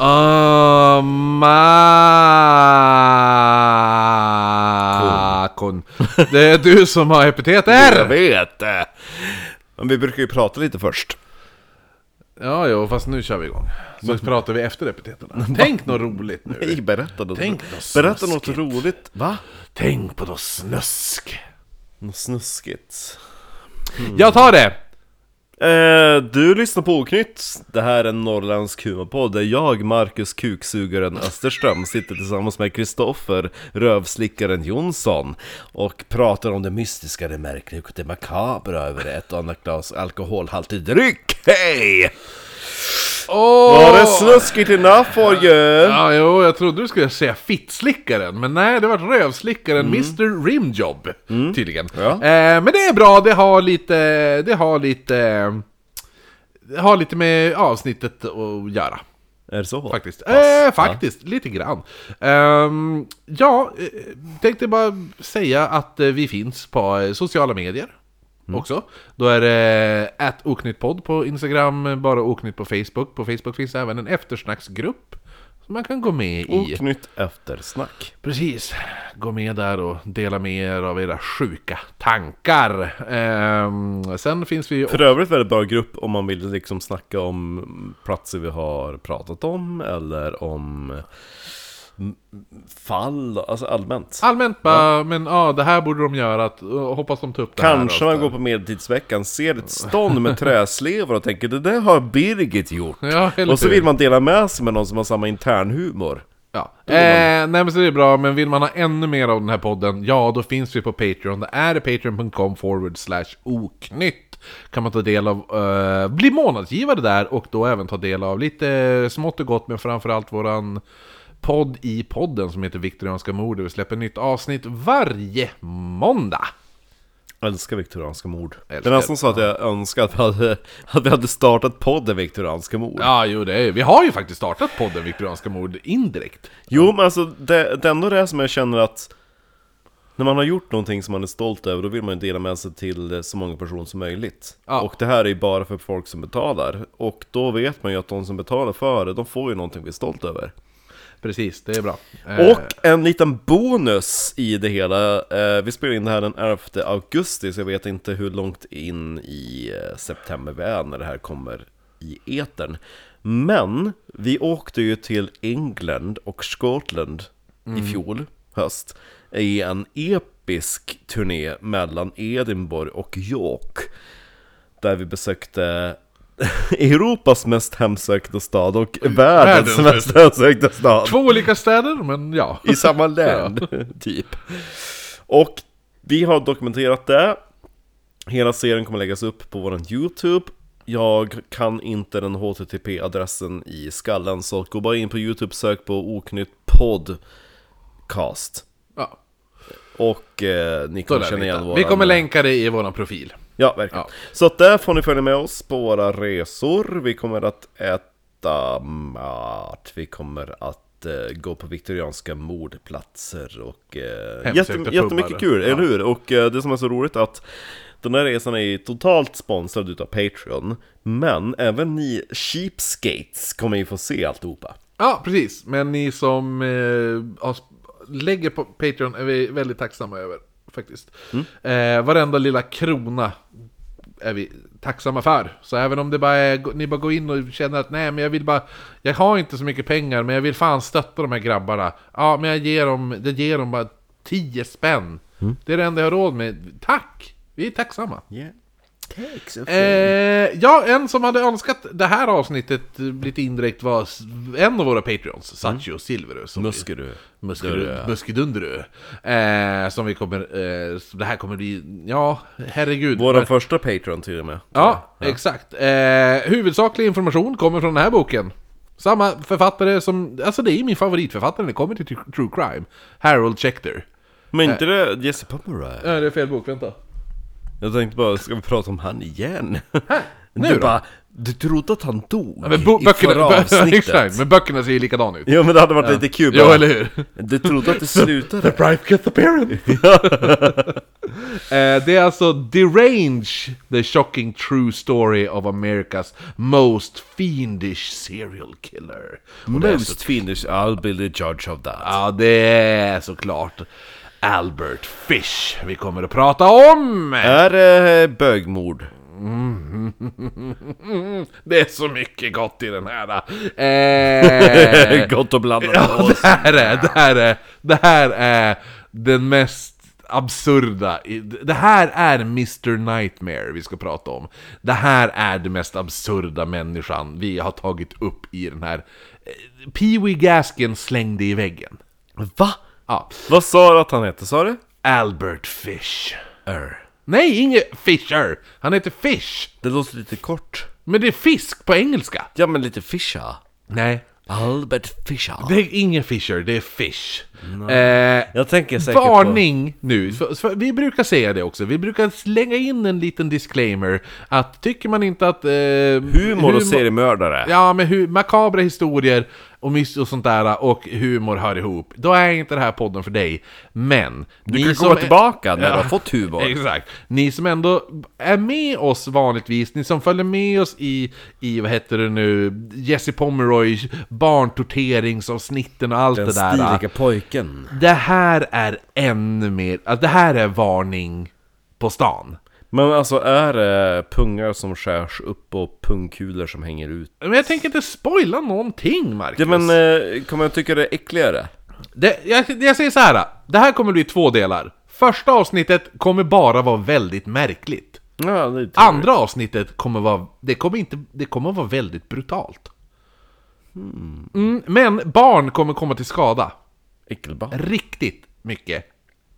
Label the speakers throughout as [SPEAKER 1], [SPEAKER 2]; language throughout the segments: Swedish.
[SPEAKER 1] Öh, Ömakon. Det är du som har epitet
[SPEAKER 2] Jag
[SPEAKER 1] R!
[SPEAKER 2] vet det. Men vi brukar ju prata lite först.
[SPEAKER 1] Ja, jo, fast nu kör vi igång. Så pratar vi efter epiteterna. Tänk något roligt
[SPEAKER 2] Nej,
[SPEAKER 1] nu.
[SPEAKER 2] berätta något,
[SPEAKER 1] Tänk något
[SPEAKER 2] berätta något
[SPEAKER 1] snuskigt.
[SPEAKER 2] roligt. Va?
[SPEAKER 1] Tänk på något snusk.
[SPEAKER 2] Något snuskigt.
[SPEAKER 1] Jag tar det!
[SPEAKER 2] Eh, du lyssnar på Oknytt. Det här är en norrländsk humorpodd där jag, Marcus Kuksugaren Österström, sitter tillsammans med Kristoffer Rövslickaren Jonsson och pratar om det mystiska, det märkliga och det makabra över ett och annat glas alkoholhaltig dryck. Hej!
[SPEAKER 1] Åh!
[SPEAKER 2] Var det snuskigt enough for you?
[SPEAKER 1] Ja, jo, jag trodde du skulle säga fittslickaren, men nej, det var rövslickaren Mr Rimjob, tydligen.
[SPEAKER 2] Mm. Ja.
[SPEAKER 1] Eh, men det är bra, det har lite, det har lite, det har lite med avsnittet att göra.
[SPEAKER 2] Är det så?
[SPEAKER 1] Faktiskt,
[SPEAKER 2] Pass.
[SPEAKER 1] eh, faktiskt lite grann. Ehm, ja, eh, tänkte bara säga att eh, vi finns på eh, sociala medier.
[SPEAKER 2] Mm.
[SPEAKER 1] Också. Då är det att oknyttpodd på Instagram, eh, bara oknytt på Facebook. På Facebook finns även en eftersnacksgrupp som man kan gå med i.
[SPEAKER 2] Oknytt eftersnack.
[SPEAKER 1] Precis. Gå med där och dela med er av era sjuka tankar. Ehm, sen finns vi ju...
[SPEAKER 2] För övrigt väldigt bra grupp om man vill liksom snacka om platser vi har pratat om eller om m- fall, alltså allmänt.
[SPEAKER 1] Allmänt bara, men ja, det här borde de göra, att, och hoppas de tar upp det här.
[SPEAKER 2] Kanske
[SPEAKER 1] och
[SPEAKER 2] man
[SPEAKER 1] så
[SPEAKER 2] går på medeltidsveckan, ser ett stånd med träslevar och tänker det där har Birgit gjort.
[SPEAKER 1] där. Ja, eller
[SPEAKER 2] Och så
[SPEAKER 1] hur?
[SPEAKER 2] vill man dela med sig med någon som har samma internhumor.
[SPEAKER 1] Ja. Eh, nej men så det är bra, men vill man ha ännu mer av den här podden, ja då finns vi på Patreon. Det är patreon.com forward slash oknytt. Kan man ta del av, eh, bli månadsgivare där och då även ta del av lite smått och gott, men framförallt våran podd i podden som heter Viktorianska mord, där vi släpper nytt avsnitt varje måndag.
[SPEAKER 2] Älskar viktorianska mord. Det
[SPEAKER 1] Älskar.
[SPEAKER 2] är nästan så att jag önskar att vi hade, att vi hade startat podden Viktorianska mord.
[SPEAKER 1] Ja, jo det är Vi har ju faktiskt startat podden Viktorianska mord indirekt.
[SPEAKER 2] Jo, men alltså det, det är ändå det som jag känner att när man har gjort någonting som man är stolt över, då vill man ju dela med sig till eh, så många personer som möjligt.
[SPEAKER 1] Ja.
[SPEAKER 2] Och det här är ju bara för folk som betalar. Och då vet man ju att de som betalar för det, de får ju någonting vi är stolta över.
[SPEAKER 1] Precis, det är bra. Eh,
[SPEAKER 2] Och en liten bonus i det hela. Eh, vi spelar in det här den 11 augusti, så jag vet inte hur långt in i eh, september vi är när det här kommer i etern. Men vi åkte ju till England och Skottland i
[SPEAKER 1] Mm.
[SPEAKER 2] fjol höst i en episk turné mellan Edinburgh och York. Där vi besökte Europas mest hemsökta stad och världens
[SPEAKER 1] Världens
[SPEAKER 2] mest hemsökta stad.
[SPEAKER 1] Två olika städer, men ja.
[SPEAKER 2] I samma län, typ. Och vi har dokumenterat det. Hela serien kommer läggas upp på vår YouTube. Jag kan inte den HTTP-adressen i skallen, så gå bara in på YouTube, sök på oknytt podcast.
[SPEAKER 1] ja.
[SPEAKER 2] Och eh, ni
[SPEAKER 1] Då
[SPEAKER 2] kommer
[SPEAKER 1] lär
[SPEAKER 2] känna
[SPEAKER 1] vi,
[SPEAKER 2] igen
[SPEAKER 1] hitta.
[SPEAKER 2] våran...
[SPEAKER 1] vi kommer länka det i våran profil.
[SPEAKER 2] Ja, verkligen.
[SPEAKER 1] Ja.
[SPEAKER 2] Så att där får ni följa med oss på våra resor. Vi kommer att äta mat, vi kommer att eh, gå på viktorianska mordplatser och eh,
[SPEAKER 1] Hemsökta
[SPEAKER 2] jättem-
[SPEAKER 1] pubbar.
[SPEAKER 2] jättemycket kul,
[SPEAKER 1] Ja.
[SPEAKER 2] eller hur? Och eh, det som är så roligt är att den här resan är ju totalt sponsrad utav Patreon, men även ni cheapskates kommer ju få se alltihopa.
[SPEAKER 1] Ja, precis. Men ni som eh, har, sp- lägger på Patreon är vi väldigt tacksamma över, faktiskt. Eh, varenda lilla krona är vi tacksamma för. Så även om det bara är, ni bara går in och känner att nej, men jag vill bara, jag har inte så mycket pengar, men jag vill fan stötta de här grabbarna. Ja, men jag ger dem, det ger dem bara 10 spänn. Det är det enda jag har råd med. Tack! Vi är tacksamma.
[SPEAKER 2] Yeah. Takes a
[SPEAKER 1] Eh, ja, en som hade önskat det här avsnittet eh, lite indirekt var s- en av våra patreons, Satchio Silverus. som vi-
[SPEAKER 2] Mm. Muskeru.
[SPEAKER 1] Muskedu- Muskedundru. Eh, som vi kommer... Eh, som det här kommer bli... Ja, herregud.
[SPEAKER 2] Vår första Patreon till och med.
[SPEAKER 1] Ja, exakt. Eh, huvudsaklig information kommer från den här boken. Samma författare som... Alltså det är min favoritförfattare när det kommer till tr- true crime. Harold Schechter.
[SPEAKER 2] Men
[SPEAKER 1] Eh.
[SPEAKER 2] inte det Jesse Pomeroy?
[SPEAKER 1] Nej, det är fel bok, vänta.
[SPEAKER 2] Jag tänkte bara, ska vi prata om han igen?
[SPEAKER 1] Här! Nu
[SPEAKER 2] du
[SPEAKER 1] då?
[SPEAKER 2] bara, du trodde att han dog
[SPEAKER 1] Men bo-
[SPEAKER 2] i
[SPEAKER 1] böckerna,
[SPEAKER 2] förra
[SPEAKER 1] bö-
[SPEAKER 2] avsnittet.
[SPEAKER 1] exakt, men böckerna ser ju likadana ut.
[SPEAKER 2] Ja men det hade varit lite kul
[SPEAKER 1] Jo,
[SPEAKER 2] bara.
[SPEAKER 1] eller hur?
[SPEAKER 2] Du trodde att det slutade
[SPEAKER 1] Bright Get the Parent! eh, det är alltså Derange, the shocking true story of America's most fiendish serial killer. Och det är så-
[SPEAKER 2] Most finish, I'll be the judge of that
[SPEAKER 1] Ja, det är såklart Albert Fish vi kommer att prata om!
[SPEAKER 2] Är det eh, bögmord?
[SPEAKER 1] Det är så mycket gott i den här! Eh,
[SPEAKER 2] Gott och blandat med
[SPEAKER 1] Ja,
[SPEAKER 2] oss.
[SPEAKER 1] det här är, det här är, det här är den mest absurda. i- Det här är Mr Nightmare vi ska prata om. Det här är den mest absurda människan vi har tagit upp i den här... eh, Pee Wee Gaskin slängde i väggen.
[SPEAKER 2] Va?
[SPEAKER 1] Ja.
[SPEAKER 2] Vad sa du att han hette, sa du?
[SPEAKER 1] Albert Fish. Nej, inget Fisher! Han heter Fish!
[SPEAKER 2] Det låter lite kort
[SPEAKER 1] Men det är fisk på engelska.
[SPEAKER 2] Ja men lite fisha
[SPEAKER 1] Nej,
[SPEAKER 2] Albert Fisha
[SPEAKER 1] det är ingen Fisher, det är Fish. Eh,
[SPEAKER 2] Jag tänker säkert
[SPEAKER 1] Varning nu! För, för vi brukar säga det också, vi brukar slänga in en liten disclaimer att tycker man inte att... Eh,
[SPEAKER 2] på humor och
[SPEAKER 1] humo-
[SPEAKER 2] seriemördare
[SPEAKER 1] Ja, men hu- makabra historier och mys och sånt där och humor hör ihop, då är inte det här podden för dig. Men... Du
[SPEAKER 2] kan gå tillbaka när du har fått humor.
[SPEAKER 1] Exakt. Ni som ändå är med oss vanligtvis, ni som följer med oss i, i vad heter det nu, Jesse Pomeroy, barntorteringsavsnitten och allt
[SPEAKER 2] Den
[SPEAKER 1] det där.
[SPEAKER 2] stiliga pojken
[SPEAKER 1] Det här är ännu mer, alltså det här är varning på stan.
[SPEAKER 2] Men alltså är det pungar som skärs upp och pungkulor som hänger ut?
[SPEAKER 1] Men jag tänker inte spoila någonting Marcus.
[SPEAKER 2] Ja men eh, kommer jag tycka det är äckligare?
[SPEAKER 1] det, jag, jag säger så här, det här kommer bli två delar. Första avsnittet kommer bara vara väldigt märkligt.
[SPEAKER 2] Ja, det är typ inte-
[SPEAKER 1] Andra avsnittet kommer vara, det kommer inte, det kommer vara väldigt brutalt. Mm, men barn kommer komma till skada.
[SPEAKER 2] Äckelbarn
[SPEAKER 1] Riktigt mycket.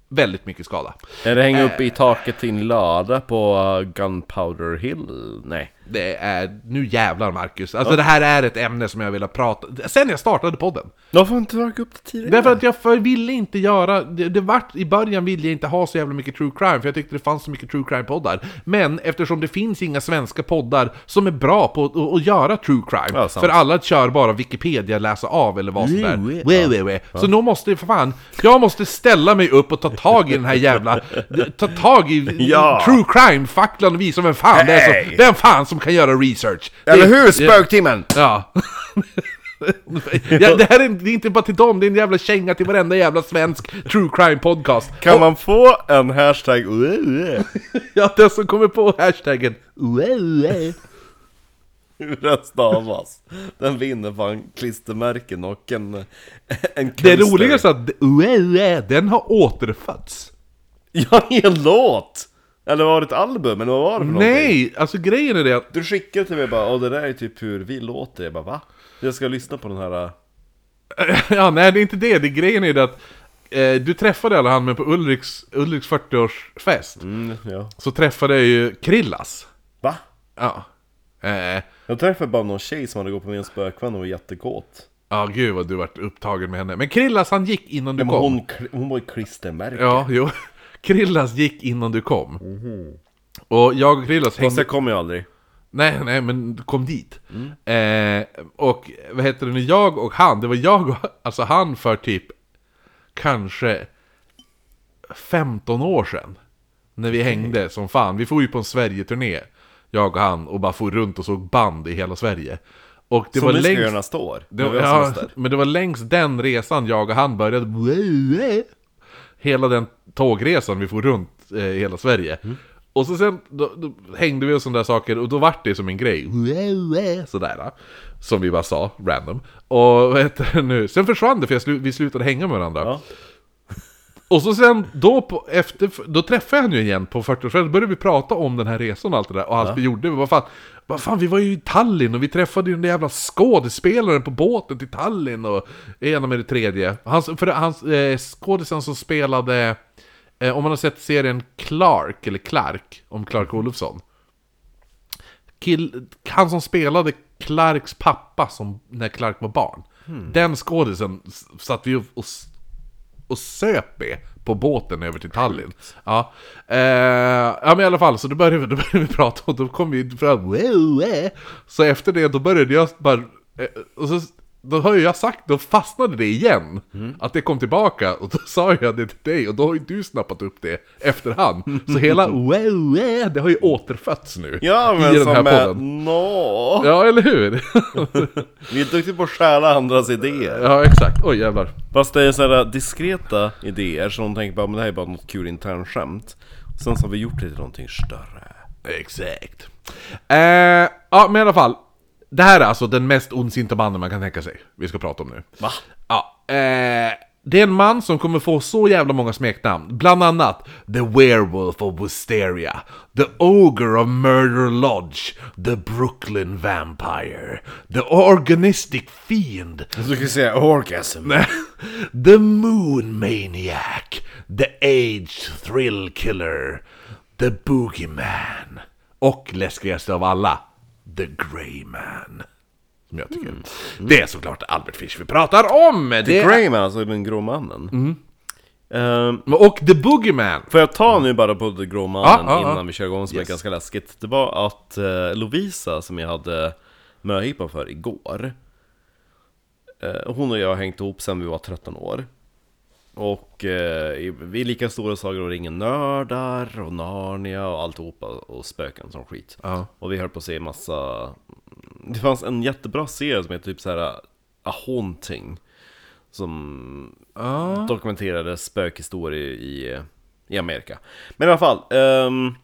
[SPEAKER 1] Väldigt mycket skada.
[SPEAKER 2] Är det hänga upp i taket i en lada på eh, Gunpowder Hill? Nej
[SPEAKER 1] Det är, nu jävlar Marcus. Alltså det här är ett ämne som jag velat prata, sen jag startade podden.
[SPEAKER 2] Varför har inte dragit upp det tidigare?
[SPEAKER 1] Därför att jag för, ville inte göra, det, det vart, i början ville jag inte ha så jävla mycket true crime, för jag tyckte det fanns så mycket true crime-poddar. Men eftersom det finns inga svenska poddar som är bra på att, att, att göra true crime,
[SPEAKER 2] Ja, sant.
[SPEAKER 1] för alla kör bara Wikipedia, läsa av eller vad som
[SPEAKER 2] Mm,
[SPEAKER 1] där.
[SPEAKER 2] ja.
[SPEAKER 1] Wee, wee, wee. Så nu måste, för fan, jag måste ställa mig upp och ta tag i den här jävla, ta tag i
[SPEAKER 2] Ja.
[SPEAKER 1] true crime-facklan och visa vem fan det är som,
[SPEAKER 2] Hey.
[SPEAKER 1] vem fan som kan göra research. Det- det-
[SPEAKER 2] Spöktimmen?
[SPEAKER 1] Ja. ja, det här är, det är inte bara till dem, det är en jävla känga till varenda jävla svensk true crime podcast.
[SPEAKER 2] Kan man få en hashtag
[SPEAKER 1] Ja, den som kommer på hashtaggen
[SPEAKER 2] hur den stavas? Den vinner fan klistermärken och en, en
[SPEAKER 1] Det
[SPEAKER 2] kluster.
[SPEAKER 1] roligaste är att den har återfötts.
[SPEAKER 2] Ja, i en låt! Eller var det ett album, eller vad var det för någonting?
[SPEAKER 1] Nej, alltså grejen är det att
[SPEAKER 2] Du skickade till mig bara, åh det där är typ hur vi låter, jag bara va? Jag ska lyssna på den här... äh."
[SPEAKER 1] Ja, nej det är inte det. det grejen är det att eh, du träffade alla han men på Ulriks, Ulriks 40-årsfest
[SPEAKER 2] Mm, ja.
[SPEAKER 1] så träffade jag ju Krillas.
[SPEAKER 2] Va?
[SPEAKER 1] Ja. Eh,
[SPEAKER 2] Jag träffade bara någon tjej som hade gått på min spökvagn och var jättekåt.
[SPEAKER 1] ja, gud vad du vart upptagen med henne. Men Krillas han gick innan du
[SPEAKER 2] Men
[SPEAKER 1] kom.
[SPEAKER 2] hon, kri- hon var ju klistermärke.
[SPEAKER 1] Ja, jo. Krillas gick innan du kom. Och jag och Krillas hängde...
[SPEAKER 2] Fast jag kom ju aldrig.
[SPEAKER 1] Nej, nej, men du kom dit. Eh, och vad heter det nu, jag och han, det var jag och... Alltså han för typ kanske 15 år sedan. När vi hängde som fan. Vi får ju på en Sverige-turné. Jag och han och bara for runt och såg band i hela Sverige. Och det
[SPEAKER 2] Det
[SPEAKER 1] var
[SPEAKER 2] som längst...
[SPEAKER 1] längst...
[SPEAKER 2] Sköna står.
[SPEAKER 1] Det,
[SPEAKER 2] Det var jag som
[SPEAKER 1] ja,
[SPEAKER 2] var där.
[SPEAKER 1] men det var längs den resan jag och han började Hela den tågresan vi for runt eh, i hela Sverige Och så sen då, då hängde vi och sådana där saker och då vart det som en grej Sådär ja. Som vi bara sa, random Och vad heter det nu, sen försvann det för jag slu, vi slutade hänga med varandra
[SPEAKER 2] Ja.
[SPEAKER 1] och så sen då, på, efter, då träffade jag henne ju igen på 40-årsfesten, då började vi prata om den här resan och allt det där, och allt vi gjorde, vad fan, vad fan, vi var ju i Tallinn och vi träffade ju den där jävla skådespelaren på båten till Tallinn och det ena med det tredje. Hans, för hans, eh, skådisen som spelade, eh, om man har sett serien Clark, eller Clark, om Clark Olofsson. Kill, han som spelade Clarks pappa som, när Clark var barn. Den skådisen s- satt vi och, och s- och söp med på båten över till Tallinn. Ja. Eh, ja men i alla fall, så då började, vi, då började vi prata och då kom vi fram. "Wow, eh." Så efter det, då började jag bara... eh, Och så, då har ju jag sagt, då fastnade det igen. Att det kom tillbaka och då sa jag det till dig och då har ju du snappat upp det efterhand. Så hela wow, eh, det har ju återfötts nu.
[SPEAKER 2] Ja men
[SPEAKER 1] i den här
[SPEAKER 2] som är...
[SPEAKER 1] podden.
[SPEAKER 2] Nå.
[SPEAKER 1] Ja, eller hur?
[SPEAKER 2] Vi är duktiga på att stjäla andras idéer.
[SPEAKER 1] ja, exakt. Oj jävlar.
[SPEAKER 2] Fast det är sådana diskreta idéer som de tänker bara, men det här är bara något kul internskämt. Sen så har vi gjort det till någonting större.
[SPEAKER 1] Exakt. Eh, ja, men i alla fall. Det här är alltså den mest ondsinta mannen man kan tänka sig. Vi ska prata om nu.
[SPEAKER 2] Va?
[SPEAKER 1] Ja, eh, det är en man som kommer få så jävla många smeknamn. Bland annat The Werewolf of Wisteria, The Ogre of Murder Lodge, The Brooklyn Vampire, The Organistic Fiend,
[SPEAKER 2] Du skulle säga orgasm.
[SPEAKER 1] The Moon Maniac, The Age Thrill Killer, The Boogeyman och läskigaste av alla, The Grey Man. Som jag tycker. Det är såklart Albert Fish vi pratar om! Mm. Det är...
[SPEAKER 2] Greyman, alltså den grå mannen. Ehm,
[SPEAKER 1] Och The Boogeyman!
[SPEAKER 2] får jag ta nu bara på The grå mannen
[SPEAKER 1] Ja, ja, ja.
[SPEAKER 2] innan vi kör igång som
[SPEAKER 1] Yes.
[SPEAKER 2] är ganska läskigt. Det var att eh, Lovisa som jag hade möhippa för igår. eh, hon och jag har hängt ihop sedan vi var 13 år. Och eh, i- vi är lika stora i Sagan om ringen Nördar och Narnia och alltihopa och spöken som skit.
[SPEAKER 1] Ja.
[SPEAKER 2] Och vi höll på att se massa... Det fanns en jättebra serie som heter typ så här A Haunting. Som dokumenterade spökhistorier i, i Amerika. Men i alla fall. ehm,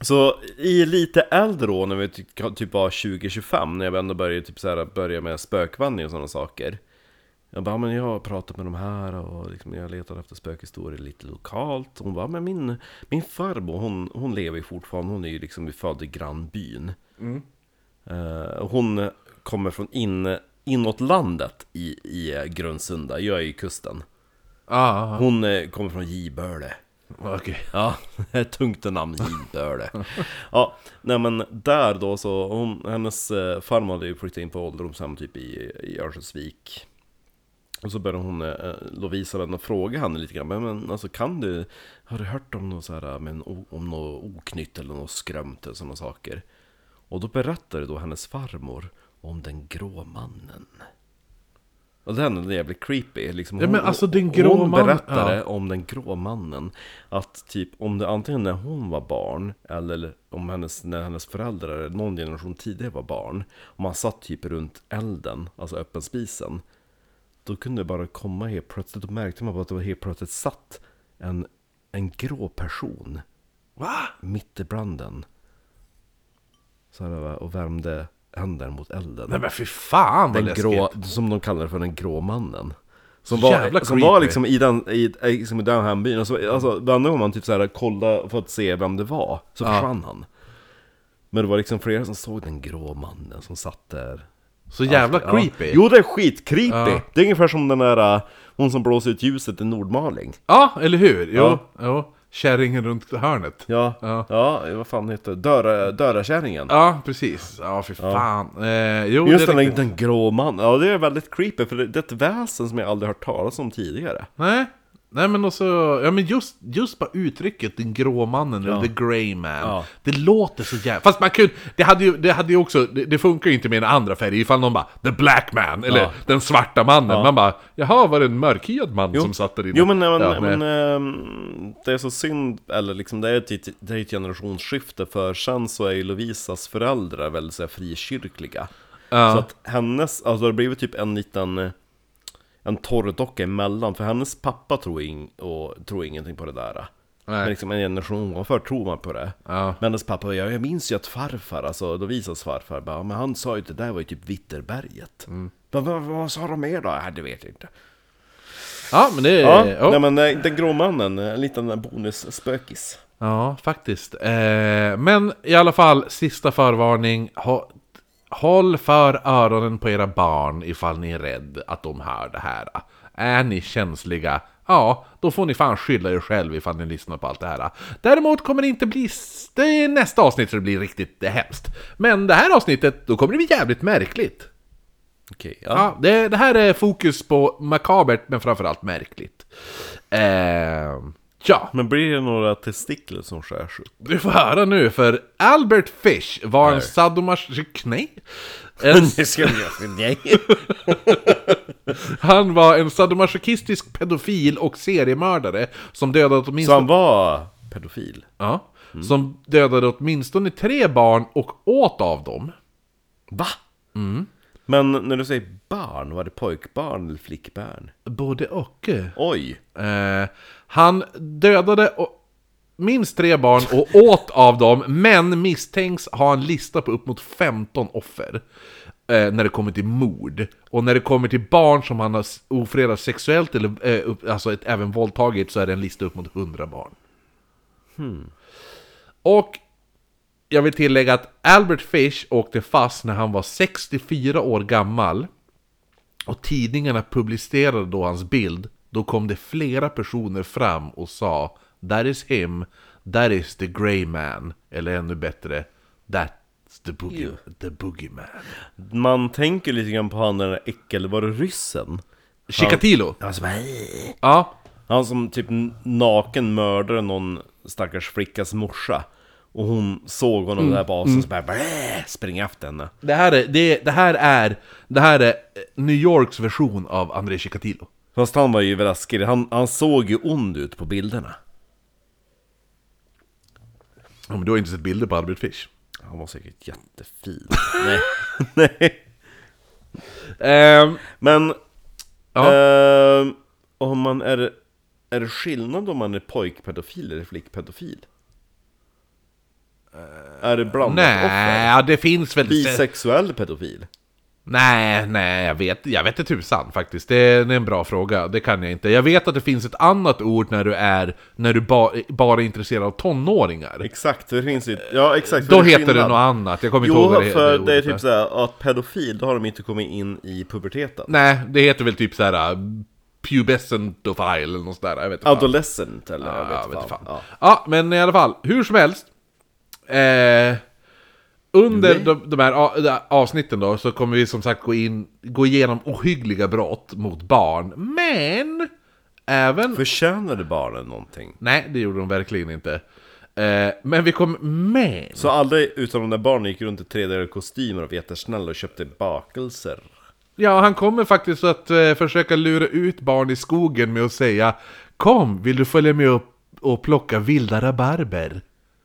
[SPEAKER 2] så i lite äldre år, när vi ty- typ var 20-25, när jag ändå började, typ så här, börja med spökvandring och sådana saker. Jag bara, men jag har pratat med de här och liksom, jag letar efter spökhistorier lite lokalt. Hon bara, men min, min farbror, hon, hon lever ju fortfarande, hon är ju liksom född i grannbyn. Eh, hon kommer från in, inåt landet i, i Grundsunda, jag är ju kusten.
[SPEAKER 1] Ah,
[SPEAKER 2] Hon eh, kommer från Giböle.
[SPEAKER 1] okej.
[SPEAKER 2] Ja, ett tungt namn, Giböle. Ja, nej men där då så, hon, hennes eh, farmor hade ju flyttat in på ålderdomshem typ i, i Örnsköldsvik. Och så började hon, eh, Lovisa, den och fråga henne lite grann. Men, men alltså kan du, har du hört om något så här, men, o- om något oknytt eller något skrämt eller sådana saker? Och då berättade då hennes farmor om den grå mannen. Och den är jävligt creepy liksom.
[SPEAKER 1] Ja, men alltså, den grå
[SPEAKER 2] hon
[SPEAKER 1] mannen-
[SPEAKER 2] berättade om den grå mannen. Att typ om det antingen när hon var barn eller om hennes, när hennes föräldrar någon generation tidigare var barn. Om man satt typ runt elden, alltså öppen spisen. Då kunde det bara komma helt plötsligt, då märkte man bara att det var helt plötsligt satt en, en grå person
[SPEAKER 1] Va?
[SPEAKER 2] mitt i branden. Så här, va, och värmde händer mot elden.
[SPEAKER 1] Nej men fy fan vad
[SPEAKER 2] den
[SPEAKER 1] läskigt!
[SPEAKER 2] grå, som de kallar det för den grå mannen. Som
[SPEAKER 1] Så
[SPEAKER 2] var,
[SPEAKER 1] jävla
[SPEAKER 2] som var
[SPEAKER 1] creepy.
[SPEAKER 2] liksom i den, i, i- liksom i den här byn, alltså, alltså varenda gång man typ så här kollade för att se vem det var, så försvann han. Men det var liksom flera som såg den grå mannen som satt där
[SPEAKER 1] Så jävla
[SPEAKER 2] Ja.
[SPEAKER 1] creepy! Ja.
[SPEAKER 2] Jo, det är skitcreepy!
[SPEAKER 1] Ja.
[SPEAKER 2] Det är ungefär som den där, äh, hon som blåser ut ljuset i Nordmaling.
[SPEAKER 1] eller hur? Jo,
[SPEAKER 2] Ja.
[SPEAKER 1] jo. Kärringen runt hörnet. Ja,
[SPEAKER 2] Ja,
[SPEAKER 1] Ja.
[SPEAKER 2] ja. vad fan heter det? Dörra- Dörrakärringen.
[SPEAKER 1] precis. Ja, fy fan. Eh, jo,
[SPEAKER 2] Just
[SPEAKER 1] det är
[SPEAKER 2] den, där-
[SPEAKER 1] riktigt.
[SPEAKER 2] den grå mannen, ja det är väldigt creepy för det, det är ett väsen som jag aldrig hört talas om tidigare.
[SPEAKER 1] Nej. Nej men också, ja men just, just bara uttrycket den grå mannen eller the grey man
[SPEAKER 2] Ja.
[SPEAKER 1] Det låter så jävla... Fast man kunde, det hade ju, det hade ju också, det, det funkar ju inte med en andra färg ifall någon bara the black man eller
[SPEAKER 2] Ja.
[SPEAKER 1] den svarta mannen Man bara, jaha var det en mörkhyad man som satt där inne?
[SPEAKER 2] Jo men, nej, men,
[SPEAKER 1] Ja,
[SPEAKER 2] men
[SPEAKER 1] nej.
[SPEAKER 2] ehm, det är så synd, eller liksom det är ett, det är ett generationsskifte för sen så är ju Lovisas föräldrar väldigt så här, frikyrkliga. Så att hennes, alltså det har blivit typ en liten eh, en torrdocka emellan, för hennes pappa tror, in, och, tror ingenting på det där.
[SPEAKER 1] Nej.
[SPEAKER 2] Men liksom en generation ovanför tror man på det.
[SPEAKER 1] Ja.
[SPEAKER 2] Men hennes pappa, jag, jag minns ju att farfar, alltså då visas farfar, bara, men han sa ju att det där var ju typ Vitterberget.
[SPEAKER 1] Mm.
[SPEAKER 2] Men vad, vad sa de mer då? Ja, det vet jag inte.
[SPEAKER 1] Ja men det,
[SPEAKER 2] Ja,
[SPEAKER 1] ja.
[SPEAKER 2] nej men nej, den grå mannen, eh, en liten bonusspökis.
[SPEAKER 1] Ja, faktiskt. Eh, men i alla fall, sista förvarning. Ha, håll för öronen på era barn ifall ni är rädd att de hör det här. Är ni känsliga? Ja, då får ni fan skylla er själv ifall ni lyssnar på allt det här. Däremot kommer det inte bli... s- Det är nästa avsnitt så det blir riktigt hemskt. Men det här avsnittet, då kommer det bli jävligt märkligt.
[SPEAKER 2] Okej,
[SPEAKER 1] Ja.
[SPEAKER 2] ja.
[SPEAKER 1] det, det här är fokus på makabert, men framförallt märkligt. Eh, ja,
[SPEAKER 2] Men blir det några testikler som skärs upp?
[SPEAKER 1] du får höra nu, för Albert Fish var en sadomasochistisk... Nej! En,
[SPEAKER 2] Det ska jag- Nej.
[SPEAKER 1] han var en sadomasochistisk pedofil och seriemördare som Mm. dödade
[SPEAKER 2] Så
[SPEAKER 1] åtminstone...
[SPEAKER 2] han var pedofil?
[SPEAKER 1] Ja, Som dödade åtminstone tre barn och åt av dem.
[SPEAKER 2] Va? Mm. Men när du säger barn, var det pojkbarn eller flickbarn?
[SPEAKER 1] Både och.
[SPEAKER 2] Oj!
[SPEAKER 1] Eh, han dödade och, minst tre barn och åt av dem, men misstänks ha en lista på upp mot 15 offer. Eh, när det kommer till mord. Och när det kommer till barn som han har s- ofredat sexuellt, eller eh, upp, alltså ett, även våldtagit, så är det en lista upp mot 100 barn. Och jag vill tillägga att Albert Fish åkte fast när han var 64 år gammal. Och tidningarna publicerade då hans bild. Då kom det flera personer fram och sa That is him, that is the grey man. Eller ännu bättre, that's the, boogie, the boogeyman.
[SPEAKER 2] Man tänker lite grann på han den där äckelvaruryssen.
[SPEAKER 1] Chikatilo!
[SPEAKER 2] Han som, "Hej."
[SPEAKER 1] Ja.
[SPEAKER 2] han som typ naken mördade någon stackars flickas morsa. Och hon såg honom där basen och så bara "Blä", springa efter henne.
[SPEAKER 1] Det här är, det, det här är, det här är eh, New Yorks version av André Chikatilo.
[SPEAKER 2] Fast han var ju raskig, han, han såg ju ond ut på bilderna.
[SPEAKER 1] Ja, men du har inte sett bilder på Albert Fish.
[SPEAKER 2] Han var säkert jättefin. Nej. Nej.
[SPEAKER 1] Ehm,
[SPEAKER 2] Men...
[SPEAKER 1] Ja.
[SPEAKER 2] ehm, om man är... Är det skillnad om man är pojkpedofil eller flickpedofil? Eh, är det blandat
[SPEAKER 1] nej,
[SPEAKER 2] offer?
[SPEAKER 1] ja, det finns väl...
[SPEAKER 2] Bisexuell pedofil?
[SPEAKER 1] Nej, nej, jag vet, jag vet inte tusan faktiskt. Det är, det är en bra fråga, det kan jag inte. Jag vet att det finns ett annat ord när du är, när du ba, bara är intresserad av tonåringar.
[SPEAKER 2] Exakt, det finns ju... Ja, exakt. för
[SPEAKER 1] Då
[SPEAKER 2] är
[SPEAKER 1] heter det
[SPEAKER 2] skillnad.
[SPEAKER 1] något annat, jag kommer inte ihåg
[SPEAKER 2] Jo,
[SPEAKER 1] vad det,
[SPEAKER 2] för
[SPEAKER 1] det
[SPEAKER 2] det är
[SPEAKER 1] ordet
[SPEAKER 2] typ såhär att pedofil, då har de inte kommit in i puberteten.
[SPEAKER 1] Nej, det heter väl typ såhär äh, pubescentofile eller något sådär, jag vet inte. fan.
[SPEAKER 2] Adolescent eller
[SPEAKER 1] Ja,
[SPEAKER 2] jag vet
[SPEAKER 1] inte
[SPEAKER 2] fan. Ja.
[SPEAKER 1] Ja, men i alla fall, hur som helst. Eh, under de, de här a- de här avsnitten då så kommer vi som sagt gå, in, gå igenom ohyggliga brott mot barn, men även
[SPEAKER 2] Förtjänade barnen någonting?
[SPEAKER 1] Nej, det gjorde de verkligen inte. Eh, men vi kom med.
[SPEAKER 2] Så alla utom de där barnen gick runt i tredelade kostymer och var jättesnälla och köpte bakelser.
[SPEAKER 1] Ja, han kommer faktiskt att eh, försöka lura ut barn i skogen med att säga Kom, vill du följa med och, och plocka vilda rabarber?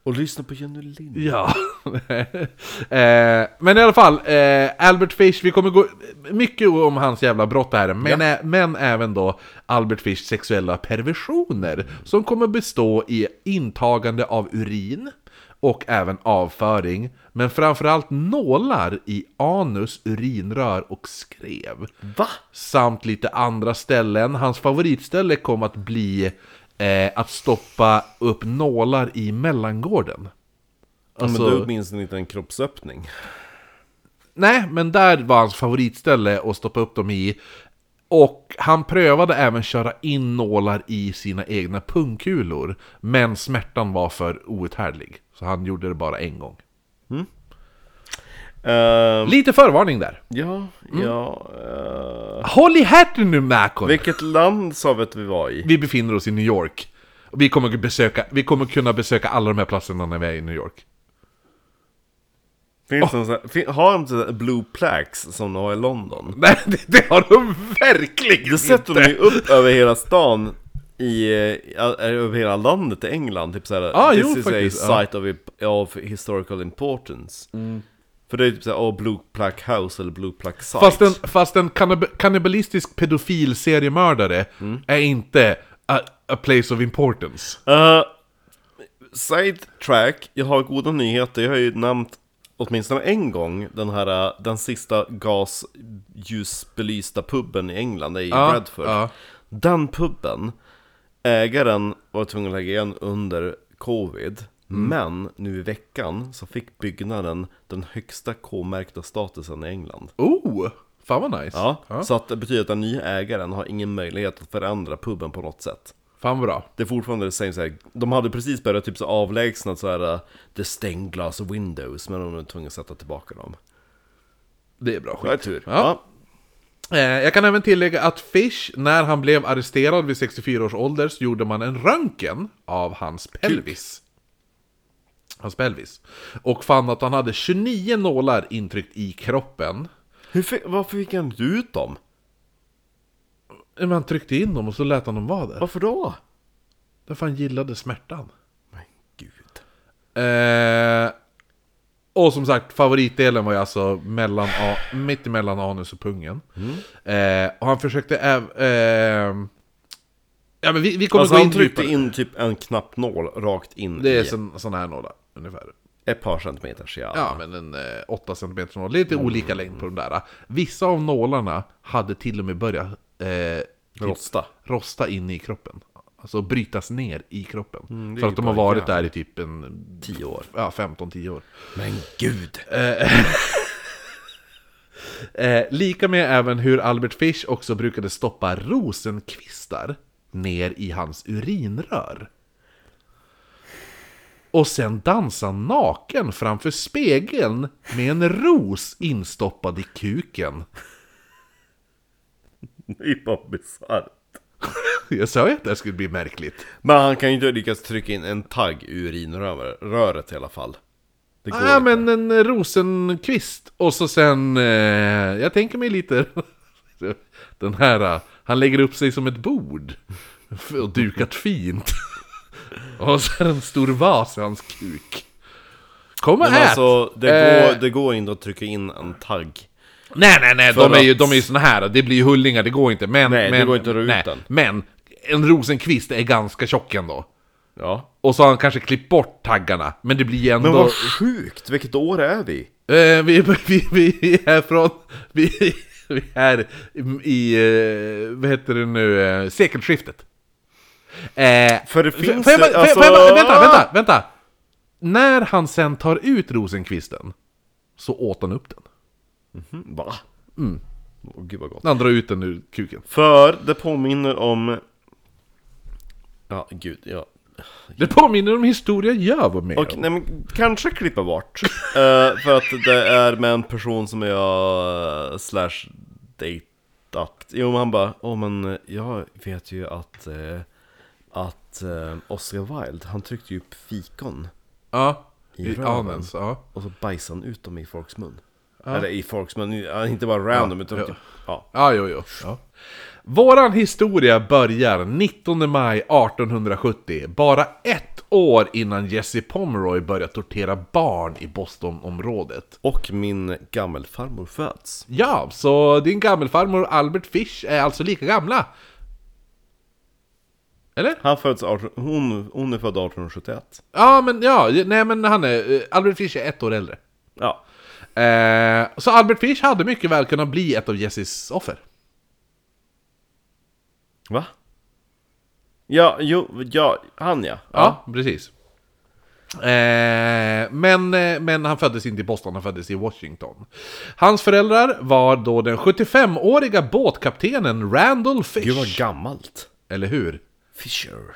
[SPEAKER 2] Och lyssna på Jenny Lind.
[SPEAKER 1] Ja. eh, men i alla fall, eh, Albert Fish, vi kommer gå mycket om hans jävla brott här, men, ä, men även då Albert Fish sexuella perversioner som kommer bestå i intagande av urin och även avföring, men framförallt nålar i anus, urinrör och skrev.
[SPEAKER 2] Va?
[SPEAKER 1] Samt lite andra ställen. Hans favoritställe kom att bli eh, att stoppa upp nålar i mellangården. Alltså,
[SPEAKER 2] Men du minns inte en kroppsöppning?
[SPEAKER 1] Nej, men där var hans favoritställe att stoppa upp dem i. Och han prövade även köra in nålar i sina egna pungkulor. Men smärtan var för outhärdlig. Så han gjorde det bara en gång.
[SPEAKER 2] Ehm,
[SPEAKER 1] Lite förvarning där.
[SPEAKER 2] ja, ja... ehm.
[SPEAKER 1] Håll i hatten nu Macon!
[SPEAKER 2] vilket land sa vi att vi var i?
[SPEAKER 1] Vi befinner oss i New York. Och vi kommer, besöka, vi kommer kunna besöka alla de här platserna när vi är i New York.
[SPEAKER 2] Finns det någon sån här, fin, har de sån här blue plaques som de har i London?
[SPEAKER 1] Nej, det, det har de verkligen
[SPEAKER 2] Då sätter de ju upp över hela stan i, eh, över hela landet i England, typ såhär
[SPEAKER 1] Ah,
[SPEAKER 2] This
[SPEAKER 1] jo,
[SPEAKER 2] is
[SPEAKER 1] faktiskt,
[SPEAKER 2] a
[SPEAKER 1] ja. Mm.
[SPEAKER 2] site of, of historical importance För det är typ såhär, oh, Blue Plaque House eller Blue Plaque Site
[SPEAKER 1] Fast en, fast en kannib- kannibalistisk pedofil seriemördare är inte a, a place of importance.
[SPEAKER 2] Eh, Sidetrack, jag har goda nyheter. Jag har ju nämnt åtminstone en gång den här eh, den sista gasljusbelysta puben i England, det är i
[SPEAKER 1] Ja,
[SPEAKER 2] Bradford.
[SPEAKER 1] ja.
[SPEAKER 2] Den puben, ägaren var tvungen att lägga igen under covid.
[SPEAKER 1] Mm.
[SPEAKER 2] Men nu i veckan så fick byggnaden den högsta K-märkta statusen i England.
[SPEAKER 1] Oh, fan vad nice.
[SPEAKER 2] Ja, Så att det betyder att den nya ägaren har ingen möjlighet att förändra puben på något sätt.
[SPEAKER 1] Fan vad bra.
[SPEAKER 2] Det är fortfarande det same såhär, de hade precis börjat typ så avlägsna såhär uh, The stained glass windows, men de var tvungna att sätta tillbaka dem
[SPEAKER 1] Det är bra
[SPEAKER 2] Det var
[SPEAKER 1] skit.
[SPEAKER 2] tur
[SPEAKER 1] Ja. Eh, Jag kan även tillägga att Fish, när han blev arresterad vid 64 års ålder, så gjorde man en röntgen av hans pelvis. Hans pelvis. Och fann att han hade 29 nålar intryckt i kroppen.
[SPEAKER 2] Hur fick, varför fick han inte ut dem?
[SPEAKER 1] Men han tryckte in dem och så lät han dem vara där.
[SPEAKER 2] Varför då?
[SPEAKER 1] Därför han gillade smärtan.
[SPEAKER 2] Men gud.
[SPEAKER 1] Eh, och som sagt, favoritdelen var ju alltså mellan, a- mitt emellan anus och pungen. Eh, och han försökte även... Eh, ja, men vi, vi kommer
[SPEAKER 2] Alltså
[SPEAKER 1] gå
[SPEAKER 2] han
[SPEAKER 1] in
[SPEAKER 2] tryckte
[SPEAKER 1] djupare.
[SPEAKER 2] in typ en knappnål rakt in
[SPEAKER 1] Det är
[SPEAKER 2] i
[SPEAKER 1] sån, sån här nåda, ungefär.
[SPEAKER 2] ett par centimeters ja.
[SPEAKER 1] Ja, Mm. men en eh, 8 cm nål. Det är lite olika längd på de där. Vissa av nålarna hade till och med börjat eh, typ
[SPEAKER 2] Rosta.
[SPEAKER 1] rosta in i kroppen. Alltså brytas ner i kroppen.
[SPEAKER 2] det är
[SPEAKER 1] för
[SPEAKER 2] ju
[SPEAKER 1] att de har
[SPEAKER 2] bara
[SPEAKER 1] varit
[SPEAKER 2] jävla-
[SPEAKER 1] där i typ en... 10 år. Ja, 15-10 år.
[SPEAKER 2] Men gud.
[SPEAKER 1] Eh, lika med även hur Albert Fish också brukade stoppa rosenkvistar ner i hans urinrör. Och sen dansa naken framför spegeln med en ros instoppad i kuken.
[SPEAKER 2] Det är bara bisarrt.
[SPEAKER 1] Jag sa ju att det här skulle bli märkligt.
[SPEAKER 2] Men han kan ju inte lyckas trycka in en tagg i urinröret i alla fall. Det går
[SPEAKER 1] Ja, ah,
[SPEAKER 2] inte.
[SPEAKER 1] men en rosenkvist. Och så sen, eh, jag tänker mig lite... Den här, eh, han lägger upp sig som ett bord. Och dukat fint. Och så är det en stor vas i hans kuk. Kom och
[SPEAKER 2] Men
[SPEAKER 1] ät!
[SPEAKER 2] alltså, det
[SPEAKER 1] Eh,
[SPEAKER 2] går, det går inte att trycka in en tagg.
[SPEAKER 1] Nej, nej, nej,
[SPEAKER 2] För
[SPEAKER 1] de är, ju,
[SPEAKER 2] att-
[SPEAKER 1] de är ju såna här, det blir ju hullingar, det går inte. Men,
[SPEAKER 2] Nej, det
[SPEAKER 1] men,
[SPEAKER 2] går inte att dra ut
[SPEAKER 1] nej,
[SPEAKER 2] den.
[SPEAKER 1] Men, en rosenkvist är ganska tjock ändå.
[SPEAKER 2] Ja.
[SPEAKER 1] Och så har han kanske klippt bort taggarna, men det blir ju ändå...
[SPEAKER 2] Men vad sjukt, vilket år är vi?
[SPEAKER 1] Eh, vi, vi, vi är från... Vi, vi är i... eh, vad heter det nu? eh, sekelskiftet. Eh,
[SPEAKER 2] För det finns
[SPEAKER 1] får jag
[SPEAKER 2] ju-
[SPEAKER 1] bara- får jag-
[SPEAKER 2] alltså-
[SPEAKER 1] får jag bara- Vänta, vänta, vänta! När han sen tar ut rosenkvisten så åt han upp den.
[SPEAKER 2] Mm, va? Mm. gud vad gott.
[SPEAKER 1] Han drar ut den ur kuken.
[SPEAKER 2] För det påminner om... Ja, gud, ja.
[SPEAKER 1] Det påminner om historia jag var med
[SPEAKER 2] Och,
[SPEAKER 1] om.
[SPEAKER 2] nej, men, kanske klippa bort. Eh, för att det är med en person som jag eh, slash dejtat. Jo, men han bara, åh men eh, jag vet ju att, eh, att eh, Oscar Wilde, han tryckte ju upp fikon.
[SPEAKER 1] Ja,
[SPEAKER 2] I
[SPEAKER 1] i
[SPEAKER 2] röven.
[SPEAKER 1] anens, ja.
[SPEAKER 2] Och så bajsade han ut dem i folks mun. Eller i folks mun, ja, inte bara random, utan
[SPEAKER 1] ja.
[SPEAKER 2] typ, ja.
[SPEAKER 1] Ja, jo, jo. Ja. Våran historia börjar 19 maj 1870, bara ett år innan Jesse Pomeroy börjar tortera barn i Bostonområdet.
[SPEAKER 2] Och min gammelfarmor föds.
[SPEAKER 1] Ja, så din gammelfarmor Albert Fish är alltså lika gamla? Eller?
[SPEAKER 2] Han föds 18, hon, hon är född 1871.
[SPEAKER 1] Ja, men ja, nej men han är, eh, Albert Fish är ett år äldre.
[SPEAKER 2] Ja.
[SPEAKER 1] Eh, så Albert Fish hade mycket väl kunnat bli ett av Jesses offer.
[SPEAKER 2] Va? Ja, jo, ja, han ja.
[SPEAKER 1] Ja, precis. Eh, men, eh, men han föddes inte i Boston, han föddes i Washington. Hans föräldrar var då den 75-åriga båtkaptenen Randall Fish.
[SPEAKER 2] Gud vad gammalt.
[SPEAKER 1] Eller hur?
[SPEAKER 2] Fisher.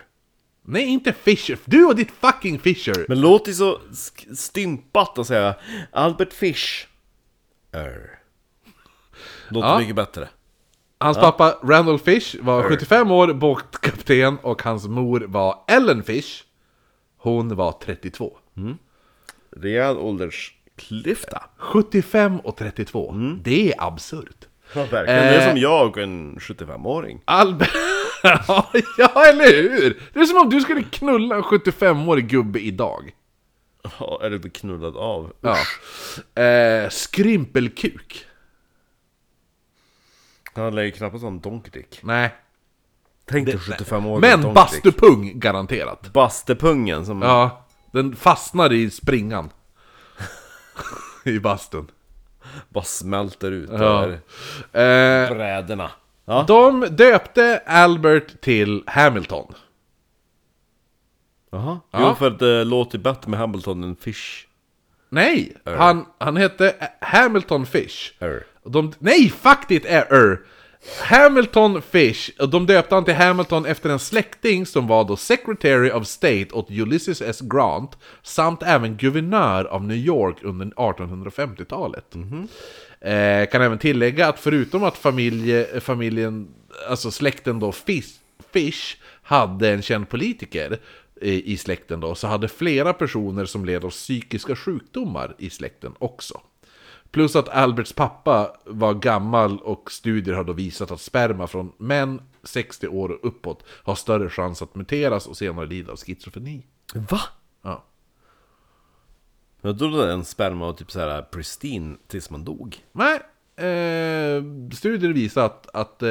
[SPEAKER 1] Nej, inte Fisher. Du och ditt fucking Fisher!
[SPEAKER 2] Men låter ju så sk- stympat att säga Albert Fish. Er. Låter
[SPEAKER 1] Ja.
[SPEAKER 2] mycket bättre.
[SPEAKER 1] Hans pappa Randall Fish var 75 år, båtkapten, och hans mor var Ellen Fish. Hon var 32.
[SPEAKER 2] Rejäl åldersklyfta.
[SPEAKER 1] 75 och 32.
[SPEAKER 2] Mm.
[SPEAKER 1] Det är absurt.
[SPEAKER 2] Ja, verkligen. Eh. Det är som jag och en 75-åring.
[SPEAKER 1] Albert... ja, ja, eller hur? Det är som om du skulle knulla en 75-årig gubbe idag.
[SPEAKER 2] Ja, Eller blir knullad av.
[SPEAKER 1] Ja. Eh, skrympelkuk.
[SPEAKER 2] Han lägger knappast en donkdick.
[SPEAKER 1] Nej.
[SPEAKER 2] Tänk dig 75-åring
[SPEAKER 1] Men bastupung garanterat.
[SPEAKER 2] Bastepungen som...
[SPEAKER 1] Ja. Den fastnar i springan. I bastun.
[SPEAKER 2] bara smälter ut
[SPEAKER 1] Ja.
[SPEAKER 2] över
[SPEAKER 1] Eh,
[SPEAKER 2] bräderna. Ja.
[SPEAKER 1] de döpte Albert till Hamilton.
[SPEAKER 2] Jaha.
[SPEAKER 1] Ja.
[SPEAKER 2] Jo, för att det låter bättre med Hamilton än Fish.
[SPEAKER 1] Nej! Han, han hette eh, Hamilton Fish.
[SPEAKER 2] Er.
[SPEAKER 1] Och De, nej, fuck it är er! Hamilton Fish, och de döpte han till Hamilton efter en släkting som var då Secretary of State åt Ulysses S. Grant samt även guvernör av New York under 1850-talet. Eh, kan även tillägga att förutom att familje, familjen, alltså släkten då Fish, Fish hade en känd politiker eh, i släkten då, så hade flera personer som led av psykiska sjukdomar i släkten också. Plus att Alberts pappa var gammal och studier har då visat att sperma från män 60 år och uppåt har större chans att muteras och senare lida av schizofreni.
[SPEAKER 2] Va?
[SPEAKER 1] Ja.
[SPEAKER 2] Jag trodde en sperma var typ så här pristine tills man dog.
[SPEAKER 1] Nej, eh, studier visar att, att eh,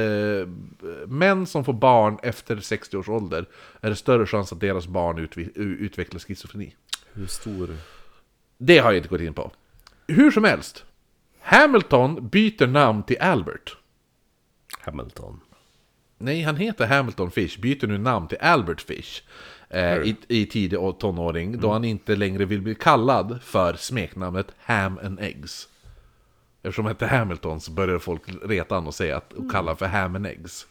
[SPEAKER 1] män som får barn efter 60 års ålder är det större chans att deras barn utvi- u- utvecklar schizofreni.
[SPEAKER 2] Hur stor?
[SPEAKER 1] Det har jag inte gått in på. Hur som helst, Hamilton byter namn till Albert.
[SPEAKER 2] Hamilton.
[SPEAKER 1] Nej, han heter Hamilton Fish, byter nu namn till Albert Fish eh, i, i tidig å- tonåring, då han inte längre vill bli kallad för smeknamnet Ham and Eggs. Eftersom han hette Hamilton så började folk reta honom och säga att och kalla honom för Ham and Eggs.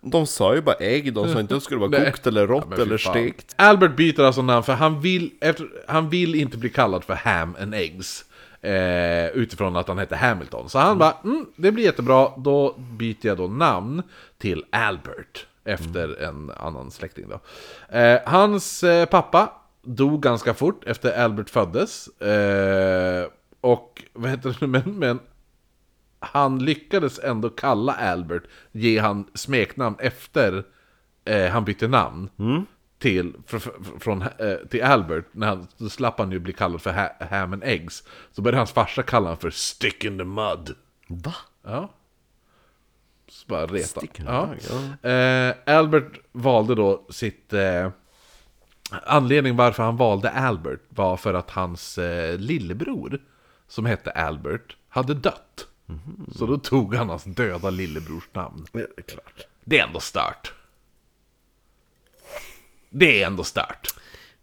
[SPEAKER 2] De sa ju bara ägg, de sa inte att det skulle vara
[SPEAKER 1] Nej.
[SPEAKER 2] kokt eller rått
[SPEAKER 1] Men fy
[SPEAKER 2] eller
[SPEAKER 1] fan.
[SPEAKER 2] stekt.
[SPEAKER 1] Albert byter alltså namn för han vill, efter, han vill inte bli kallad för Ham and Eggs. Eh, utifrån att han hette Hamilton. Så han bara, mm, det blir jättebra, då byter jag då namn till Albert. Efter en annan släkting då. Eh, hans eh, pappa dog ganska fort efter Albert föddes. Eh, och vad heter det, men, men han lyckades ändå kalla Albert, ge han smeknamn efter eh, han bytte namn till, fr, fr, från, eh, till Albert. När han, då slapp han ju bli kallad för ha, Ham and Eggs. Så började hans farsa kalla honom för Stick in the Mud.
[SPEAKER 2] Va?
[SPEAKER 1] Ja. Så bara reta.
[SPEAKER 2] Stick in the
[SPEAKER 1] Ja.
[SPEAKER 2] mud, ja.
[SPEAKER 1] Eh, Albert valde då sitt... Eh, anledningen varför han valde Albert var för att hans eh, lillebror, som hette Albert, hade dött.
[SPEAKER 2] Mhm.
[SPEAKER 1] Så då tog han hans döda lillebrors namn.
[SPEAKER 2] klart.
[SPEAKER 1] Det är ändå stört. Det är ändå stört.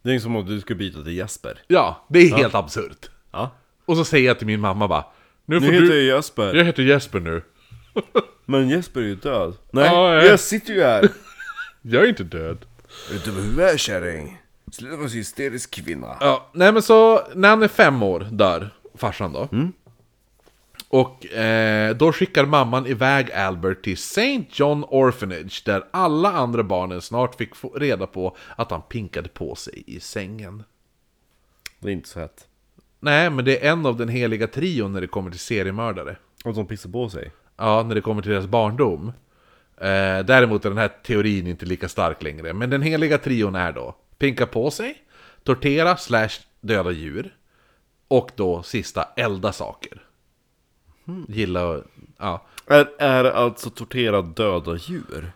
[SPEAKER 2] Det är som om du skulle byta till Jesper.
[SPEAKER 1] Ja, det är helt absurt.
[SPEAKER 2] Ja.
[SPEAKER 1] Och så säger jag till min mamma bara... Nu får
[SPEAKER 2] Nu heter
[SPEAKER 1] du...
[SPEAKER 2] jag Jesper.
[SPEAKER 1] Jag heter Jesper nu.
[SPEAKER 2] Men Jesper är ju död. Nej,
[SPEAKER 1] Ja, jag-
[SPEAKER 2] jag sitter ju här.
[SPEAKER 1] Jag är inte död.
[SPEAKER 2] Är du dum i huvudet kärring? Sluta vara så hysterisk kvinna.
[SPEAKER 1] Ja, nej men så när han är fem år dör farsan då. Och eh, då skickar mamman iväg Albert till St. John Orphanage där alla andra barnen snart fick få reda på att han pinkade på sig i sängen.
[SPEAKER 2] Det är inte så hett.
[SPEAKER 1] Nej, men det är en av den heliga trion när det kommer till seriemördare.
[SPEAKER 2] Och de pissar på sig.
[SPEAKER 1] Ja, när det kommer till deras barndom. Eh, däremot är den här teorin inte lika stark längre. Men den heliga trion är då pinka på sig, tortera slash döda djur och då sista elda saker.
[SPEAKER 2] Hmm.
[SPEAKER 1] Gilla och... Ja.
[SPEAKER 2] Är, är alltså tortera döda djur?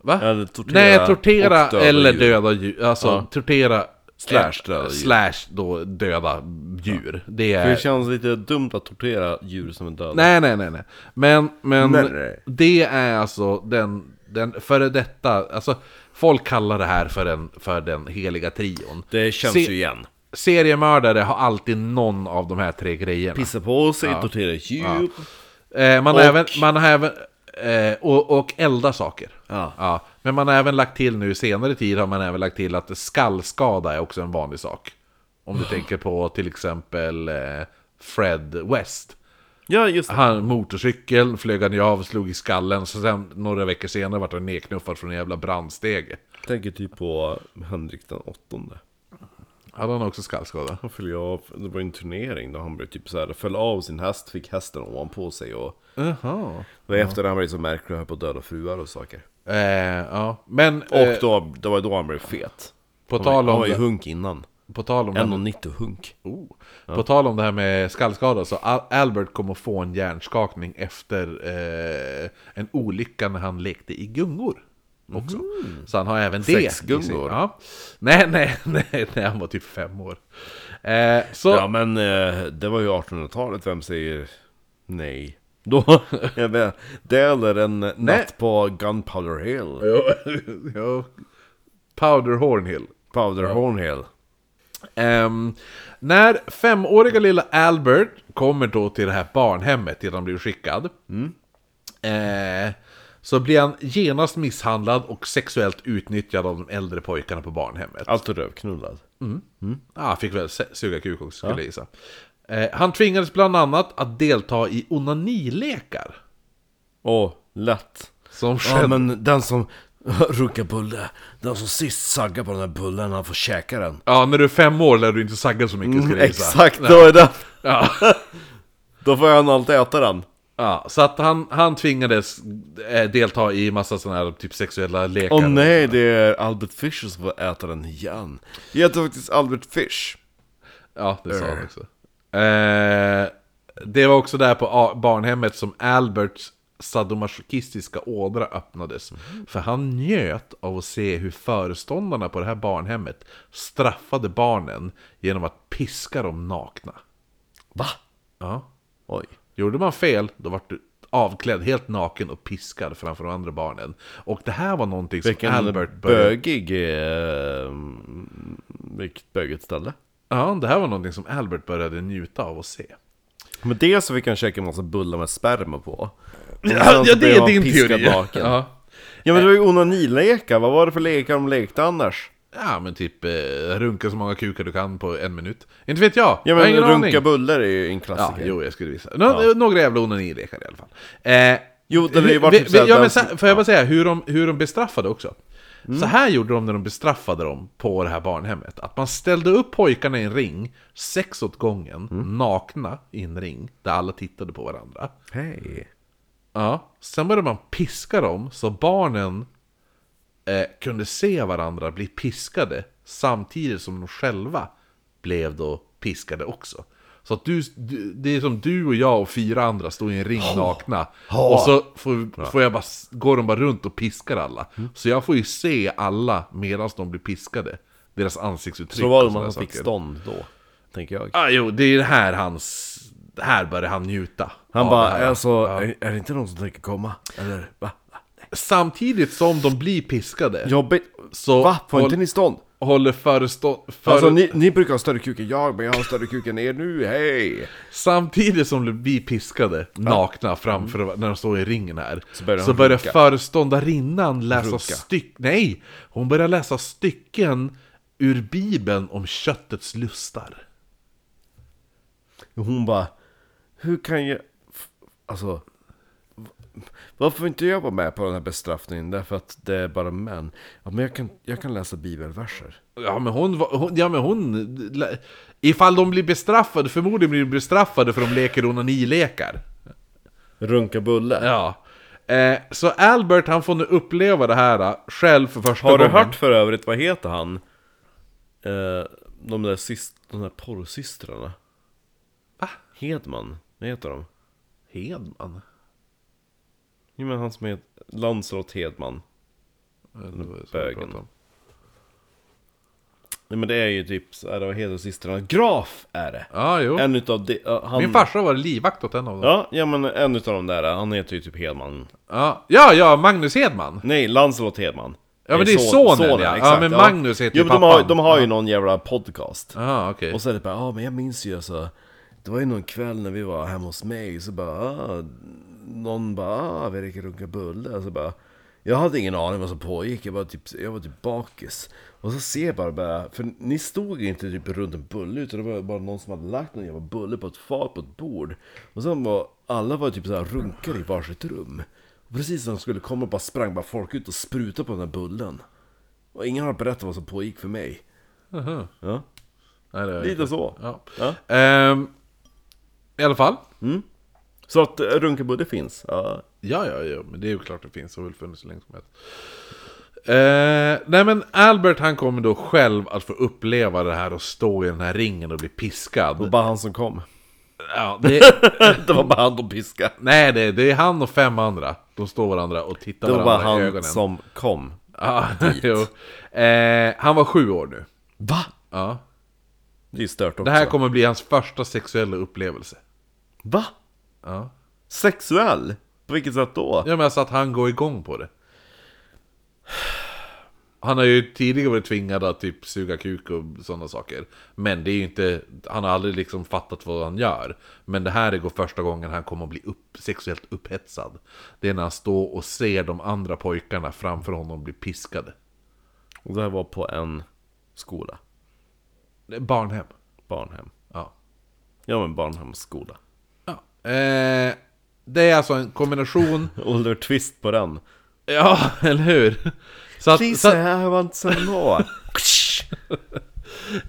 [SPEAKER 1] Va?
[SPEAKER 2] Ja, det- tortera
[SPEAKER 1] Nej, tortera
[SPEAKER 2] och döda
[SPEAKER 1] eller
[SPEAKER 2] djur.
[SPEAKER 1] döda djur. Alltså tortera
[SPEAKER 2] Slash
[SPEAKER 1] eh,
[SPEAKER 2] döda djur.
[SPEAKER 1] slash då döda djur. Det är...
[SPEAKER 2] För det känns lite dumt att tortera djur som är döda.
[SPEAKER 1] Nej, nej, nej, nej. Men, men
[SPEAKER 2] Nej, nej.
[SPEAKER 1] det är alltså den, den före detta, alltså folk kallar det här för den, för den heliga trion.
[SPEAKER 2] Det känns
[SPEAKER 1] Se-
[SPEAKER 2] ju igen.
[SPEAKER 1] Seriemördare har alltid någon av de här tre grejerna.
[SPEAKER 2] Pissa på sig, tortera djur.
[SPEAKER 1] Eh, man, har
[SPEAKER 2] Och-
[SPEAKER 1] även, man har även... Eh, och, och elda saker.
[SPEAKER 2] Ja.
[SPEAKER 1] Men man har även lagt till nu, i senare tid har man även lagt till att skallskada är också en vanlig sak. Om du tänker på till exempel eh, Fred West.
[SPEAKER 2] Ja, just det.
[SPEAKER 1] Han motorcykeln, flög han ju av, slog i skallen, så sen några veckor senare vart han nedknuffad från en jävla brandstege.
[SPEAKER 2] Tänker typ på Henrik den åttonde.
[SPEAKER 1] Hade han också skallskada?
[SPEAKER 2] Han föll ju av, det var ju en turnering då han blev typ så här, föll av sin häst, fick hästen ovanpå sig och
[SPEAKER 1] Jaha.
[SPEAKER 2] det var efter det han blev så märklig och höll på att döda fruar och saker.
[SPEAKER 1] Eh, ja, men eh,
[SPEAKER 2] Och då, det var då han blev fet.
[SPEAKER 1] på,
[SPEAKER 2] Han var,
[SPEAKER 1] tal
[SPEAKER 2] han
[SPEAKER 1] om,
[SPEAKER 2] var ju
[SPEAKER 1] det-
[SPEAKER 2] hunk innan.
[SPEAKER 1] på, tal om det,
[SPEAKER 2] 1,90 hunk.
[SPEAKER 1] oh, på tal om det här med skallskada, så Al- Albert kommer få en hjärnskakning efter eh, en olycka när han lekte i gungor. Också.
[SPEAKER 2] Mhm.
[SPEAKER 1] Så han har även det. i sin-
[SPEAKER 2] Sexgungor.
[SPEAKER 1] Ja. Nej, nej, nej, nej, han var typ fem år. Eh, så,
[SPEAKER 2] Ja men eh, det var ju 1800-talet, vem säger nej? Då, jag vet, det eller en natt på Gunpowder Hill.
[SPEAKER 1] Jo, jo. Powder Hornhill.
[SPEAKER 2] Powder Horn Hill.
[SPEAKER 1] Ehm, när femåriga lilla Albert kommer då till det här barnhemmet dit han blir skickad. eh, så blir han genast misshandlad och sexuellt utnyttjad av de äldre pojkarna på barnhemmet.
[SPEAKER 2] Alltså rövknullad.
[SPEAKER 1] Mm. Ja, han fick väl se- suga kuk också skulle jag gissa. Eh, han tvingades bland annat att delta i onanilekar.
[SPEAKER 2] Åh, lätt.
[SPEAKER 1] Som
[SPEAKER 2] Ja
[SPEAKER 1] skedde...
[SPEAKER 2] men den som runkar bulle, den som sist saggar på den här bullen, han får käka den.
[SPEAKER 1] Ja, när du är fem år lär du inte sagga så mycket skulle jag gissa.
[SPEAKER 2] Exakt, då är det.
[SPEAKER 1] Ja.
[SPEAKER 2] Då får han alltid äta den.
[SPEAKER 1] Ja, så att han, han tvingades eh, delta i massa sådana här typ sexuella lekar.
[SPEAKER 2] Åh nej, det är Albert Fish som får äta den igen. Jag heter faktiskt Albert Fish.
[SPEAKER 1] Ja, det sa han också. Eh, det var också där på a- barnhemmet som Alberts sadomasochistiska ådra öppnades.
[SPEAKER 2] Mm.
[SPEAKER 1] För han njöt av att se hur föreståndarna på det här barnhemmet straffade barnen genom att piska dem nakna.
[SPEAKER 2] Va?
[SPEAKER 1] Ja.
[SPEAKER 2] Oj.
[SPEAKER 1] Gjorde man fel, då var du avklädd helt naken och piskad framför de andra barnen. Och det här var någonting som
[SPEAKER 2] Vilken
[SPEAKER 1] Albert ehm, började...
[SPEAKER 2] bögig... Eh, vilket bögigt ställe.
[SPEAKER 1] Ja, det här var någonting som Albert började njuta av att se.
[SPEAKER 2] Men det så fick han käka en massa bullar med sperma på.
[SPEAKER 1] Ja,
[SPEAKER 2] Sen så
[SPEAKER 1] det
[SPEAKER 2] blev
[SPEAKER 1] är
[SPEAKER 2] han
[SPEAKER 1] din
[SPEAKER 2] alltså, piskad
[SPEAKER 1] teori!
[SPEAKER 2] naken. Ja.
[SPEAKER 1] Ja.
[SPEAKER 2] men det var ju onanilekar, vad var det för lekar de lekte annars?
[SPEAKER 1] Ja men typ eh, runka så många kukar du kan på en minut. Inte vet jag!
[SPEAKER 2] Ja
[SPEAKER 1] jag har
[SPEAKER 2] men
[SPEAKER 1] ingen
[SPEAKER 2] runka
[SPEAKER 1] aning.
[SPEAKER 2] bullar är ju en
[SPEAKER 1] Ja,
[SPEAKER 2] klassiker.
[SPEAKER 1] jo jag skulle visa. Nå, Några jävla onanilekar i alla fall. Eh,
[SPEAKER 2] Jo, det är ju
[SPEAKER 1] hur-
[SPEAKER 2] varit
[SPEAKER 1] vi-
[SPEAKER 2] typ
[SPEAKER 1] vi-
[SPEAKER 2] så här
[SPEAKER 1] ja,
[SPEAKER 2] den- Mm.
[SPEAKER 1] men sen- Får jag bara säga hur de, hur de bestraffade också? Så här gjorde de när de bestraffade dem på det här barnhemmet. Att man ställde upp pojkarna i en ring, sex åt gången,
[SPEAKER 2] Mm.
[SPEAKER 1] nakna i en ring, där alla tittade på varandra.
[SPEAKER 2] Hej.
[SPEAKER 1] Ja, sen började man piska dem så barnen eh, kunde se varandra bli piskade samtidigt som de själva blev då piskade också. Så att du, du, det är som du och jag och fyra andra står i en ring nakna. Och så får, får jag bara, s- går de bara runt och piskar alla.
[SPEAKER 2] Mm.
[SPEAKER 1] Så jag får ju se alla medan de blir piskade. Deras ansiktsuttryck
[SPEAKER 2] Så var det
[SPEAKER 1] och såna
[SPEAKER 2] man
[SPEAKER 1] saker.
[SPEAKER 2] fick stånd då, tänker jag.
[SPEAKER 1] Ah, jo, det är här hans... Här börjar han njuta.
[SPEAKER 2] Han
[SPEAKER 1] av
[SPEAKER 2] bara,
[SPEAKER 1] det här.
[SPEAKER 2] alltså, är, är det inte någon som tänker komma? Eller va?
[SPEAKER 1] Samtidigt som de blir piskade.
[SPEAKER 2] Jobbigt.
[SPEAKER 1] Så-
[SPEAKER 2] va? Får inte
[SPEAKER 1] håll-
[SPEAKER 2] ni stånd?
[SPEAKER 1] håller förestå... För...
[SPEAKER 2] Alltså ni, ni brukar ha större kuk än jag, men jag har större kuk än er nu, hej!
[SPEAKER 1] Samtidigt som vi piskade nakna framför när de står i ringen här Så
[SPEAKER 2] börjar
[SPEAKER 1] börjar,
[SPEAKER 2] Mm. hon runka.
[SPEAKER 1] föreståndarinnan läsa
[SPEAKER 2] Runka.
[SPEAKER 1] stycken... Nej! Hon börjar läsa stycken ur bibeln om köttets lustar
[SPEAKER 2] Hon bara, hur kan jag... f- Alltså... v- Varför får inte jag vara med på den här bestraffningen? Därför att det är bara män. Ja, men jag kan, jag kan läsa bibelverser.
[SPEAKER 1] Ja men hon, var- hon, ja, men hon lä- Ifall de blir bestraffade, förmodligen blir de bestraffade för de leker onanilekar
[SPEAKER 2] Runka bulle.
[SPEAKER 1] Ja eh, Så Albert han får nu uppleva det här eh, själv för första
[SPEAKER 2] Har du
[SPEAKER 1] gången
[SPEAKER 2] hört för övrigt, vad heter han? Eh, de där, syst- de där porrsystrarna.
[SPEAKER 1] Va?
[SPEAKER 2] Hedman, vad heter de?
[SPEAKER 1] Hedman?
[SPEAKER 2] Jo men han som heter Lancelot Hedman.
[SPEAKER 1] Eh,
[SPEAKER 2] Bögen. Nej men det är ju typ, så här, vad heter systrarna? Graf är det!
[SPEAKER 1] Ja, jo.
[SPEAKER 2] En utav de, ja, han...
[SPEAKER 1] Min farsa var livvakt åt en av dem.
[SPEAKER 2] Ja, ja men en utav de där, han heter ju typ Hedman.
[SPEAKER 1] Ja, ja, ja Magnus Hedman.
[SPEAKER 2] Nej, Lancelot Hedman.
[SPEAKER 1] Ja,
[SPEAKER 2] Nej,
[SPEAKER 1] men det är
[SPEAKER 2] son-
[SPEAKER 1] sonen, ja. Ja, men Magnus heter
[SPEAKER 2] jo,
[SPEAKER 1] ju
[SPEAKER 2] men de har,
[SPEAKER 1] pappan.
[SPEAKER 2] de har ju någon jävla podcast.
[SPEAKER 1] Ja, okej.
[SPEAKER 2] Och så är det bara, ja men jag minns ju alltså Det var ju någon kväll när vi var hemma hos mig så bara ah, Någon bara, ah, vi räcker runka bulle och så bara Jag hade ingen aning vad som pågick, jag var typ, jag var typ bakis Och så ser jag bara, bara, för ni stod ju inte typ runt en bulle utan det var bara någon som hade lagt någon jävla bulle på ett fat på ett bord Och sen var, alla var typ såhär runkade i varsitt rum och Precis när de skulle komma bara sprang bara folk ut och sprutade på den där bullen Och ingen har berättat vad som pågick för mig
[SPEAKER 1] Aha.
[SPEAKER 2] ja.
[SPEAKER 1] Nej, det är-
[SPEAKER 2] Lite så
[SPEAKER 1] Ja.
[SPEAKER 2] Ja.
[SPEAKER 1] Ehm, I alla fall.
[SPEAKER 2] Så att eh, runkebudde finns? Ja.
[SPEAKER 1] Ja, ja, ja, men det är ju klart det finns. Det har väl funnits så länge som helst. Eh, nej men Albert han kommer då själv att få uppleva det här och stå i den här ringen och bli
[SPEAKER 2] Det var
[SPEAKER 1] piskad.
[SPEAKER 2] bara han som kom.
[SPEAKER 1] Ja, det,
[SPEAKER 2] det var bara han som piskade.
[SPEAKER 1] nej det, det är han och fem andra. De står varandra och tittar
[SPEAKER 2] Det var bara
[SPEAKER 1] varandra i
[SPEAKER 2] han
[SPEAKER 1] ögonen.
[SPEAKER 2] som kom.
[SPEAKER 1] Ja, jo. Eh, han var sju år nu.
[SPEAKER 2] Va?
[SPEAKER 1] Ja.
[SPEAKER 2] Det är ju stört också.
[SPEAKER 1] Det här kommer bli hans första sexuella upplevelse.
[SPEAKER 2] Va?
[SPEAKER 1] Ja.
[SPEAKER 2] Sexuell? På vilket sätt då?
[SPEAKER 1] Ja men alltså att han går igång på det. Han har ju tidigare varit tvingad att typ suga kuk och sådana saker. Men det är ju inte, han har aldrig liksom fattat vad han gör. Men det här är går första gången han kommer att bli upp, sexuellt upphetsad. Det är när han står och ser de andra pojkarna framför honom bli piskade.
[SPEAKER 2] Och det här var på en skola.
[SPEAKER 1] Det är Barnhem.
[SPEAKER 2] Barnhem.
[SPEAKER 1] Ja.
[SPEAKER 2] Ja men barnhemsskola.
[SPEAKER 1] Ja. Eh, det är alltså en kombination,
[SPEAKER 2] Oliver Twist på den.
[SPEAKER 1] ja, eller hur? Så att, så,
[SPEAKER 2] Please,
[SPEAKER 1] att-
[SPEAKER 2] I want some more.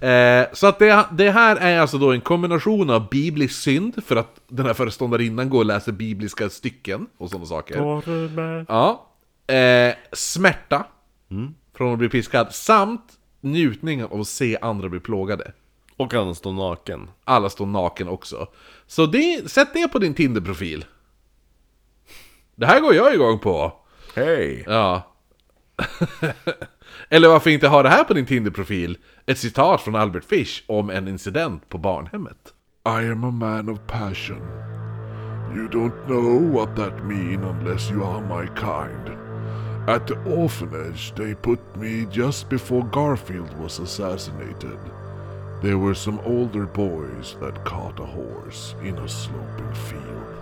[SPEAKER 1] eh, så att det, det här är alltså då en kombination av biblisk synd, för att den här föreståndarinnan går och läser bibliska stycken och sådana saker. Ja. Eh, smärta, från att bli piskad, samt njutning av att se andra bli plågade.
[SPEAKER 2] Och han står naken.
[SPEAKER 1] Alla står naken också. Så det, sätt det på din Tinder-profil. Det här går jag igång på.
[SPEAKER 2] Hej!
[SPEAKER 1] Ja. Eller varför inte ha det här på din Tinder-profil? Ett citat från Albert Fish om en incident på barnhemmet. I am a man of passion. You don't know what that mean unless you are my kind. At the orphanage they put me just before Garfield was assassinated. There were some older boys that caught a horse in a sloping field.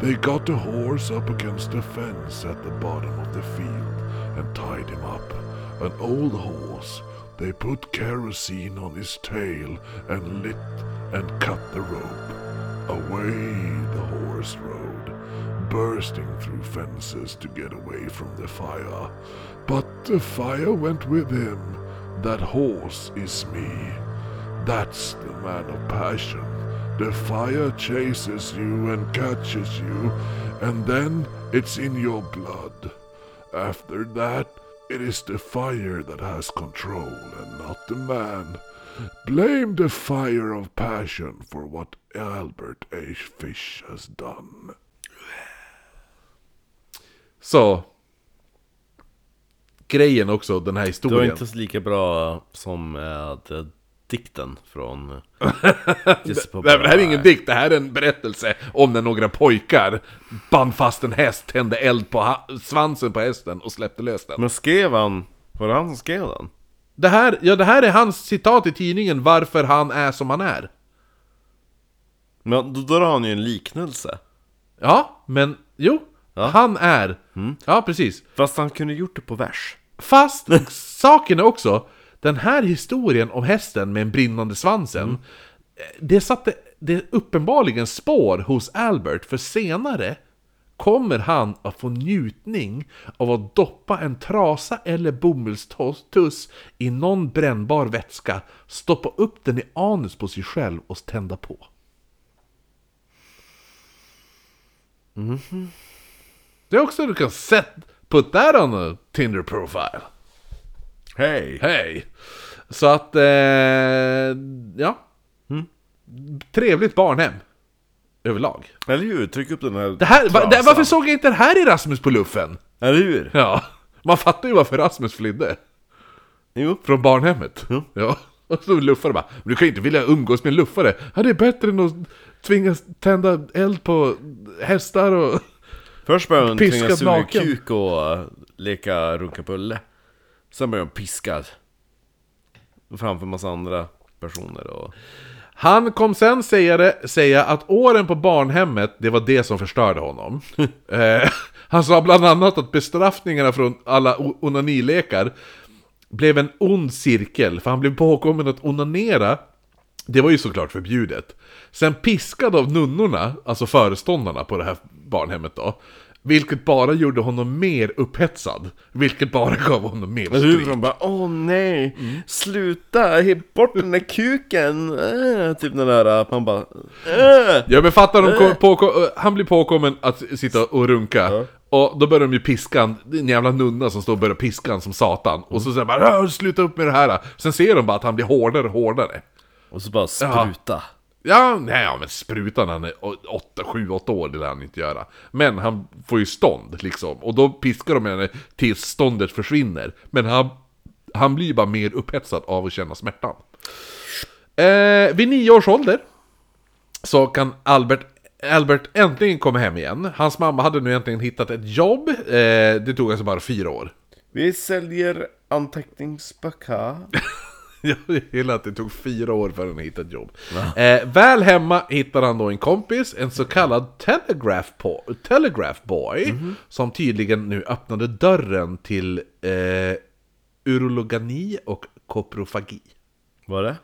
[SPEAKER 1] They got the horse up against a fence at the bottom of the field and tied him up. An old horse. They put kerosene on his tail and lit and cut the rope. Away the horse rode, bursting through fences to get away from the fire. But the fire went with him. That horse is me. That's the man of passion. The fire chases you and catches you, and then it's in your blood. After that, it is the fire that has control and not the man. Blame the fire of passion for what Albert H. Fish has done. Så. Grejen också, den här
[SPEAKER 2] Du var
[SPEAKER 1] historien.
[SPEAKER 2] inte så lika bra som med dikten från... Just på
[SPEAKER 1] Nej, men det här är ingen dikt, det här är en berättelse om när några pojkar band fast en häst, tände eld på ha- svansen på hästen och släppte lös den.
[SPEAKER 2] Men skrev han... Var det han som skrev den?
[SPEAKER 1] Det här, ja, det här är hans citat i tidningen varför han är som han är.
[SPEAKER 2] Men då drar han ju en liknelse.
[SPEAKER 1] Ja, men jo, han är. Ja, precis.
[SPEAKER 2] Fast han kunde gjort det på vers.
[SPEAKER 1] Fast saken är också, den här historien om hästen med den brinnande svansen, eh, det satte det uppenbarligen spår hos Albert, för senare kommer han att få njutning av att doppa en trasa eller bomullstuss i någon brännbar vätska, stoppa upp den i anus på sig själv och tända på. Det är också du kan sätta, put that on a Tinder profile.
[SPEAKER 2] Hej!
[SPEAKER 1] Hej! Så att, eh, ja. Mm. Trevligt barnhem. Överlag.
[SPEAKER 2] Eller hur? Tryck upp den här
[SPEAKER 1] Det här, va, det,
[SPEAKER 2] trasan.
[SPEAKER 1] varför såg jag inte det här i Rasmus på luffen?
[SPEAKER 2] Eller hur?
[SPEAKER 1] Ja, man fattar ju varför Rasmus flydde.
[SPEAKER 2] Jo.
[SPEAKER 1] Från barnhemmet. Ja. Och så luffare bara, "Men du kan ju inte vilja umgås med en luffare. Ja, det är bättre än att tvingas tända eld på hästar och...
[SPEAKER 2] Först börjar hon
[SPEAKER 1] Piskad
[SPEAKER 2] tvinga suga
[SPEAKER 1] naken.
[SPEAKER 2] kuk och eh, leka runkapulle. Sen börjar hon piskad. Framför massa andra personer och...
[SPEAKER 1] Han kom sen säga, det, säga att åren på barnhemmet, det var det som förstörde honom. eh, han sa bland annat att bestraffningarna från alla o- onanilekar blev en ond cirkel, för han blev påkommen att onanera, det var ju såklart förbjudet. Sen piskad av nunnorna, alltså föreståndarna på det här barnhemmet då, vilket bara gjorde honom mer upphetsad, vilket bara gav honom mer
[SPEAKER 2] Hur
[SPEAKER 1] stryk.
[SPEAKER 2] de bara åh nej, sluta, ge bort den där kuken! Äh, typ den där att man bara äh.
[SPEAKER 1] Ja men fattar de kom, påko- han blir påkommen att sitta och runka Och då börjar de ju piska han, det är en jävla nunna som står och börjar piska han som satan Och så säger bara "Åh, sluta upp med det här Sen ser de bara att han blir hårdare och hårdare
[SPEAKER 2] Och så bara spruta.
[SPEAKER 1] Ja, nej ja, men sprutan han är 8, 7, 8 år, det lär han inte göra Men han får ju stånd liksom Och då piskar de henne tills ståndet försvinner Men han, han blir ju bara mer upphetsad av att känna smärtan Eh, vid nio års ålder så kan Albert, Albert äntligen komma hem igen. Hans mamma hade nu äntligen hittat ett jobb. Eh, det tog alltså bara fyra år.
[SPEAKER 2] Vi säljer anteckningsböcker.
[SPEAKER 1] Jag gillar att det tog fyra år för henne att hitta ett jobb. Eh, väl hemma hittar han då en kompis, en så kallad telegraph, po- telegraph boy, som tydligen nu öppnade dörren till eh, urologani och koprofagi.
[SPEAKER 2] Var det?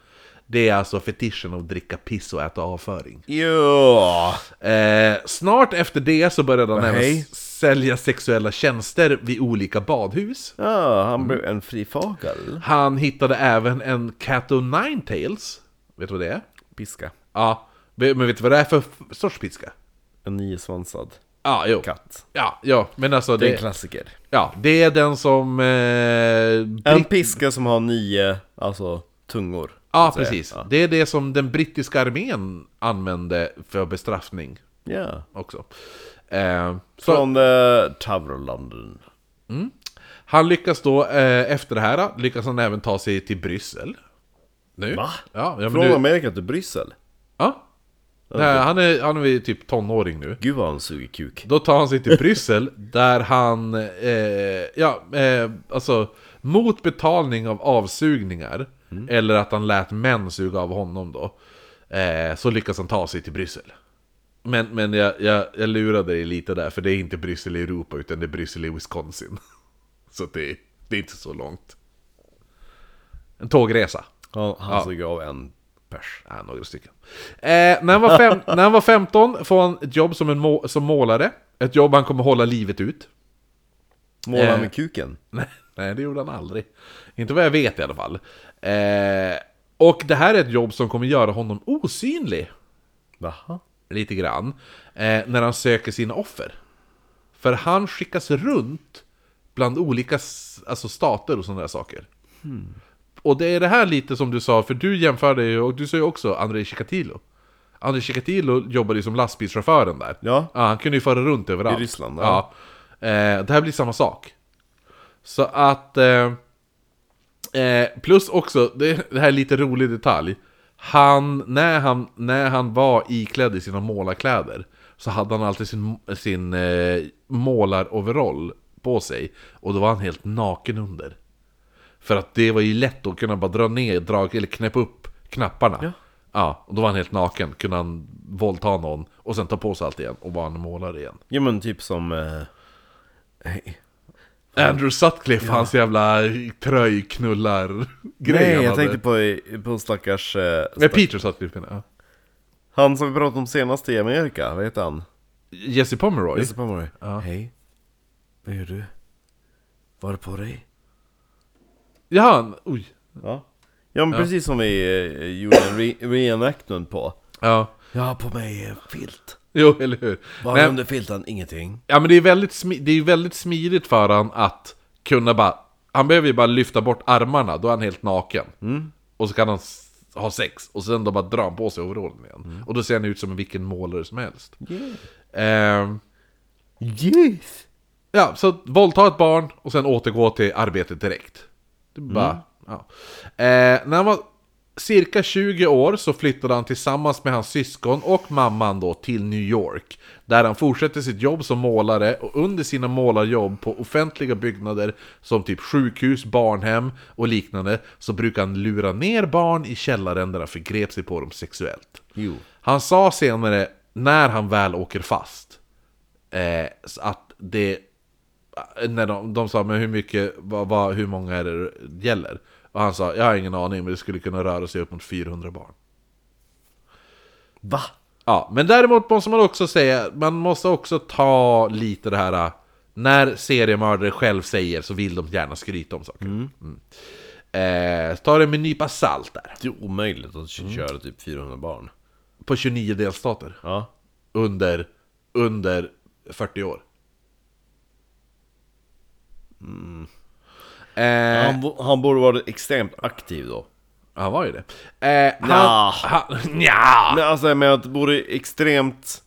[SPEAKER 1] Det är alltså fetischen att dricka piss och äta avföring.
[SPEAKER 2] Ja.
[SPEAKER 1] Eh, snart efter det så började han även
[SPEAKER 2] Hej.
[SPEAKER 1] s- sälja sexuella tjänster vid olika badhus.
[SPEAKER 2] Ja, han blev en fri fagel.
[SPEAKER 1] Han hittade även en Cat o' Nine Tails. Vet du vad det är?
[SPEAKER 2] Piska.
[SPEAKER 1] Ja, men vet du vad det är för f- sorts piska?
[SPEAKER 2] En niosvansad
[SPEAKER 1] Ja, jo.
[SPEAKER 2] katt.
[SPEAKER 1] Ja, ja, men alltså
[SPEAKER 2] Det är en
[SPEAKER 1] det,
[SPEAKER 2] klassiker.
[SPEAKER 1] ja, det är den som... Eh,
[SPEAKER 2] En
[SPEAKER 1] britt-
[SPEAKER 2] piska som har nio, alltså tungor. så
[SPEAKER 1] ja,
[SPEAKER 2] att säga.
[SPEAKER 1] precis.
[SPEAKER 2] Ja.
[SPEAKER 1] Det är det som den brittiska armén använde för bestraffning
[SPEAKER 2] Ja.
[SPEAKER 1] också. Eh, så
[SPEAKER 2] Från eh, the Tower of London.
[SPEAKER 1] han lyckas då, eh, efter det här, lyckas han även ta sig till Bryssel. Nu.
[SPEAKER 2] Va?
[SPEAKER 1] Ja, ja, men
[SPEAKER 2] Från
[SPEAKER 1] du,
[SPEAKER 2] Amerika till Bryssel.
[SPEAKER 1] ja. Nej, han är, han är väl typ tonåring nu.
[SPEAKER 2] Gud vad han suger kuk.
[SPEAKER 1] Då tar han sig till Bryssel där han, eh, ja, eh, alltså mot betalning av avsugningar, eller att han lät män suga av honom då, eh, så lyckas han ta sig till Bryssel. Men, men jag, jag, jag lurade dig lite där, för det är inte Bryssel i Europa utan det är Bryssel i Wisconsin. Så det, det är inte så långt. En tågresa.
[SPEAKER 2] Han, han suger av en pers.
[SPEAKER 1] Ja, Äh, några stycken. Eh, när, han var fem, när han var 15 får han ett jobb som, en må, som målare. Ett jobb han kommer hålla livet ut.
[SPEAKER 2] Målar
[SPEAKER 1] Eh.
[SPEAKER 2] med kuken.
[SPEAKER 1] Nej, nej, det gjorde han aldrig. Inte vad jag vet i alla fall. Eh, och det här är ett jobb som kommer göra honom osynlig.
[SPEAKER 2] Vaha?
[SPEAKER 1] Lite grann. Eh, när han söker sina offer. För han skickas runt bland olika s- alltså stater och sådana där saker. Och det är det här lite som du sa, för du jämförde ju, och du sa ju också Andrei Chikatilo. Andrei Chikatilo jobbade ju som lastbilschauffören där.
[SPEAKER 2] Ja.
[SPEAKER 1] han kunde ju föra runt överallt.
[SPEAKER 2] I Ryssland,
[SPEAKER 1] ja.
[SPEAKER 2] ja.
[SPEAKER 1] Eh, det här blir samma sak. Så att... Eh, eh, plus också, det, det här är lite rolig detalj. Han, när han, när han var iklädd i sina målarkläder så hade han alltid sin, sin eh, målaroverall på sig. Och då var han helt naken under. För att det var ju lätt att kunna bara dra ner, dra, eller knäppa upp knapparna. Ja. och då var han helt naken, kunde han våldta någon och sen ta på sig allt igen och vara en målare igen.
[SPEAKER 2] Ja men typ som... Eh, nej.
[SPEAKER 1] Andrew Sutcliffe, hans jävla tröjknullar-grej
[SPEAKER 2] nej,
[SPEAKER 1] han
[SPEAKER 2] jag
[SPEAKER 1] hade.
[SPEAKER 2] tänkte på, på stackars... Eh,
[SPEAKER 1] Nej,
[SPEAKER 2] stack,
[SPEAKER 1] Peter Sutcliffe menar jag.
[SPEAKER 2] han som vi pratade om senast i Amerika, vad heter han?
[SPEAKER 1] Jesse Pomeroy?
[SPEAKER 2] Jesse Pomeroy. Hej. Vad gör du? Var det på dig?
[SPEAKER 1] Ja, han, oj.
[SPEAKER 2] Ja. Ja men precis som vi eh, gjorde en re- reenactment på.
[SPEAKER 1] Ja.
[SPEAKER 2] Jag har på mig eh, filt.
[SPEAKER 1] Jo, eller hur?
[SPEAKER 2] Vad
[SPEAKER 1] Nej,
[SPEAKER 2] är under filten? Ingenting.
[SPEAKER 1] Ja men det är väldigt, smi- det är väldigt smidigt för han att kunna bara... Han behöver ju bara lyfta bort armarna, då är han helt naken.
[SPEAKER 2] Mm.
[SPEAKER 1] Och så kan han s- ha sex, och sen då bara drar han på sig overallen igen.
[SPEAKER 2] Mm.
[SPEAKER 1] Och då ser han ut som vilken målare som helst. Ehm,
[SPEAKER 2] Yes!
[SPEAKER 1] ja, så att våldta ett barn och sen återgå till arbetet direkt. Det är bara, ja. eh, när han var cirka 20 år så flyttade han tillsammans med hans syskon och mamman då till New York. Där han fortsätter sitt jobb som målare och under sina målarjobb på offentliga byggnader som typ sjukhus, barnhem och liknande så brukar han lura ner barn i källaren där han förgrep sig på dem sexuellt.
[SPEAKER 2] Jo.
[SPEAKER 1] Han sa senare, när han väl åker fast, eh, så att det... eh, När de, de sa men hur mycket, vad, vad, hur många är det gäller? Och han sa, jag har ingen aning men det skulle kunna röra sig upp mot 400 barn.
[SPEAKER 2] Va?
[SPEAKER 1] Ja, men däremot måste man också säga, man måste också ta lite det här äh, När seriemördare själv säger så vill de gärna skryta om saker mm. Eh, Ta det med en nypa salt där
[SPEAKER 2] Det är omöjligt att köra typ 400 barn.
[SPEAKER 1] På 29 delstater
[SPEAKER 2] Ja.
[SPEAKER 1] Under, under 40 år Mm. Eh,
[SPEAKER 2] Han, bo- han borde varit extremt aktiv då.
[SPEAKER 1] Han var ju det eh,
[SPEAKER 2] Nja.
[SPEAKER 1] han, han, nja.
[SPEAKER 2] Nej, alltså men att det vore extremt...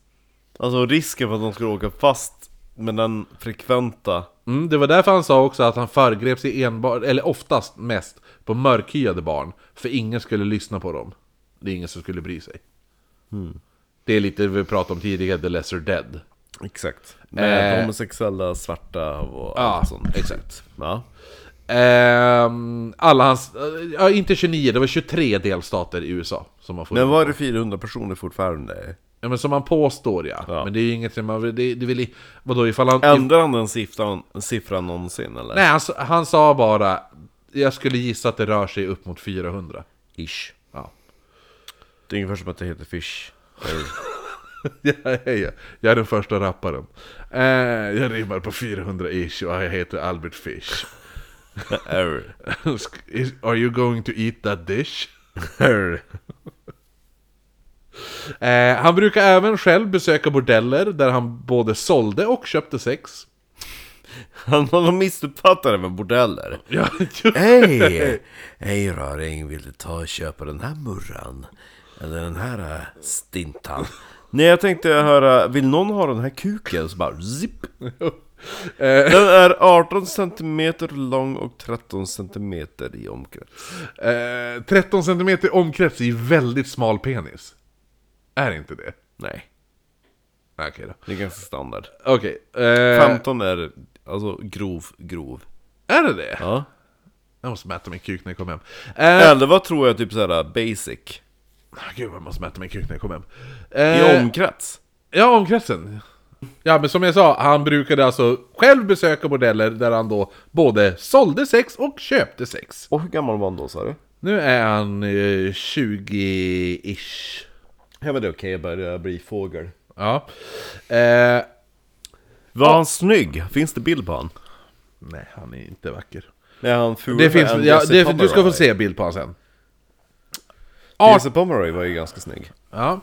[SPEAKER 2] Alltså risken för att de skulle åka fast med den frekventa...
[SPEAKER 1] Mm, det var därför han sa också att han förgrep sig enbart, eller oftast mest, på mörkhyade barn. För ingen skulle lyssna på dem. Det är ingen som skulle bry sig. Det är lite det vi pratade om tidigare, The Lesser Dead.
[SPEAKER 2] Exakt. Med
[SPEAKER 1] Eh.
[SPEAKER 2] homosexuella, svarta och
[SPEAKER 1] Ja,
[SPEAKER 2] allt sånt.
[SPEAKER 1] exakt.
[SPEAKER 2] Ja.
[SPEAKER 1] Ehm, alla hans, ja inte 29, det var 23 delstater i USA som har fått
[SPEAKER 2] Men var det 400 personer fortfarande?
[SPEAKER 1] ja, men som han påstår ja.
[SPEAKER 2] Ja.
[SPEAKER 1] Men det är ju inget man vill, det, det vill i- vadå ifall han...
[SPEAKER 2] Ändrar han den siffran, siffran någonsin eller?
[SPEAKER 1] nej, han, s- han sa bara, jag skulle gissa att det rör sig upp mot 400.
[SPEAKER 2] Ish.
[SPEAKER 1] Ja.
[SPEAKER 2] Det är ungefär som att det heter Fish.
[SPEAKER 1] ja, ja, ja. Jag är den första rapparen. Eh, jag rimmar på 400 ish och jag heter Albert Fish.
[SPEAKER 2] Err.
[SPEAKER 1] Sk- is- Are you going to eat that dish?
[SPEAKER 2] Err.
[SPEAKER 1] Eh, han brukar även själv besöka bordeller där han både sålde och köpte sex.
[SPEAKER 2] Han har missuppfattat det med bordeller.
[SPEAKER 1] Ja, ju-
[SPEAKER 2] Hej! Hej raring, vill du ta och köpa den här murran? Eller den här äh, stintan? Nej jag tänkte höra, vill någon ha den här kuken? Så bara zipp! Den är 18 cm lång och 13 cm i omkrets.
[SPEAKER 1] eh, 13 cm omkrets är ju väldigt smal penis. Är inte det?
[SPEAKER 2] Nej,
[SPEAKER 1] Nej, Okej då.
[SPEAKER 2] det är ganska standard.
[SPEAKER 1] Okej. eh,
[SPEAKER 2] 15 är alltså grov, grov.
[SPEAKER 1] är det det?
[SPEAKER 2] Ja.
[SPEAKER 1] Jag måste mäta min kuk när jag kommer hem. Eh, Ah,
[SPEAKER 2] 11 tror jag är typ såhär basic.
[SPEAKER 1] Gud, jag måste mäta min kuk när jag kommer hem.
[SPEAKER 2] I
[SPEAKER 1] Eh,
[SPEAKER 2] omkrets.
[SPEAKER 1] Ja, omkretsen. Ja, men som jag sa, han brukade alltså själv besöka bordeller där han då både sålde sex och köpte sex.
[SPEAKER 2] Och hur gammal var han då sa du?
[SPEAKER 1] Nu är han eh, 20-ish.
[SPEAKER 2] Ja men det är okej, jag börjar bli fågel.
[SPEAKER 1] Ja. Eh,
[SPEAKER 2] Var han snygg? Finns det bild på han?
[SPEAKER 1] nej, han är inte vacker.
[SPEAKER 2] Nej, han ful
[SPEAKER 1] Det finns,
[SPEAKER 2] än
[SPEAKER 1] ja,
[SPEAKER 2] Jesse Typ
[SPEAKER 1] det, du ska få
[SPEAKER 2] Pomeroy.
[SPEAKER 1] se bild på honom sen.
[SPEAKER 2] Jesse Pomeroy var ju ganska snygg.
[SPEAKER 1] Ja.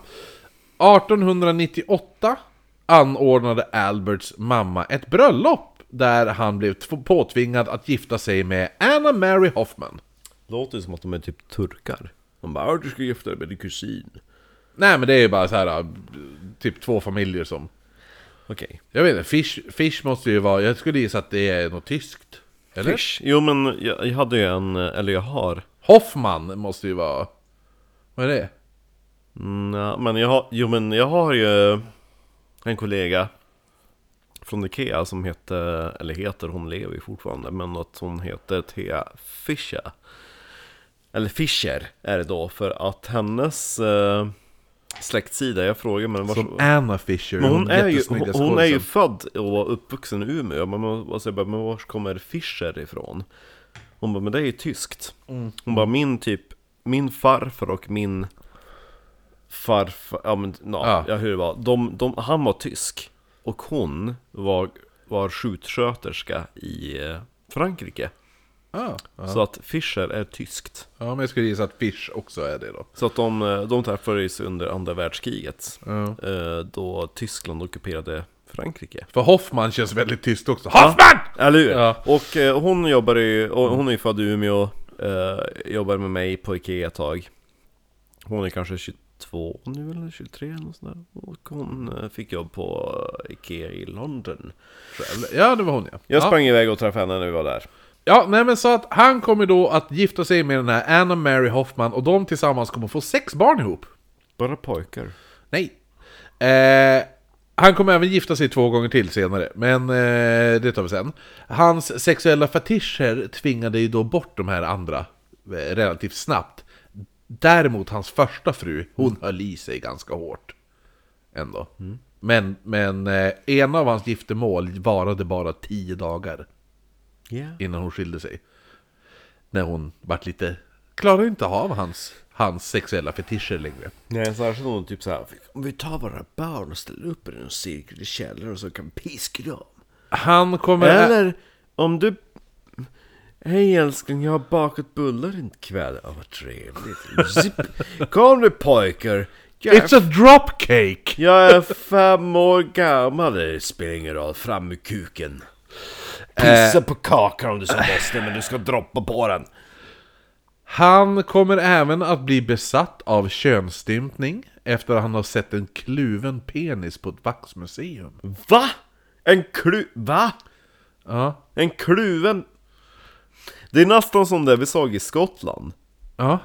[SPEAKER 1] 1898 anordnade Alberts mamma ett bröllop där han blev tv- påtvingad att gifta sig med Anna Mary Hoffman.
[SPEAKER 2] Låter ju som att de är typ turkar. De bara "Ja, du ska gifta dig med din kusin.
[SPEAKER 1] Nej men det är ju bara så här äh, typ två familjer som...
[SPEAKER 2] Okej.
[SPEAKER 1] Jag vet inte, Fish, Fish måste ju vara... Jag skulle gissa att det är något tyskt. Eller?
[SPEAKER 2] Fish. Jo men jag, jag hade ju en, eller jag har.
[SPEAKER 1] Hoffman måste ju vara... Vad är det?
[SPEAKER 2] Mm, ja, men jag har, jo men jag har ju en kollega från Ikea som heter, eller heter, hon lever ju fortfarande, men att hon heter Thea Fischer. Eller Fischer är det då, för att hennes eh, släktsida, jag frågar men vars,
[SPEAKER 1] Som Anna Fisher,
[SPEAKER 2] Men hon, är ju,
[SPEAKER 1] jättesnygga
[SPEAKER 2] hon, hon är ju
[SPEAKER 1] skådisen.
[SPEAKER 2] född och var uppvuxen i Umeå, men man- alltså jag bara, men var kommer Fischer ifrån? Hon bara, men det är ju tyskt. Hon bara, min typ, min farfar och min farfar, ja men na,
[SPEAKER 1] Ja.
[SPEAKER 2] ja. hur det var, de, de, han var tysk. Och hon var, var sjuksköterska i eh, Frankrike.
[SPEAKER 1] Ah, ja.
[SPEAKER 2] Så att Fischer är tyskt.
[SPEAKER 1] ja, men jag skulle gissa att Fish också är det då.
[SPEAKER 2] Så att de, eh, de träffades under andra världskriget.
[SPEAKER 1] Ja.
[SPEAKER 2] Eh, Då Tyskland ockuperade Frankrike.
[SPEAKER 1] För Hoffman känns väldigt tyst också. Hoffman!
[SPEAKER 2] Eller hur?
[SPEAKER 1] Ja.
[SPEAKER 2] Och eh, hon jobbar ju, och hon är ju född i Umeå, eh, jobbar med mig på Ikea ett tag. Hon är kanske 22 nu eller 23 eller något sånt där. Och hon eh, fick jobb på eh, Ikea i London.
[SPEAKER 1] Ja, det var hon ja.
[SPEAKER 2] Jag
[SPEAKER 1] ja.
[SPEAKER 2] sprang iväg och träffade henne när vi var där.
[SPEAKER 1] Ja, nej men så att han kommer då att gifta sig med den här Anna Mary Hoffman och de tillsammans kommer få sex barn ihop.
[SPEAKER 2] Bara pojkar.
[SPEAKER 1] Nej. Eh, han kommer även gifta sig två gånger till senare, men eh, det tar vi sen. Hans sexuella fetischer tvingade ju då bort de här andra eh, relativt snabbt. Däremot hans första fru, hon höll i sig ganska hårt. Ändå. Men, men eh, ena av hans giftermål varade bara tio dagar
[SPEAKER 2] Yeah.
[SPEAKER 1] innan hon skilde sig. När hon vart lite... Klarade inte av hans, hans sexuella fetischer längre.
[SPEAKER 2] Nej, särskilt hon typ såhär, om vi tar våra barn och ställer upp i en cirkel i källaren så kan vi piska dem.
[SPEAKER 1] Han kommer...
[SPEAKER 2] Eller om du... Hej älskling, jag har bakat bullar ikväll. Åh vad trevligt. Zipp. Kom nu pojkar. Jag är,
[SPEAKER 1] It's a dropcake!
[SPEAKER 2] jag är fem år gammal. Det spelar ingen roll, fram med kuken. Äh. Pissa på kakan om du så måste, men du ska droppa på den.
[SPEAKER 1] Han kommer även att bli besatt av könsstympning efter att han har sett en kluven penis på ett vaxmuseum.
[SPEAKER 2] Va? En klu... Va?
[SPEAKER 1] Ja,
[SPEAKER 2] En kluven... Det är nästan som det vi såg i Skottland.
[SPEAKER 1] ja.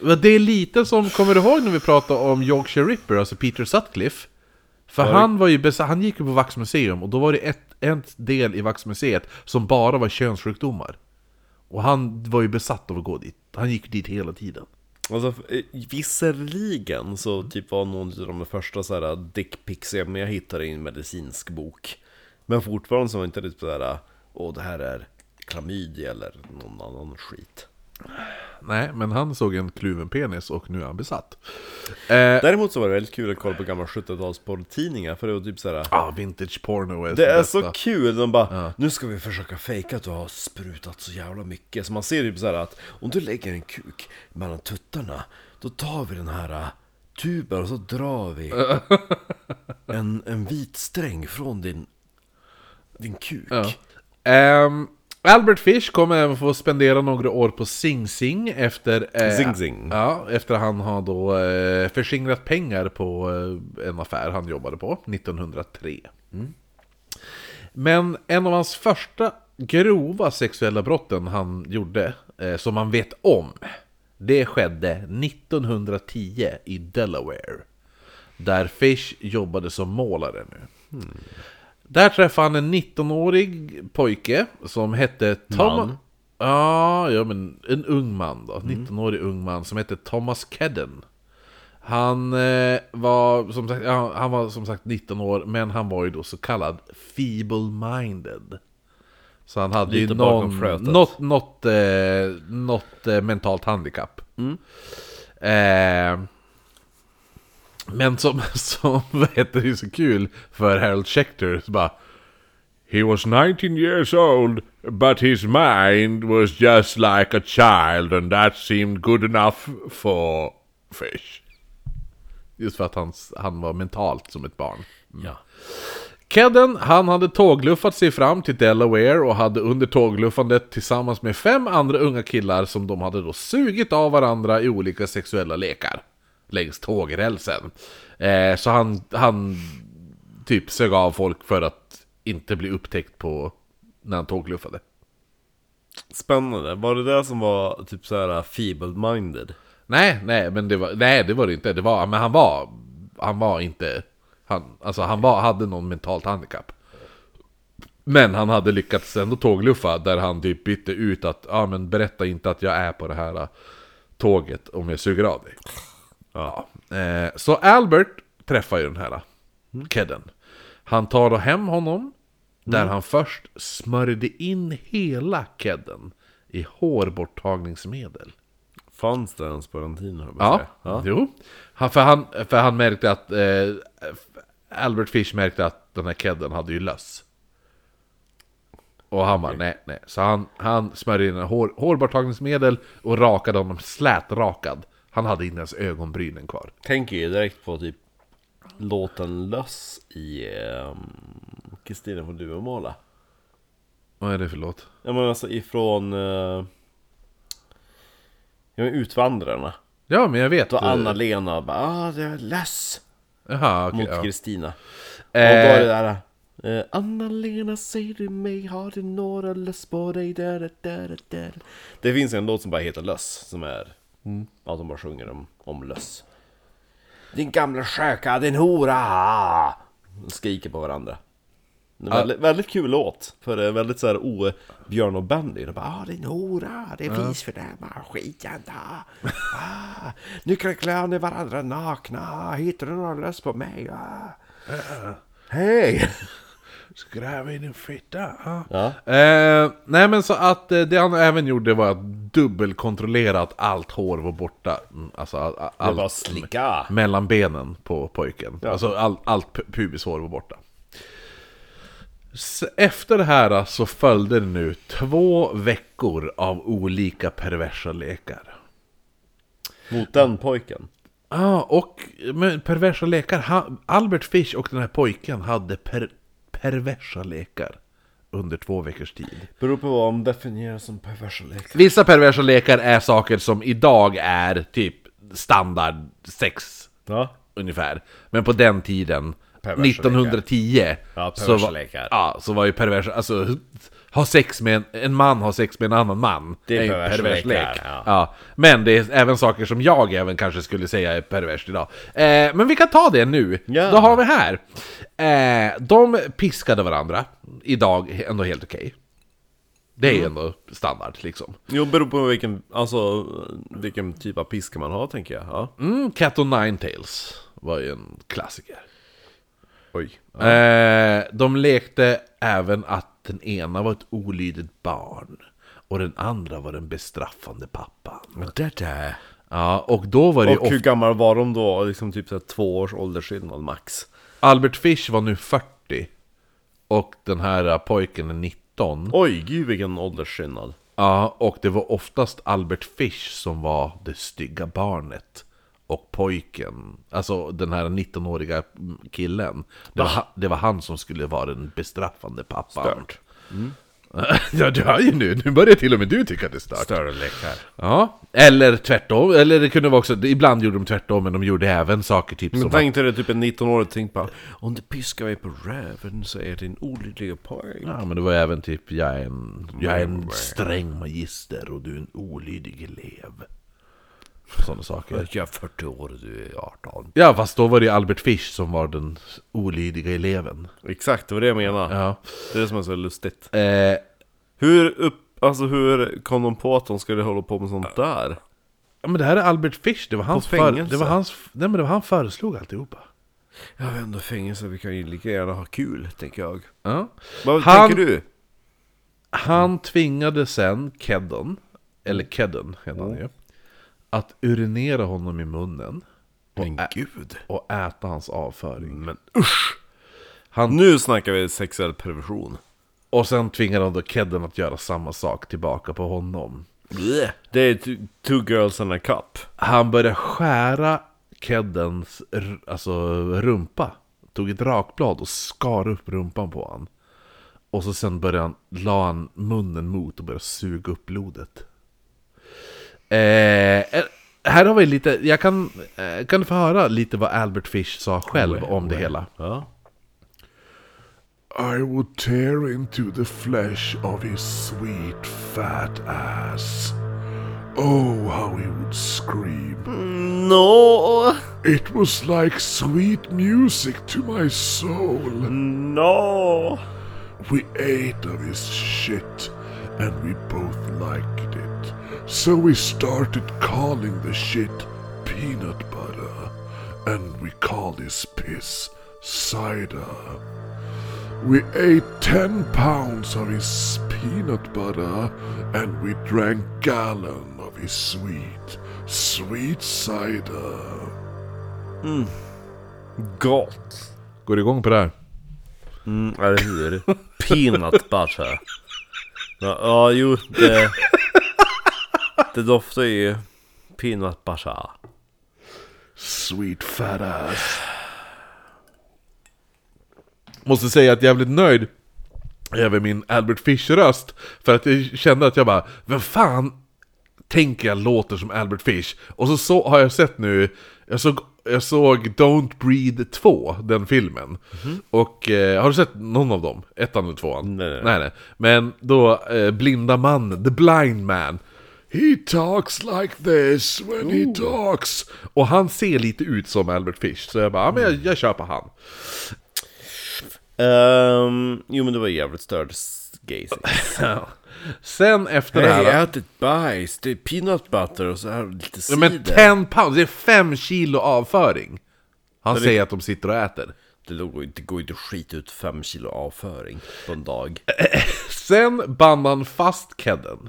[SPEAKER 1] Men Det är lite som, kommer du ihåg när vi pratade om Yorkshire Ripper, alltså Peter Sutcliffe? För han var ju besa- han gick ju på vaxmuseum och då var det ett, en del i vaxmuseet som bara var könssjukdomar. Och han var ju besatt av att gå dit. Han gick dit hela tiden.
[SPEAKER 2] Alltså, eh, visserligen så typ var någon av de första så här dickpixiga, men jag hittade i en medicinsk bok. Men fortfarande så var inte det typ såhär, åh det här är klamydia eller någon annan skit.
[SPEAKER 1] Nej, men han såg en kluven penis och nu är han besatt. Eh,
[SPEAKER 2] Däremot så var det väldigt kul att kolla på gamla 70-talsporrtidningar för det var typ såhär
[SPEAKER 1] Ah, vintage porno är
[SPEAKER 2] Det är
[SPEAKER 1] bästa.
[SPEAKER 2] så kul, de bara Nu ska vi försöka fejka att du har sprutat så jävla mycket Så man ser typ såhär att Om du lägger en kuk mellan tuttarna Då tar vi den här äh, tuben och så drar vi en, en vit sträng från din, din kuk
[SPEAKER 1] Ehm, Albert Fish kommer även få spendera några år på Sing Sing efter... eh,
[SPEAKER 2] Sing Sing.
[SPEAKER 1] Ja, efter han har då eh, förskingrat pengar på eh, en affär han jobbade på 1903. Men en av hans första grova sexuella brotten han gjorde, eh, som man vet om, det skedde 1910 i Delaware. Där Fish jobbade som målare nu. Där träffade han en 19-årig pojke som hette Thomas...
[SPEAKER 2] Man. Mm.
[SPEAKER 1] Ja, ja, men en ung man då. 19-årig ung man som hette Thomas Kedden. Han, eh, var, som sagt, ja, han var som sagt 19 år, men han var ju då så kallad feeble-minded. Så han hade
[SPEAKER 2] Lite
[SPEAKER 1] ju
[SPEAKER 2] bakom
[SPEAKER 1] någon,
[SPEAKER 2] flötet.
[SPEAKER 1] något, något, eh, något eh, mentalt handikapp.
[SPEAKER 2] Mm.
[SPEAKER 1] Eh, men som, som vad heter det, så kul för Harold Schechter, så bara He was 19 years old, but his mind was just like a child and that seemed good enough for fish. Just för att hans, han var mentalt som ett barn.
[SPEAKER 2] ja.
[SPEAKER 1] Kedden, han hade tågluffat sig fram till Delaware och hade under tågluffandet tillsammans med fem andra unga killar som de hade då sugit av varandra i olika sexuella lekar. Längs tågrälsen. Eh, så han, han typ sög av folk för att inte bli upptäckt på när han tågluffade.
[SPEAKER 2] Spännande, var det det som var typ såhär feeble-minded?
[SPEAKER 1] Nej, nej, men det var, nej, det var det inte. Det var, men han var, han var inte, han, alltså han var, hade någon mentalt handikapp. Men han hade lyckats ändå tågluffa där han typ bytte ut att, ja men berätta inte att jag är på det här ä, tåget om jag suger av dig. Ja. Eh, så Albert träffar ju den här äh, kedden. Han tar då hem honom, där han först smörjde in hela kedden i hårborttagningsmedel.
[SPEAKER 2] Fanns det ens på den tiden? höll jag på att
[SPEAKER 1] Ja,
[SPEAKER 2] säga. ja.
[SPEAKER 1] jo. Han, för, han, för han märkte att... Eh, Albert Fish märkte att den här kedden hade ju löss. Och han bara, nej, nej. Så han, han smörjde in en hår, hårborttagningsmedel och rakade honom slätrakad. Han hade inte ens ögonbrynen kvar.
[SPEAKER 2] Tänker ju direkt på typ låten Löss i ehm, Kristina från Duvemåla
[SPEAKER 1] Vad är det för låt?
[SPEAKER 2] Ja men alltså ifrån... eh, ja men Utvandrarna
[SPEAKER 1] Ja, men jag vet.
[SPEAKER 2] Då Anna-Lena bara ah, det är löss
[SPEAKER 1] Jaha, okej.
[SPEAKER 2] mot
[SPEAKER 1] ja.
[SPEAKER 2] Kristina Och då är det
[SPEAKER 1] Eh,
[SPEAKER 2] där eh, Anna-Lena säger du mig, har du några löss på dig? Där, där, där, där. Det finns en låt som bara heter löss Som är... Ja, de bara sjunger om, om löss Din gamla sköka, din hora! De skriker på varandra det är en väldigt, väldigt kul låt, för det är väldigt såhär o Björn och Benny. De bara ah, det är en hora, det är vis för dem, ah, skitjänta. Ah, nu kan klä ni varandra nakna, hittar du några löss på mig? Ah. Hej!
[SPEAKER 1] Ska du här vara i din fitta? Ja.
[SPEAKER 2] Ja.
[SPEAKER 1] Eh, nej men så att eh, det han även gjorde var att dubbelkontrollera att allt hår var borta. Mm, Alltså all, all,
[SPEAKER 2] Det var slicka!
[SPEAKER 1] mellan benen på pojken. Alltså all, allt pu- pubishår var borta. S- Efter det här så följde det nu två veckor av olika perversa lekar.
[SPEAKER 2] Mot den pojken.
[SPEAKER 1] Ja, och men perversa lekar. Han, Albert Fish och den här pojken hade per, perversa lekar under två veckors tid.
[SPEAKER 2] Beror på vad man definierar som perversa lekar.
[SPEAKER 1] Vissa perversa lekar är saker som idag är typ standard sex
[SPEAKER 2] Ja.
[SPEAKER 1] ungefär. Men på den tiden,
[SPEAKER 2] Perversa
[SPEAKER 1] 1910,
[SPEAKER 2] Ja, perversa
[SPEAKER 1] så, var,
[SPEAKER 2] lekar.
[SPEAKER 1] ja, så var ju pervers, alltså ha sex med en, en man har sex med en annan man.
[SPEAKER 2] Det är
[SPEAKER 1] ju
[SPEAKER 2] perversa lekar, ja.
[SPEAKER 1] Men det är även saker som jag även kanske skulle säga är perverst idag. Eh, men vi kan ta det nu.
[SPEAKER 2] Ja.
[SPEAKER 1] Då har vi här. Eh, de piskade varandra. Idag ändå helt okej. Det
[SPEAKER 2] Mm.
[SPEAKER 1] är ju ändå standard liksom.
[SPEAKER 2] Jo, beror på vilken, alltså, vilken typ av piska man har tänker jag. Ja.
[SPEAKER 1] Mm, Cat och Nine Tails var ju en klassiker.
[SPEAKER 2] Oj.
[SPEAKER 1] Eh, de lekte även att den ena var ett olydigt barn. Och den andra var den bestraffande pappan.
[SPEAKER 2] Det där.
[SPEAKER 1] Ja, och då var det ju
[SPEAKER 2] Och hur
[SPEAKER 1] ofta...
[SPEAKER 2] gammal var de då? Liksom typ så här två års åldersskillnad max.
[SPEAKER 1] Albert Fish var nu 40. Och den här eh, pojken är 19.
[SPEAKER 2] Oj, gud vilken åldersskillnad.
[SPEAKER 1] Ja, och det var oftast Albert Fish som var det stygga barnet. Och pojken, alltså den här 19-åriga killen. Det var, ha- det var han som skulle vara den bestraffande pappan.
[SPEAKER 2] Stört. Mm.
[SPEAKER 1] ja, du hör ju nu. Nu börjar till och med du tycka att det är stört.
[SPEAKER 2] Större lekar.
[SPEAKER 1] Ja, eller tvärtom. Eller det kunde vara också, ibland gjorde de tvärtom, men de gjorde även saker typ som...
[SPEAKER 2] Men tänk dig det typ en 19-årig tänk bara Om du piskar mig på röven så är det en olycklig pojk.
[SPEAKER 1] Ja, men det var även typ, jag är en, jag är en sträng magister och du är en olydig elev. Sådana saker.
[SPEAKER 2] Jag är 40 år och du är 18.
[SPEAKER 1] Ja, fast då var det ju Albert Fish som var den olydiga eleven.
[SPEAKER 2] Exakt, det var det jag menade.
[SPEAKER 1] Ja.
[SPEAKER 2] Det är det som är så lustigt.
[SPEAKER 1] Eh,
[SPEAKER 2] Hur, upp, alltså, hur kom de på att de skulle hålla på med sånt där?
[SPEAKER 1] ja, men det här är Albert Fish, det var hans... För,
[SPEAKER 2] fängelse.
[SPEAKER 1] det var hans nej, men det var han föreslog alltihopa.
[SPEAKER 2] Ja, vi har ändå fängelse, vi kan ju lika gärna ha kul, tänker jag.
[SPEAKER 1] Ja.
[SPEAKER 2] Vad
[SPEAKER 1] Han-
[SPEAKER 2] tänker du?
[SPEAKER 1] Han tvingade sen Keddon, eller Kedden heter
[SPEAKER 2] Mm.
[SPEAKER 1] han ju, att urinera honom i munnen
[SPEAKER 2] Men gud.
[SPEAKER 1] och äta hans avföring.
[SPEAKER 2] Men usch!
[SPEAKER 1] Han-
[SPEAKER 2] Nu snackar vi sexuell perversion.
[SPEAKER 1] Och sen tvingade han då Kedden att göra samma sak tillbaka på honom.
[SPEAKER 2] Det är t- two girls and a cup.
[SPEAKER 1] Han började skära Keddens r- alltså, rumpa. Tog ett rakblad och skar upp rumpan på han. Och så sen började han, la han munnen mot och började suga upp blodet. Eh, eh, här har vi lite, jag kan, eh, kan du få höra lite vad Albert Fish sa själv om det hela?
[SPEAKER 2] Ja.
[SPEAKER 3] I would tear into the flesh of his sweet fat ass. Oh, how he would scream.
[SPEAKER 2] No!
[SPEAKER 3] It was like sweet music to my soul.
[SPEAKER 2] No!
[SPEAKER 3] We ate of his shit, and we both liked it. So we started calling the shit peanut butter, and we called his piss cider. We ate 10 pounds of his peanut butter and we drank gallon of his sweet, sweet cider.
[SPEAKER 2] Gott!
[SPEAKER 1] Går du igång på det här?
[SPEAKER 2] Mm, eller hur? Peanut butter. Ja, ja jo, det... Det doftar ju peanut butter.
[SPEAKER 3] Sweet fat ass.
[SPEAKER 1] Måste säga att jag är jävligt nöjd över min Albert Fish-röst. För att jag kände att jag bara, vem fan tänker jag låter som Albert Fish? Och så, så har jag sett nu, jag såg, jag såg Don't Breathe 2, den filmen.
[SPEAKER 3] Mhm.
[SPEAKER 1] Och eh, har du sett någon av dem? Ettan eller tvåan?
[SPEAKER 2] Nej, nej, nej.
[SPEAKER 1] nej. Men då, eh, Blinda Mannen, The Blind Man.
[SPEAKER 3] He talks like this when he talks.
[SPEAKER 1] Och han ser lite ut som Albert Fish, så jag bara, ja men jag, jag kör på han.
[SPEAKER 2] Ehm, jo men det var jävligt störd gay
[SPEAKER 1] Sen efter det här...
[SPEAKER 2] ätit bajs, det är peanut butter och så här lite
[SPEAKER 1] Ja, men 10 pounds, det är 5 kilo avföring! Han säger att de sitter och äter.
[SPEAKER 2] Det går inte- det går ju inte att skita ut fem kilo avföring på en dag.
[SPEAKER 1] Sen band han fast Kedden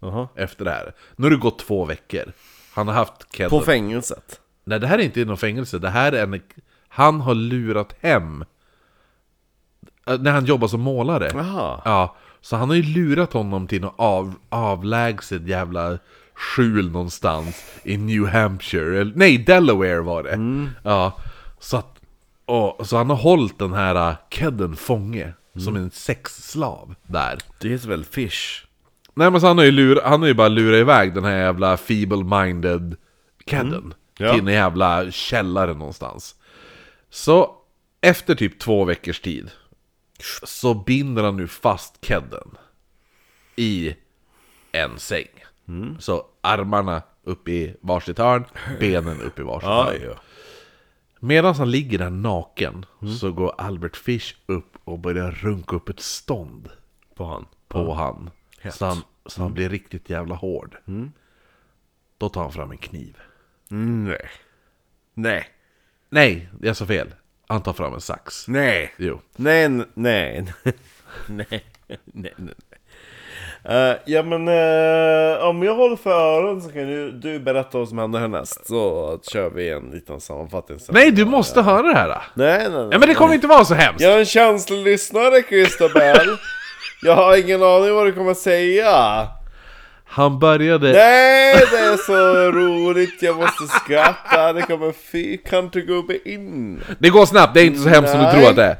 [SPEAKER 2] Jaha.
[SPEAKER 1] efter det här. Nu har det gått två veckor. Han har haft Kedden.
[SPEAKER 2] På fängelset.
[SPEAKER 1] Nej, det här är inte i någon fängelse. Det här är en... Han har lurat hem... Äh, När han jobbar som målare.
[SPEAKER 2] Jaha.
[SPEAKER 1] Ja, så han har ju lurat honom till något av, avlägset jävla skjul någonstans i New Hampshire, eller nej, Delaware var det. Ja, så, att, och, så han har hållit den här uh, kedden fånge som en sexslav där.
[SPEAKER 2] Det heter väl fish?
[SPEAKER 1] Nej men så han har ju, lur, han har ju bara lurat iväg den här jävla feeble-minded kedden
[SPEAKER 2] Mm. Ja.
[SPEAKER 1] till en jävla källare någonstans. Så efter typ två veckors tid så binder han nu fast kedden i en säng.
[SPEAKER 2] Mm.
[SPEAKER 1] Så armarna upp i varsitt hörn, benen upp i varsitt
[SPEAKER 2] Ja,
[SPEAKER 1] hörn. Medan han ligger där naken
[SPEAKER 2] Mm.
[SPEAKER 1] så går Albert Fish upp och börjar runka upp ett stånd
[SPEAKER 2] På han.
[SPEAKER 1] på han. Så han, så han blir riktigt jävla hård. Då tar han fram en kniv.
[SPEAKER 2] Nej. Nej.
[SPEAKER 1] Nej, jag sa fel. Han tar fram en sax.
[SPEAKER 2] Nej.
[SPEAKER 1] Jo.
[SPEAKER 2] Nej, n- nej. nej. Nej, nej, nej. Eh, ja men eh, om jag håller för öronen så kan ju du berätta vad som händer härnäst. Så kör vi en liten sammanfattning sen.
[SPEAKER 1] Nej, du måste höra det här! Då.
[SPEAKER 2] Nej, nej, nej.
[SPEAKER 1] Ja, men det kommer inte vara så hemskt!
[SPEAKER 2] Jag är en känslig lyssnare Christobel. jag har ingen aning vad du kommer säga.
[SPEAKER 1] Han började...
[SPEAKER 2] Nej, det är så roligt. Jag måste skratta. Det kommer fyrkantig in.
[SPEAKER 1] Det går snabbt, det är inte så hemskt som du
[SPEAKER 2] Nej.
[SPEAKER 1] tror att det är.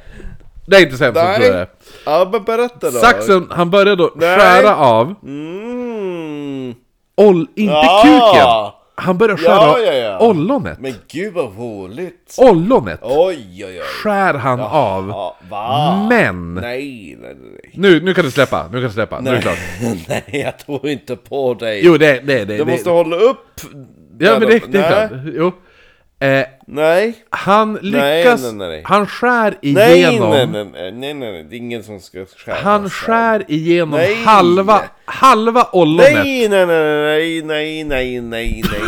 [SPEAKER 1] Det är inte så hemskt som du tror
[SPEAKER 2] Nej.
[SPEAKER 1] att
[SPEAKER 2] Ja, men berätta då.
[SPEAKER 1] det är. Saxen, han började då
[SPEAKER 2] Nej.
[SPEAKER 1] skära av...
[SPEAKER 2] Mm.
[SPEAKER 1] Oll... Inte
[SPEAKER 2] Ja.
[SPEAKER 1] kuken! Han började skära
[SPEAKER 2] Ja,
[SPEAKER 1] av
[SPEAKER 2] ja, ja.
[SPEAKER 1] ollonet.
[SPEAKER 2] Men gud vad roligt.
[SPEAKER 1] Ollonet
[SPEAKER 2] Oj, oj, oj.
[SPEAKER 1] skär han av.
[SPEAKER 2] Ja, va?
[SPEAKER 1] Men!
[SPEAKER 2] Nej, nej, nej.
[SPEAKER 1] Nu, nu kan du släppa, nu kan du släppa. Nu är det klart.
[SPEAKER 2] nej, jag tror inte på dig.
[SPEAKER 1] Jo, det, det, det.
[SPEAKER 2] du
[SPEAKER 1] det,
[SPEAKER 2] måste hålla upp.
[SPEAKER 1] Ja, men det, det är
[SPEAKER 2] nej.
[SPEAKER 1] klart. Jo. Eh,
[SPEAKER 2] Nej.
[SPEAKER 1] han
[SPEAKER 2] Nej,
[SPEAKER 1] lyckas...
[SPEAKER 2] nej, nej, nej.
[SPEAKER 1] Han skär
[SPEAKER 2] Nej,
[SPEAKER 1] igenom...
[SPEAKER 2] nej, nej, nej, nej, nej, nej, det är ingen som ska skära.
[SPEAKER 1] Han
[SPEAKER 2] sig.
[SPEAKER 1] skär igenom
[SPEAKER 2] Nej.
[SPEAKER 1] halva, halva ollonet.
[SPEAKER 2] Nej, nej, nej, nej, nej, nej, nej, nej.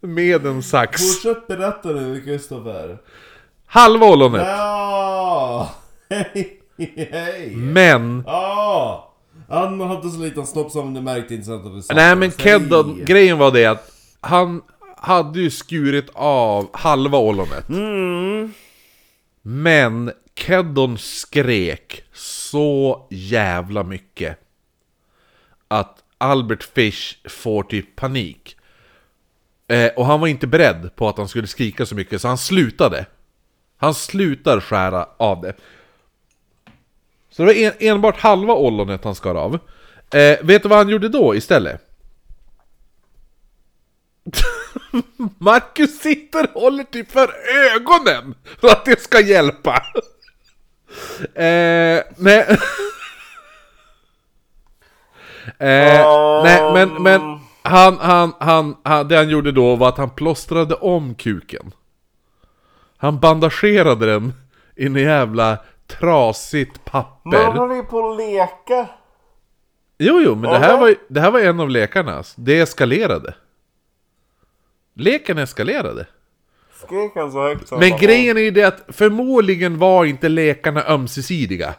[SPEAKER 1] Med en sax.
[SPEAKER 2] Fortsätt berätta nu, Kristoffer.
[SPEAKER 1] Halva ollonet.
[SPEAKER 2] Ja, hej, hej.
[SPEAKER 1] Men,
[SPEAKER 2] Ja, han hade så liten snopp som ni märkte inte så att det satt.
[SPEAKER 1] nej men Keddon, grejen var det att han hade ju skurit av halva ollonet. Men Keddon skrek så jävla mycket att Albert Fish får typ panik. Eh, och han var inte beredd på att han skulle skrika så mycket, så han slutade. Han slutar skära av det. Så det var en, enbart halva ollonet han skar av. Eh, vet du vad han gjorde då istället? Marcus sitter och håller typ för ögonen för att det ska hjälpa. eh, nej. eh, nej, men, men han, han, han, han, det han gjorde då var att han plåstrade om kuken. Han bandagerade den i en jävla trasigt papper.
[SPEAKER 2] vi på att leka.
[SPEAKER 1] Jo, jo, men det här,
[SPEAKER 2] Jaha.
[SPEAKER 1] var, ju- det här var en av lekarna. alltså. Det eskalerade. Leken eskalerade.
[SPEAKER 2] Skrek han så högt som
[SPEAKER 1] Men
[SPEAKER 2] han
[SPEAKER 1] grejen är ju det att förmodligen var inte lekarna ömsesidiga.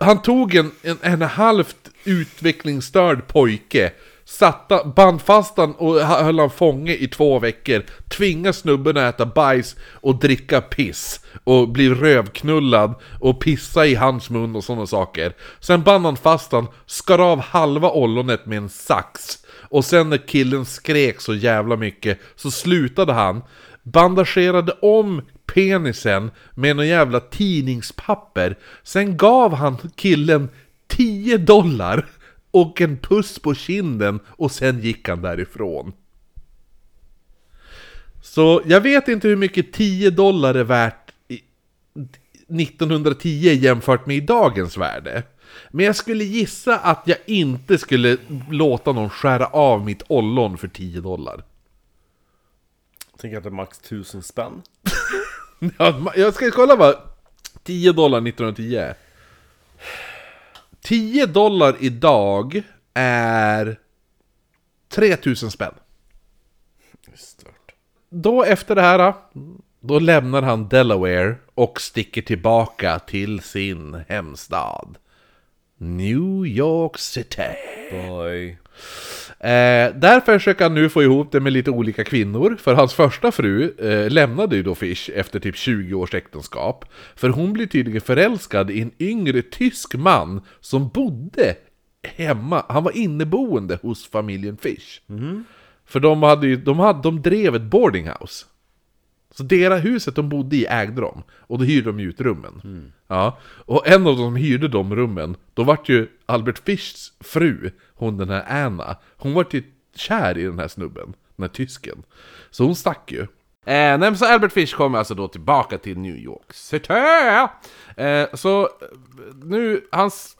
[SPEAKER 1] Han tog en, en, en halvt utvecklingsstörd pojke, satta, band fast han och ha- höll han fånge i två veckor, tvingade snubben att äta bajs och dricka piss och bli rövknullad och pissa i hans mun och sådana saker. Sen band han fast han, skar av halva ollonet med en sax. Och sen när killen skrek så jävla mycket så slutade han, bandagerade om penisen med någon jävla tidningspapper. Sen gav han killen 10 dollar och en puss på kinden och sen gick han därifrån. Så jag vet inte hur mycket 10 dollar är värt i 1910 jämfört med i dagens värde. Men jag skulle gissa att jag inte skulle låta någon skära av mitt ollon för 10 dollar.
[SPEAKER 2] Tänk att det är max tusen spänn.
[SPEAKER 1] Ja, Jag ska kolla vad 10 dollar 1910 är. 10 dollar idag är 3000 spänn.
[SPEAKER 2] Stört.
[SPEAKER 1] Då efter det här, då lämnar han Delaware och sticker tillbaka till sin hemstad. New York City.
[SPEAKER 2] Boy.
[SPEAKER 1] Eh, där försöker han nu få ihop det med lite olika kvinnor, för hans första fru eh, lämnade ju då Fish efter typ 20 års äktenskap. För hon blev tydligen förälskad i en yngre tysk man som bodde hemma, han var inneboende hos familjen Fish.
[SPEAKER 3] Mm,
[SPEAKER 1] För de, hade ju, de, hade, de drev ett boarding house. Så deras huset de bodde i ägde de, och då hyrde de ut rummen.
[SPEAKER 3] mm.
[SPEAKER 1] Ja, och en av dem som hyrde de rummen, då vart ju Albert Fischs fru, hon den här Anna, hon vart ju kär i den här snubben, den här tysken. Så hon stack ju. Eh, nej, men så Albert Fish kommer alltså då tillbaka till New York City! Eh, så eh, nu, hans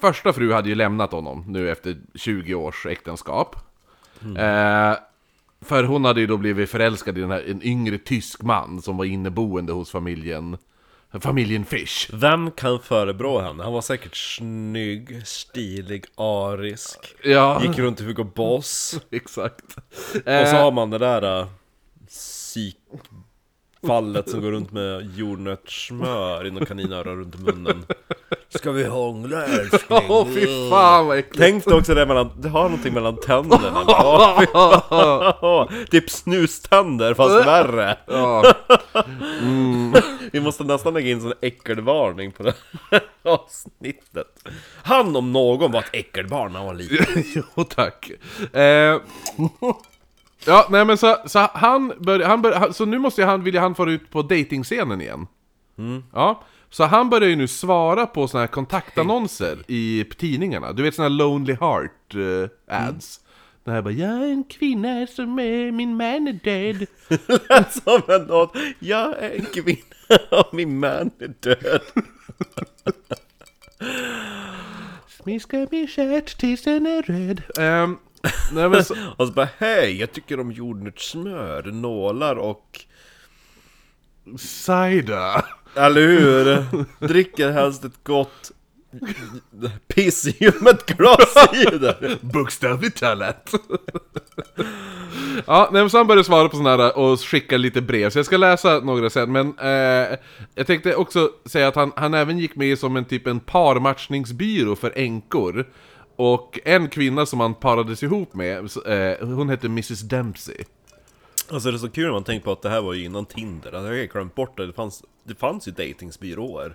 [SPEAKER 1] första fru hade ju lämnat honom nu efter 20 års äktenskap. Eh, för hon hade ju då blivit förälskad i den här, en yngre tysk man som var inneboende hos familjen Familjen Fish.
[SPEAKER 2] Vem kan förebrå henne? Han var säkert snygg, stilig, arisk.
[SPEAKER 1] Ja,
[SPEAKER 2] Gick runt i Hugo Boss.
[SPEAKER 1] exakt.
[SPEAKER 2] Och så
[SPEAKER 1] Eh,
[SPEAKER 2] har man det där... Uh, psyk... fallet som går runt med jordnötssmör i någon kaninöra runt munnen. Ska vi hångla älskling?
[SPEAKER 1] Åh fy fan vad äckligt!
[SPEAKER 2] Tänk dig också det mellan, du har någonting mellan tänderna. Åh, fy fan. typ snuständer fast värre.
[SPEAKER 1] Eh.
[SPEAKER 2] Mm.
[SPEAKER 1] Ja,
[SPEAKER 2] Vi måste nästan lägga in sån äckelvarning på det här avsnittet. Han om någon var ett äckelbarn när han var liten.
[SPEAKER 1] jo tack. Eh, ja, nej men så, så han börjar, han bör, han- så nu måste ju han, vill ju han fara ut på datingscenen igen. Ja, så han börjar ju nu svara på såna här kontaktannonser i tidningarna. Du vet såna här Lonely Heart eh, ads. Det här bara, jag är en kvinna som är, min man är död.
[SPEAKER 2] Som en låt. Jag är en kvinna och min man är död.
[SPEAKER 1] Smiska min stjärt tills den är röd. Ehm, nej men så,
[SPEAKER 2] Och så bara hej, jag tycker om jordnötssmör, nålar och...
[SPEAKER 1] Saida.
[SPEAKER 2] Eller hur? Dricker helst ett gott pissljummet glas cider.
[SPEAKER 1] Bokstavligt talat. ja, nej, men så han började svara på sådana här eh, och skicka lite brev, så jag ska läsa några sen, men eh, jag tänkte också säga att han, han även gick med som en typ en parmatchningsbyrå för änkor. Och en kvinna som han parades ihop med, så, eh, hon hette Mrs Dempsey.
[SPEAKER 2] Alltså det är så kul när man tänker på att det här var ju innan Tinder. Alltså, jag har glömt bort det, det fanns, det fanns ju dejtingsbyråer.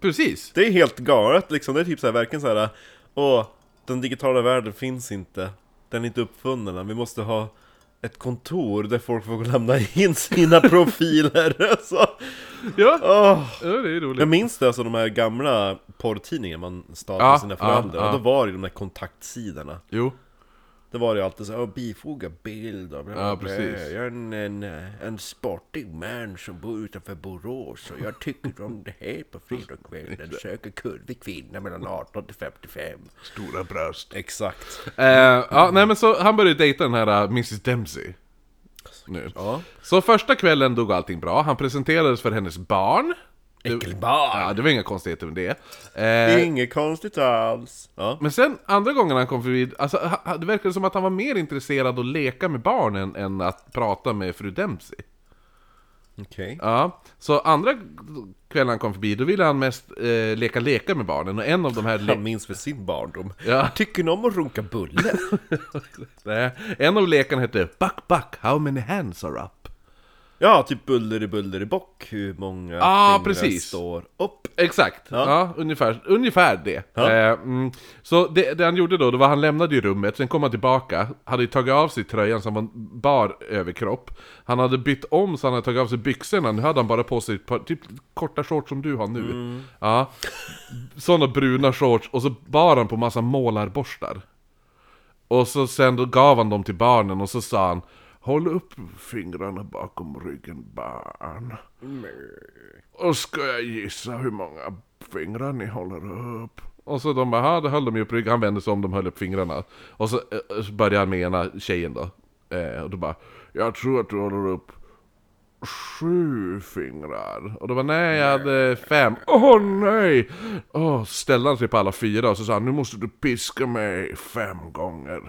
[SPEAKER 1] Precis!
[SPEAKER 2] Det är helt galet liksom, det är typ så här, verkligen så här. Åh, den digitala världen finns inte. Den är inte uppfunnen än. vi måste ha ett kontor där folk får lämna in sina profiler. Så,
[SPEAKER 1] Ja, Mm.
[SPEAKER 2] åh.
[SPEAKER 1] ja det är roligt.
[SPEAKER 2] Jag minns det, alltså de här gamla porrtidningarna man startade
[SPEAKER 1] Ja,
[SPEAKER 2] med sina föräldrar,
[SPEAKER 1] ja, ja.
[SPEAKER 2] och då var det ju de där kontaktsidorna.
[SPEAKER 1] Jo.
[SPEAKER 2] Det var det ju alltid så här, "Åh, bifoga bild och bla, bla,
[SPEAKER 1] Ja,
[SPEAKER 2] bla.
[SPEAKER 1] precis.
[SPEAKER 2] Jag är en, en, en sportig man som bor utanför Borås och jag tycker om det här på fredagskvällen. Söker kurvig kvinna mellan 18 till 55.
[SPEAKER 3] Stora bröst.
[SPEAKER 2] Exakt.
[SPEAKER 1] Eh, ja, nej men så han började dejta den här eh, Mrs Dempsey. Nu.
[SPEAKER 2] Ja.
[SPEAKER 1] Så första kvällen dog allting bra, han presenterades för hennes barn. Det-
[SPEAKER 2] Äckelbarn!
[SPEAKER 1] Ja, det var inga konstigheter med det.
[SPEAKER 2] Det är
[SPEAKER 1] Eh,
[SPEAKER 2] inget konstigt alls. Ja.
[SPEAKER 1] men sen andra gången han kom förbi, alltså, ha- ha- det verkade som att han var mer intresserad att leka med barnen än att prata med fru Dempsey.
[SPEAKER 2] Okej.
[SPEAKER 1] Ja, så andra kvällen han kom förbi, då ville han mest eh, leka leka med barnen och en av de här... Le-
[SPEAKER 2] Han minns för sin barndom.
[SPEAKER 1] Ja.
[SPEAKER 2] Tycker ni om att runka bulle?
[SPEAKER 1] Nej, en av lekarna hette Buck Buck, how many hands are up?
[SPEAKER 2] Ja, typ buller i buller i bock, hur många
[SPEAKER 1] Ja,
[SPEAKER 2] fingrar
[SPEAKER 1] Ah, precis.
[SPEAKER 2] står upp.
[SPEAKER 1] Exakt, ja. ungefär, ungefär det.
[SPEAKER 2] Ja.
[SPEAKER 1] Eh, mm. Så det, det han gjorde då, det var han lämnade ju rummet, sen kom han tillbaka, hade ju tagit av sig tröjan som var en bar överkropp. Han hade bytt om så han hade tagit av sig byxorna, nu hade han bara på sig ett par, typ korta shorts som du har nu. Ja. Sådana bruna shorts, och så bar han på massa målarborstar. Och så sen då gav han dem till barnen och så sa han Håll upp fingrarna bakom ryggen barn. Och ska jag gissa hur många fingrar ni håller upp? Och så de bara, "Ha, det höll de ju upp ryggen. Han vände sig om, de höll upp fingrarna. Och så, eh, så började han med ena tjejen då. Eh, och då bara, jag tror att du håller upp sju fingrar. Och då bara, nej jag hade fem. Åh nej! Åh, så ställde han sig på alla fyra och så sa han, nu måste du piska mig fem gånger.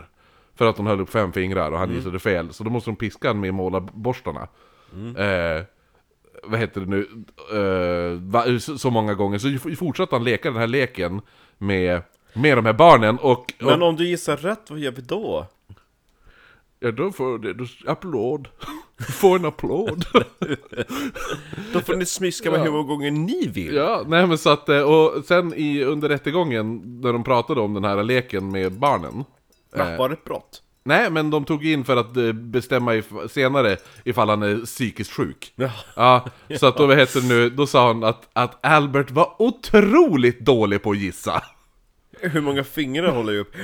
[SPEAKER 1] För att hon höll upp fem fingrar och han gissade fel. Så då måste hon piska honom med målarborstarna. Eh, vad heter det nu, Eh, va- så- så många gånger. Så f- fortsatte han leka den här leken med, med de här barnen och... och
[SPEAKER 2] Men om du gissar rätt, vad gör vi då?
[SPEAKER 1] ja, då får det, då, applåd. Du får en applåd.
[SPEAKER 2] Då får ni smiska med hur många gånger ni vill.
[SPEAKER 1] ja, nej men så att, eh, och sen i, under rättegången, när de pratade om den här leken med barnen.
[SPEAKER 2] Ja. Var det ett brott?
[SPEAKER 1] Nej, men de tog in för att eh, bestämma if- senare ifall han är psykiskt sjuk.
[SPEAKER 2] Ja.
[SPEAKER 1] Ja, så att då, vad heter det nu, då sa han att, att Albert var otroligt dålig på att gissa.
[SPEAKER 2] Hur många fingrar håller jag upp?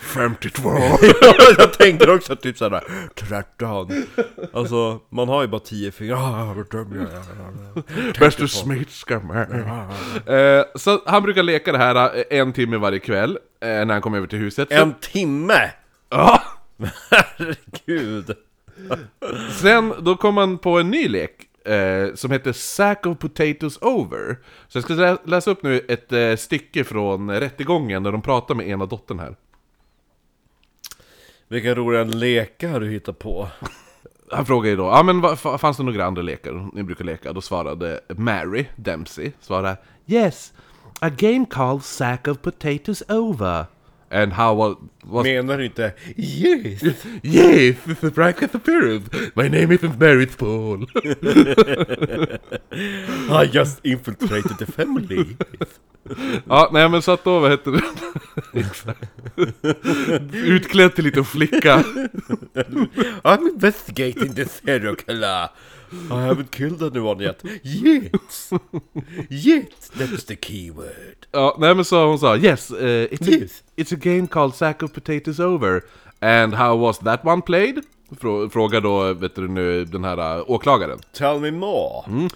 [SPEAKER 3] 52.
[SPEAKER 2] jag tänkte också typ såhär 13 Alltså, man har ju bara 10 fingrar
[SPEAKER 1] Bäste smitska med. Eh, Så han brukar leka det här eh, en timme varje kväll eh, när han kommer över till huset. Sen,
[SPEAKER 2] En timme!
[SPEAKER 1] Ja!
[SPEAKER 2] Herregud!
[SPEAKER 1] sen då kom han på en ny lek eh, som heter Sack of Potatoes Over. Så jag ska lä- läsa upp nu ett eh, stycke från eh, rättegången där de pratar med ena dottern här.
[SPEAKER 2] Vilka roliga lekar du hittar på
[SPEAKER 1] Han frågade ju då, ja men vad- fa- fanns det några andra lekar ni brukar leka? Då svarade Mary Dempsey, svarade Yes, a game called Sack of Potatoes Over. And how was... was
[SPEAKER 2] Menar du inte yes?
[SPEAKER 1] Yes, this is Bracket's appearance. My name isn't Mary's Paul.
[SPEAKER 2] I just infiltrated the family.
[SPEAKER 1] ja, nej men så att då, vad heter det? Utklädd till liten flicka.
[SPEAKER 2] I'm investigating the serial killer. I haven't killed anyone yet. Yet! Yet! That's the key word.
[SPEAKER 1] Ja, nej men så hon sa yes, eh, it's,
[SPEAKER 2] Yes.
[SPEAKER 1] A, it's a game called Sack of Potatoes Over. And how was that one played? Frå- Frågar då, vet du nu, den här eh, åklagaren.
[SPEAKER 2] Tell me more.
[SPEAKER 1] Mm.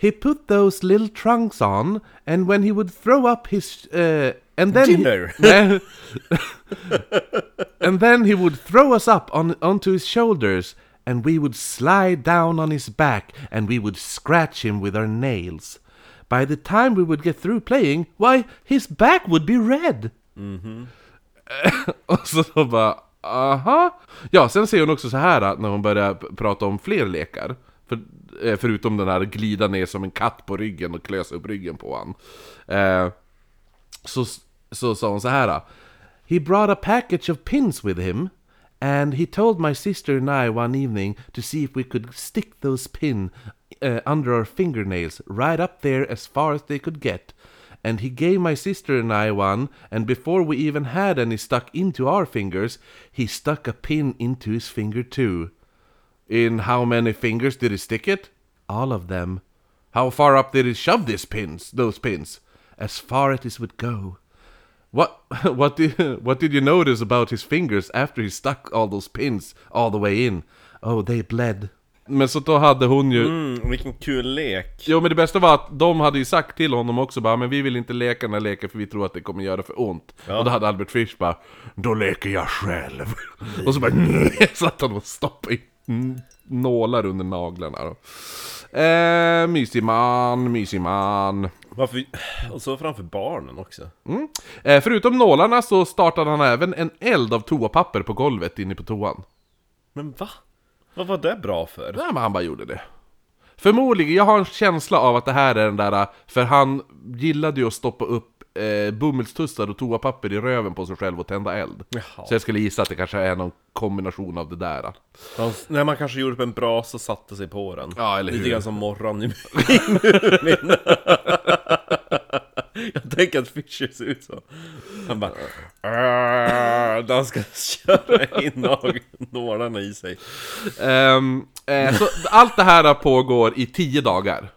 [SPEAKER 1] He put those little trunks on and when he would throw up his... Uh, and then
[SPEAKER 2] Dinner.
[SPEAKER 1] He, Nej. and then he would throw us up on, onto his shoulders and we would slide down on his back and we would scratch him with our nails. By the time we would get through playing, why, his back would be red! Och så då bara, aha! Ja, sen ser hon också så här att när hon börjar p- prata om fler lekar. För, eh, förutom den här glida ner som en katt på ryggen och klösa upp ryggen på han. Eh, så, så sa hon så här. He brought a package of pins with him. And he told my sister and I one evening to see if we could stick those pin uh, under our fingernails right up there as far as they could get. And he gave my sister and I one, and before we even had any stuck into our fingers, he stuck a pin into his finger too. In how many fingers did he stick it? All of them. How far up did he shove these pins? Those pins? As far as it would go. What? What did? What did you notice about his fingers after he stuck all those pins all the way in? Oh, they bled. Men så då hade hon ju...
[SPEAKER 2] Mm, vilken kul lek.
[SPEAKER 1] Jo men det bästa var att de hade ju sagt till honom också bara Men vi vill inte leka den här leken för vi tror att det kommer göra för ont Och då hade Albert Fish bara Då leker jag själv Och så bara nej, satt han och stoppade i n- nålar under naglarna då. Eh, mysig man, mysig man
[SPEAKER 2] Varför? Och så framför barnen också.
[SPEAKER 1] mm. eh, Förutom nålarna så startade han även en eld av toapapper på golvet inne på toan
[SPEAKER 2] Men va? Vad var det bra för?
[SPEAKER 1] Nej men han bara gjorde det. Förmodligen, jag har en känsla av att det här är den där, för han gillade ju att stoppa upp eh, bomullstussar och toapapper i röven på sig själv och tända eld.
[SPEAKER 2] Jaha.
[SPEAKER 1] Så jag skulle gissa att det kanske är någon kombination av det där.
[SPEAKER 2] Han, när man kanske gjorde upp en brasa och satte sig på den.
[SPEAKER 1] Ja, eller
[SPEAKER 2] Lite
[SPEAKER 1] hur?
[SPEAKER 2] grann som morgon i Jag tänker att Fischer ser ut så. Han bara... "Arr", När han ska köra in nag- nålarna i sig.
[SPEAKER 1] Ehm, eh, så allt det här pågår i tio dagar.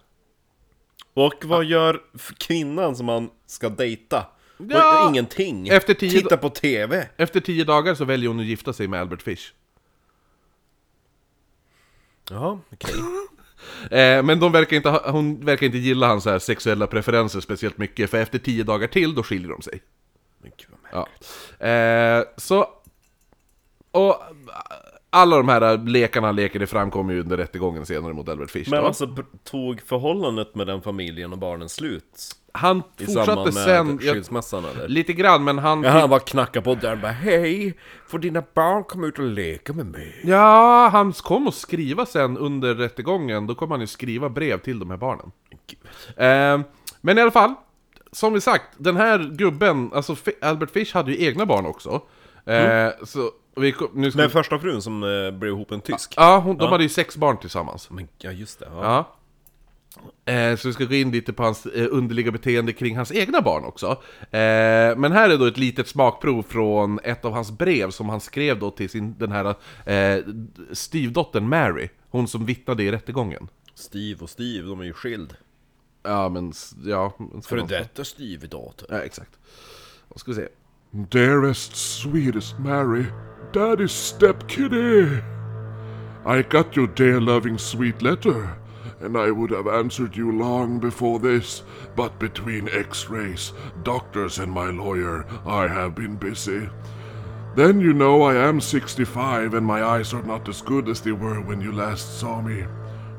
[SPEAKER 2] Och vad gör f- kvinnan som han ska dejta? Hon
[SPEAKER 1] Ja,
[SPEAKER 2] gör Ingenting.
[SPEAKER 1] efter tio-
[SPEAKER 2] Titta på TV.
[SPEAKER 1] Efter tio dagar så väljer hon att gifta sig med Albert Fish.
[SPEAKER 2] Ja, okej.
[SPEAKER 1] Eh, men de verkar inte, ha- hon verkar inte gilla hans så här sexuella preferenser speciellt mycket, för efter tio dagar till då skiljer de sig.
[SPEAKER 2] Men gud vad märkligt.
[SPEAKER 1] Ja. Eh, så... Och eh, alla de här eh, lekarna han leker, det framkommer ju under rättegången senare mot Albert Fish.
[SPEAKER 2] Men
[SPEAKER 1] då.
[SPEAKER 2] alltså, b- tog förhållandet med den familjen och barnen slut?
[SPEAKER 1] han
[SPEAKER 2] I
[SPEAKER 1] fortsatte
[SPEAKER 2] samband
[SPEAKER 1] sen...
[SPEAKER 2] med
[SPEAKER 1] Jag,
[SPEAKER 2] skilsmässan eller?
[SPEAKER 1] lite grann, men han...
[SPEAKER 2] Ja,
[SPEAKER 1] Ja.
[SPEAKER 2] han bara knackar på dörren bara Hej! Får dina barn komma ut och leka med mig?
[SPEAKER 1] han kom att skriva sen under rättegången, då kom han ju skriva brev till de här barnen. Eh, men i alla fall, som vi sagt, den här gubben, alltså Fi- Albert Fish hade ju egna barn också. Eh,
[SPEAKER 2] Mm.
[SPEAKER 1] Så vi kom, nu ska
[SPEAKER 2] Den
[SPEAKER 1] vi,
[SPEAKER 2] första frun som eh, blev ihop en tysk?
[SPEAKER 1] ja, hon, de hade ju sex barn tillsammans.
[SPEAKER 2] Men, ja just det, ja.
[SPEAKER 1] Ja. Eh, så vi ska gå in lite på hans eh, underliga beteende kring hans egna barn också. Eh, men här är då ett litet smakprov från ett av hans brev som han skrev då till sin, den här eh, styvdottern Mary, hon som vittnade i rättegången.
[SPEAKER 2] Steve och Steve, de är ju skild
[SPEAKER 1] Ja, men... s- Ja, men ska
[SPEAKER 2] För
[SPEAKER 1] man-
[SPEAKER 2] detta Steve idag typ.
[SPEAKER 1] Ja, exakt. Då ska vi se.
[SPEAKER 3] Dearest, sweetest Mary, Daddy's step kitty. I got your dear, loving, sweet letter, and I would have answered you long before this, but between x rays, doctors, and my lawyer, I have been busy. Then you know I am 65 and my eyes are not as good as they were when you last saw me.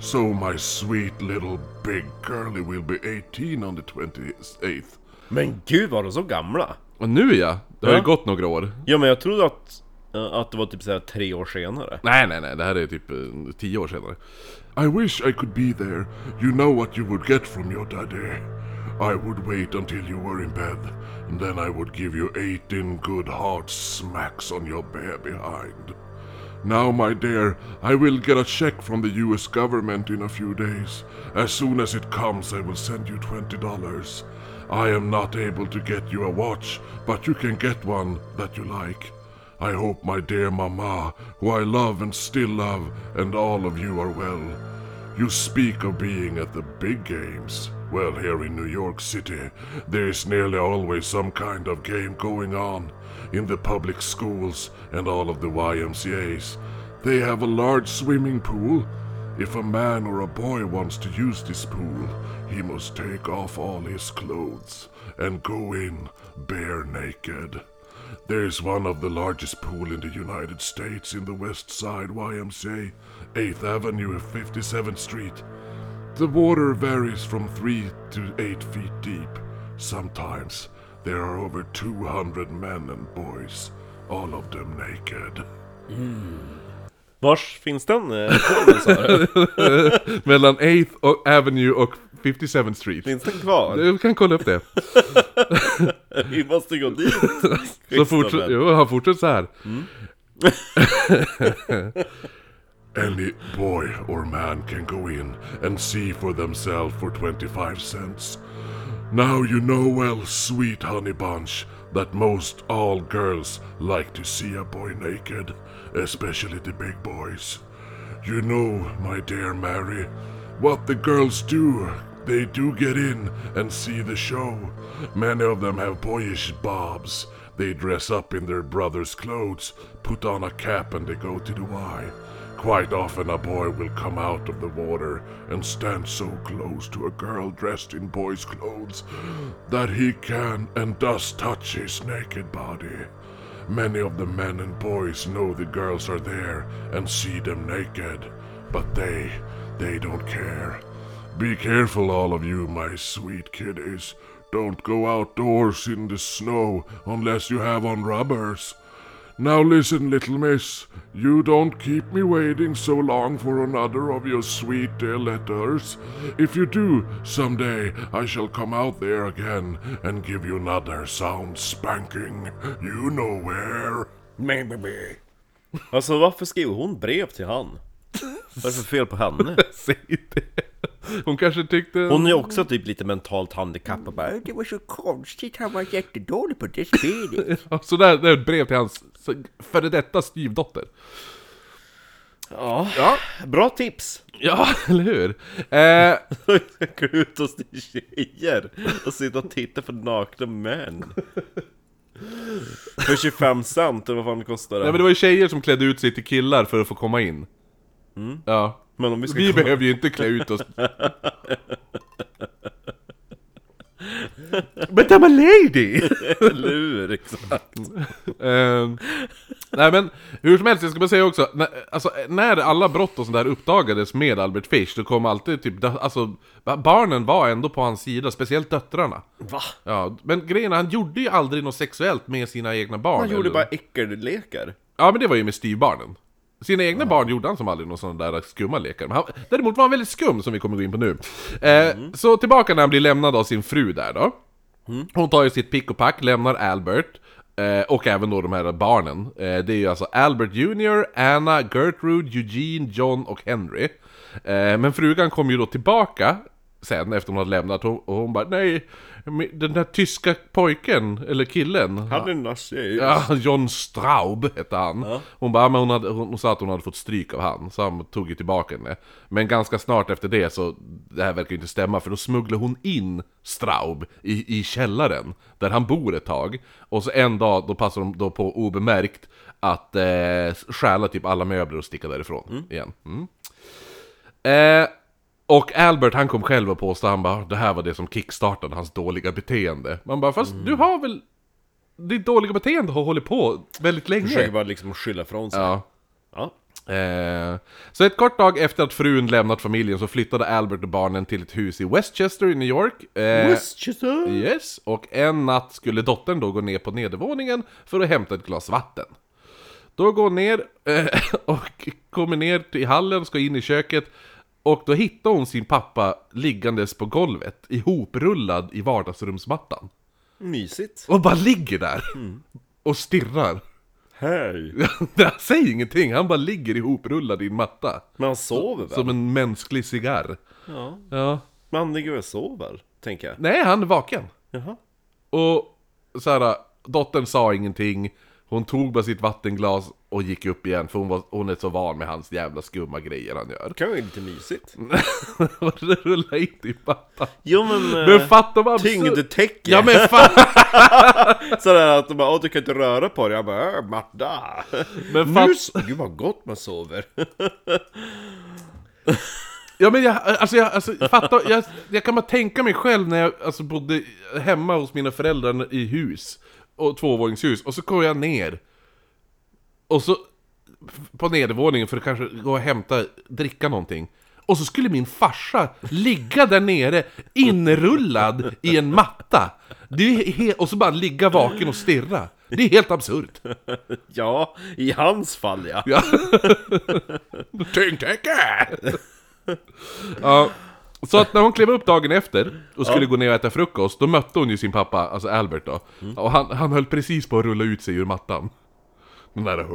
[SPEAKER 3] So my sweet little big curly will be 18 on the 28th.
[SPEAKER 2] Men gud var de så gamla?
[SPEAKER 1] Och nu ja! Det har
[SPEAKER 2] Ja.
[SPEAKER 1] ju gått några år.
[SPEAKER 2] Ja men jag trodde att Eh, Att det var typ såhär tre år senare.
[SPEAKER 1] Nej, nej, nej. Det här är typ eh, tio år senare.
[SPEAKER 3] I wish I could be there. You know what you would get from your daddy. I would wait until you were in bed, and then I would give you 18 good hard smacks on your bare behind. Now, my dear, I will get a check from the US government in a few days. As soon as it comes, I will send you $20. I am not able to get you a watch, but you can get one that you like. I hope my dear mamma, who I love and still love, and all of you are well. You speak of being at the big games. Well, here in New York City, there is nearly always some kind of game going on. In the public schools and all of the YMCAs, they have a large swimming pool. If a man or a boy wants to use this pool, he must take off all his clothes and go in bare naked. There is one of the largest pool in the United States in the West Side YMCA, 8th Avenue and 57th Street. The water varies from 3 to 8 feet deep. Sometimes there are over 200 men and boys, all of them naked.
[SPEAKER 2] Vars finns den eh, koden sa du?
[SPEAKER 1] Mellan 8th och- Avenue och 57th Street.
[SPEAKER 2] Finns den kvar?
[SPEAKER 1] Du kan kolla upp det.
[SPEAKER 2] Vi måste gå dit!
[SPEAKER 1] Så fort, jo, han fortsätter så här.
[SPEAKER 3] Any boy or man can go in and see for themselves for 25 cents. Now you know well, sweet honey bunch, that most all girls like to see a boy naked, especially the big boys. You know, my dear Mary, what the girls do. They do get in and see the show. Many of them have boyish bobs. They dress up in their brother's clothes, put on a cap, and they go to the Y. Quite often, a boy will come out of the water and stand so close to a girl dressed in boy's clothes that he can and does touch his naked body. Many of the men and boys know the girls are there and see them naked, but they, they don't care. Be careful, all of you, my sweet kiddies. Don't go outdoors in the snow unless you have on rubbers. Now listen, little miss. You don't keep me waiting so long for another of your sweet dear letters. If you do, someday I shall come out there again and give you another sound spanking. You know where.
[SPEAKER 2] Alltså varför skriver hon brev till han? Vad är det för fel på henne?
[SPEAKER 1] Säg det. Hon kanske tyckte...
[SPEAKER 2] Hon är ju också typ lite mentalt handikappad bara
[SPEAKER 4] Det var så konstigt, han var jättedålig på det spelet.
[SPEAKER 1] Ja, Så där, det är ett brev till hans före detta styvdotter.
[SPEAKER 2] Ja, ja. bra tips!
[SPEAKER 1] Ja, eller hur? Eh,
[SPEAKER 2] Gå ut hos de tjejer och sitta och titta på nakna män För 25 cent, eller vad fan det kostar
[SPEAKER 1] nej, men det var ju tjejer som klädde ut sig till killar för att få komma in. Ja.
[SPEAKER 2] Men om Mm. vi ska
[SPEAKER 1] Vi
[SPEAKER 2] komma...
[SPEAKER 1] behöver ju inte klä ut oss. But I'm a lady!
[SPEAKER 2] lur exakt.
[SPEAKER 1] Eh, nej men, hur som helst, jag ska bara säga också, när, alltså, när alla brott och sånt där uppdagades med Albert Fish, då kom alltid typ, dö- alltså, ba- barnen var ändå på hans sida, speciellt döttrarna.
[SPEAKER 2] Va?
[SPEAKER 1] Ja, men grejen är, han gjorde ju aldrig något sexuellt med sina egna barn.
[SPEAKER 2] Han gjorde
[SPEAKER 1] eller-
[SPEAKER 2] bara äckellekar
[SPEAKER 1] Ja, men det var ju med styvbarnen. Sina egna barn gjorde han som aldrig någon sån där skumma lekar. Men han, däremot var han väldigt skum, som vi kommer gå in på nu. Eh, Så tillbaka när han blir lämnad av sin fru där då. Hon tar ju sitt pick och pack, lämnar Albert. eh, Och även då de här barnen. Eh, Det är ju alltså Albert Jr, Anna, Gertrude, Eugene, John och Henry. Eh, Men frugan kom ju då tillbaka sen efter hon hade lämnat och och hon bara Nej, den där tyska pojken, eller killen
[SPEAKER 2] Han är nazi
[SPEAKER 1] Ja, John Straub hette han. Hon, bara, men hon, hade, hon, hon sa att hon hade fått stryk av han, så han tog ju tillbaka henne. Men ganska snart efter det så, det här verkar ju inte stämma, för då smugglade hon in Straub i, i källaren, där han bor ett tag. Och så en dag, då passade de då på obemärkt att eh, stjäla typ alla möbler och sticka därifrån igen. Mm. Eh, och Albert han kom själv och påstod, han bara, det här var det som kickstartade hans dåliga beteende. Man bara, fast du har väl ditt dåliga beteende har hållit på väldigt länge.
[SPEAKER 2] Försöker bara liksom skylla från sig
[SPEAKER 1] Ja.
[SPEAKER 2] Ja.
[SPEAKER 1] Eh, så ett kort tag efter att frun lämnat familjen så flyttade Albert och barnen till ett hus i Westchester i New York. Eh, Yes, och en natt skulle dottern då gå ner på nedervåningen för att hämta ett glas vatten. Då går hon ner eh, och kommer ner till hallen, ska in i köket. Och då hittar hon sin pappa liggandes på golvet, ihoprullad i vardagsrumsmattan.
[SPEAKER 2] Mysigt.
[SPEAKER 1] Och bara ligger där! Och stirrar.
[SPEAKER 2] Hej.
[SPEAKER 1] Han säger ingenting, han bara ligger ihoprullad i en matta.
[SPEAKER 2] Men han sover väl?
[SPEAKER 1] Som en mänsklig cigarr.
[SPEAKER 2] Ja.
[SPEAKER 1] Ja.
[SPEAKER 2] Men han ligger väl och sover, tänker jag.
[SPEAKER 1] Nej, han är vaken.
[SPEAKER 2] Jaha.
[SPEAKER 1] Och så här, dottern sa ingenting. Hon tog bara sitt vattenglas och gick upp igen för hon, var, hon är så van med hans jävla skumma grejer han gör.
[SPEAKER 2] Kan vara lite mysigt.
[SPEAKER 1] Och det rullar in i pappa.
[SPEAKER 2] Jo men... eh,
[SPEAKER 1] Men fattar man
[SPEAKER 2] Tyngdtäcke!
[SPEAKER 1] Ja men fan,
[SPEAKER 2] Sådär att de bara "Åh, du kan inte röra på dig, jag bara "Äh, Marta!
[SPEAKER 1] men
[SPEAKER 2] Nu,
[SPEAKER 1] fatt,
[SPEAKER 2] s- gud vad gott man sover!
[SPEAKER 1] ja, men jag, alltså, jag, alltså, fattar, jag, jag kan bara tänka mig själv när jag alltså, bodde hemma hos mina föräldrar i hus, och tvåvåningshus, och så går jag ner. Och så på nedervåningen för att kanske gå och hämta, dricka någonting. Och så skulle min farsa ligga där nere inrullad i en matta. Det är he- och så bara ligga vaken och stirra. Det är helt absurt.
[SPEAKER 2] Ja, i hans fall ja!
[SPEAKER 1] Ja. Tyngdtäcke! ja. Så att när hon klev upp dagen efter och skulle gå ner och äta frukost, då mötte hon ju sin pappa, alltså Albert då.
[SPEAKER 3] Mm.
[SPEAKER 1] Och han, han höll precis på att rulla ut sig ur mattan. Den där...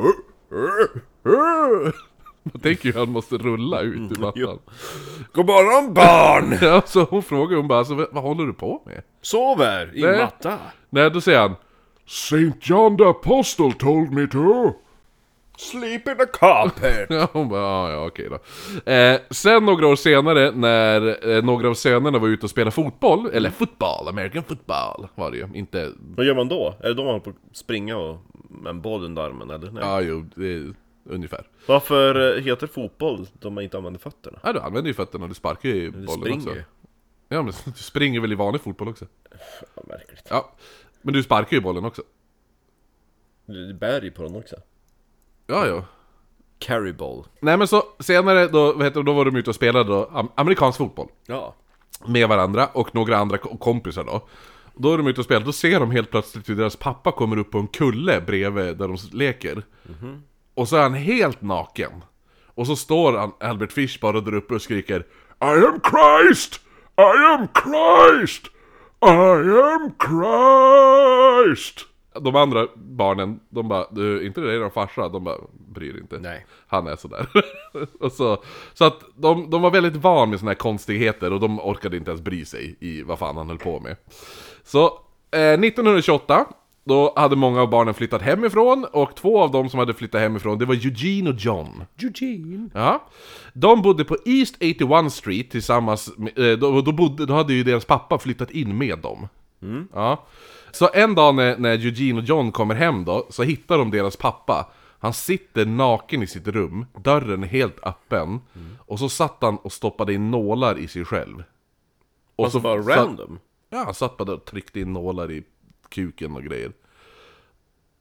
[SPEAKER 1] Man tänker ju att han måste rulla ut
[SPEAKER 3] Mm,
[SPEAKER 1] ur mattan.
[SPEAKER 2] God morgon barn!
[SPEAKER 1] Ja, så hon frågar hon bara, alltså, vad vad håller du på med?
[SPEAKER 2] Sover i
[SPEAKER 1] Nej.
[SPEAKER 2] matta!
[SPEAKER 1] Nej, då säger han,
[SPEAKER 3] Saint John the Apostle told me to.
[SPEAKER 2] Sleep in a carpet!
[SPEAKER 1] Ja, hon bara, "Ja, ja okej då. Eh, sen några år senare när eh, några av sönerna var ute och spelade fotboll, eller fotboll, American football var det ju, inte...
[SPEAKER 2] Vad gör man då? Är det då man håller på att springa och med en boll under armen eller? Nej.
[SPEAKER 1] Ja, jo, det är ungefär.
[SPEAKER 2] Varför eh, heter fotboll då man inte använder fötterna?
[SPEAKER 1] Ja, du använder ju fötterna, du sparkar ju
[SPEAKER 2] Du
[SPEAKER 1] bollen
[SPEAKER 2] springer
[SPEAKER 1] också.
[SPEAKER 2] ju.
[SPEAKER 1] Ja, men du springer väl i vanlig fotboll också?
[SPEAKER 2] Fan, märkligt.
[SPEAKER 1] Ja. Men du sparkar ju bollen också.
[SPEAKER 2] Du du bär ju på den också.
[SPEAKER 1] Ja, ja.
[SPEAKER 2] Carry ball.
[SPEAKER 1] Nej men så senare då, vad heter det, då var de ute och spelade då, am- amerikansk fotboll.
[SPEAKER 2] Ja.
[SPEAKER 1] med varandra och några andra ko- kompisar då. Då är de ute och spelar, då ser de helt plötsligt hur deras pappa kommer upp på en kulle bredvid där de s- leker. Och så är han helt naken. Och så står han, Albert Fish bara där uppe och skriker
[SPEAKER 3] I am Christ! I am Christ! I am Christ!
[SPEAKER 1] De andra barnen, de bara du, inte det är din farsa? De bara bryr inte.
[SPEAKER 2] Nej.
[SPEAKER 1] Han är sådär. och så, så att de, de var väldigt van med såna här konstigheter och de orkade inte ens bry sig i vad fan han höll på med. Så eh, 1928, då hade många av barnen flyttat hemifrån och två av dem som hade flyttat hemifrån, det var Eugene och John.
[SPEAKER 2] Eugene.
[SPEAKER 1] Ja. De bodde på East 81 Street tillsammans, med, eh, då, då, bodde, då hade ju deras pappa flyttat in med dem. Ja. Så en dag när, när Eugene och John kommer hem då, så hittar de deras pappa. Han sitter naken i sitt rum, dörren är helt öppen. Och så satt han och stoppade in nålar i sig själv. Och
[SPEAKER 2] Alltså bara
[SPEAKER 1] satt-
[SPEAKER 2] random.
[SPEAKER 1] Ja, han satt bara där och tryckte in nålar i kuken och grejer.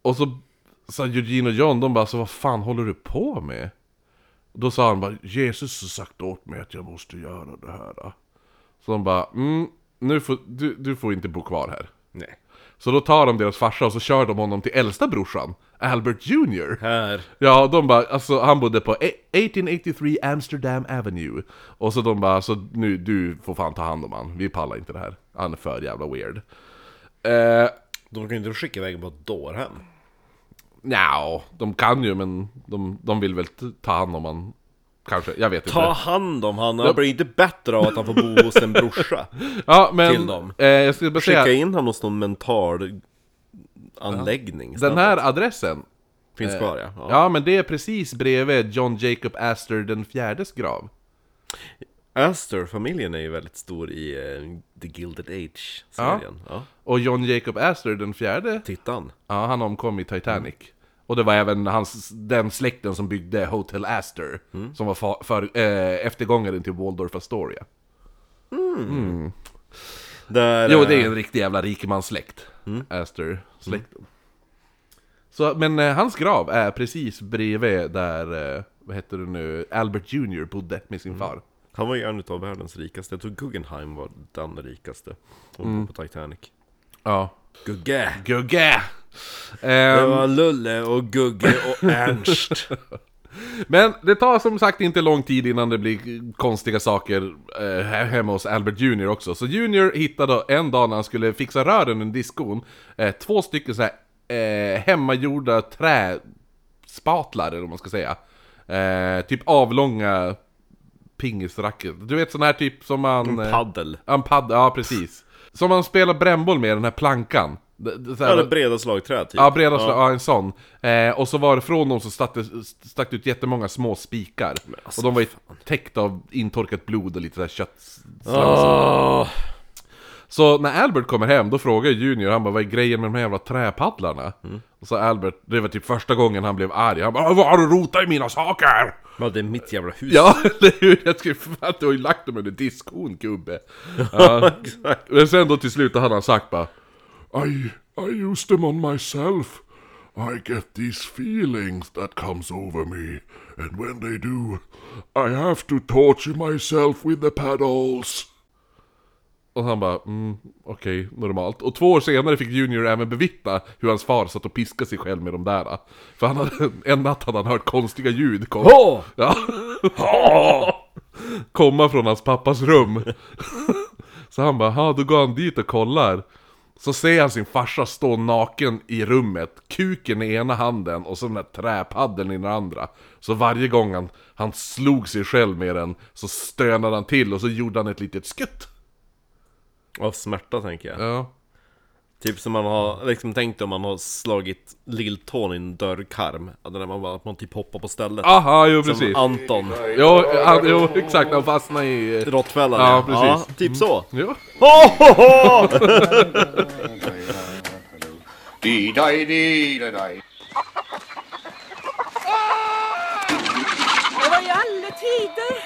[SPEAKER 1] Och så sa Eugene och John, de bara så vad fan håller du på med? Då sa han bara, Jesus har sagt åt mig att jag måste göra det här. Så de bara, mm, nu får, du, du får inte bo kvar här.
[SPEAKER 2] Nej.
[SPEAKER 1] Så då tar de deras farsa och så kör de honom till äldsta brorsan, Albert Jr.
[SPEAKER 2] Här.
[SPEAKER 1] Ja, och de bara, alltså han bodde på e- 1883 Amsterdam Avenue. Och så de bara, alltså nu, du får fan ta hand om han. Vi pallar inte det här. Han är för jävla weird. Eh,
[SPEAKER 2] De kan ju inte skicka iväg på ett dårhem.
[SPEAKER 1] nja, de kan ju men de, de vill väl t- ta hand om han. Kanske, jag vet
[SPEAKER 2] Ta
[SPEAKER 1] inte.
[SPEAKER 2] hand om han, han blir inte bättre av att han får bo hos en brorsa.
[SPEAKER 1] Ja, men...
[SPEAKER 2] till dem.
[SPEAKER 1] Eh, jag skulle bara
[SPEAKER 2] Skicka
[SPEAKER 1] säga,
[SPEAKER 2] in honom hos någon mental anläggning.
[SPEAKER 1] den här adressen.
[SPEAKER 2] finns kvar ja. ja.
[SPEAKER 1] Ja, men det är precis bredvid John Jacob Astor den fjärdes grav.
[SPEAKER 2] Astor-familjen är ju väldigt stor i eh, The Gilded Age-serien. Ja.
[SPEAKER 1] Och John Jacob Astor den fjärde
[SPEAKER 2] Tittan.
[SPEAKER 1] Ja, han omkom i Titanic. Och det var även hans, den släkten som byggde Hotel Astor, som var fa- för, eh, eftergångaren till Waldorf Astoria.
[SPEAKER 2] Där,
[SPEAKER 1] Jo,
[SPEAKER 2] eh,
[SPEAKER 1] det är en riktig jävla rikemanssläkt, Astor-släkten. Så, men eh, hans grav är precis bredvid där, eh, vad heter det nu, Albert Jr bodde med sin far.
[SPEAKER 2] Han var ju en
[SPEAKER 1] Mm.
[SPEAKER 2] av världens rikaste. Jag tror Guggenheim var den rikaste. Och på Titanic.
[SPEAKER 1] Ja.
[SPEAKER 2] Gugge.
[SPEAKER 1] Gugge!
[SPEAKER 2] Det
[SPEAKER 1] Ehm,
[SPEAKER 2] var Lulle och Gugge och Ernst.
[SPEAKER 1] Men det tar som sagt inte lång tid innan det blir konstiga saker eh, här hemma hos Albert Junior också. Så Junior hittade en dag när han skulle fixa rören under diskon, eh, två stycken så här, eh, hemmagjorda träspatlar eller vad man ska säga. Eh, typ avlånga pingisracket. Du vet sån här typ som man... eh,
[SPEAKER 2] Paddel.
[SPEAKER 1] En padd, ja precis. Som man spelar brännboll med, den här plankan. Det- det- så här-
[SPEAKER 2] Ja, det breda slagträ typ.
[SPEAKER 1] Ja, breda slag, ja. en sån. Eh, och så var det från dem så stack, det- stack det ut jättemånga små spikar.
[SPEAKER 2] alltså,
[SPEAKER 1] och de var ju täckta av intorkat blod och lite sådär kött. Ah.
[SPEAKER 2] Åh.
[SPEAKER 1] Så när Albert kommer hem, då frågar Junior, han bara vad är grejen med de här jävla träpaddlarna? Och så Albert, det var typ första gången han blev arg, han bara vad har du rotat i mina saker?
[SPEAKER 2] Ja, det är mitt jävla hus.
[SPEAKER 1] Ja, eller hur? Jag skulle fan, du har ju lagt dem under diskon gubbe. Ja. Men sen då till slut då hade han sagt bara
[SPEAKER 3] I I used them on myself. I get these feelings that comes over me, and when they do, I have to torture myself with the paddles.
[SPEAKER 1] Och han bara, mm, okej, normalt. Och två år senare fick Junior även bevittna hur hans far satt och piskade sig själv med de där. För han hade, en natt hade han hört konstiga ljud komma.
[SPEAKER 2] Åh!
[SPEAKER 1] Ja. komma från hans pappas rum. Så han bara, "Ha, då går han dit och kollar. Så ser han sin farsa stå naken i rummet, kuken i ena handen och så den där träpaddeln i den andra. Så varje gång han, han slog sig själv med den så stönade han till och så gjorde han ett litet skutt.
[SPEAKER 2] Av smärta tänker jag.
[SPEAKER 1] Ja.
[SPEAKER 2] Typ som man har, liksom tänkt om man har slagit lilltån i en dörrkarm. Att det där man, bara- att man typ hoppar på stället.
[SPEAKER 1] Aha, jo
[SPEAKER 2] som
[SPEAKER 1] precis.
[SPEAKER 2] Anton.
[SPEAKER 1] Jo, han, jo exakt, han fastnar i... eh,
[SPEAKER 2] Råttfällan
[SPEAKER 1] Ja, precis.
[SPEAKER 2] typ så.
[SPEAKER 1] Jo.
[SPEAKER 5] Dee die dee da die.
[SPEAKER 6] Det var ju alla tider.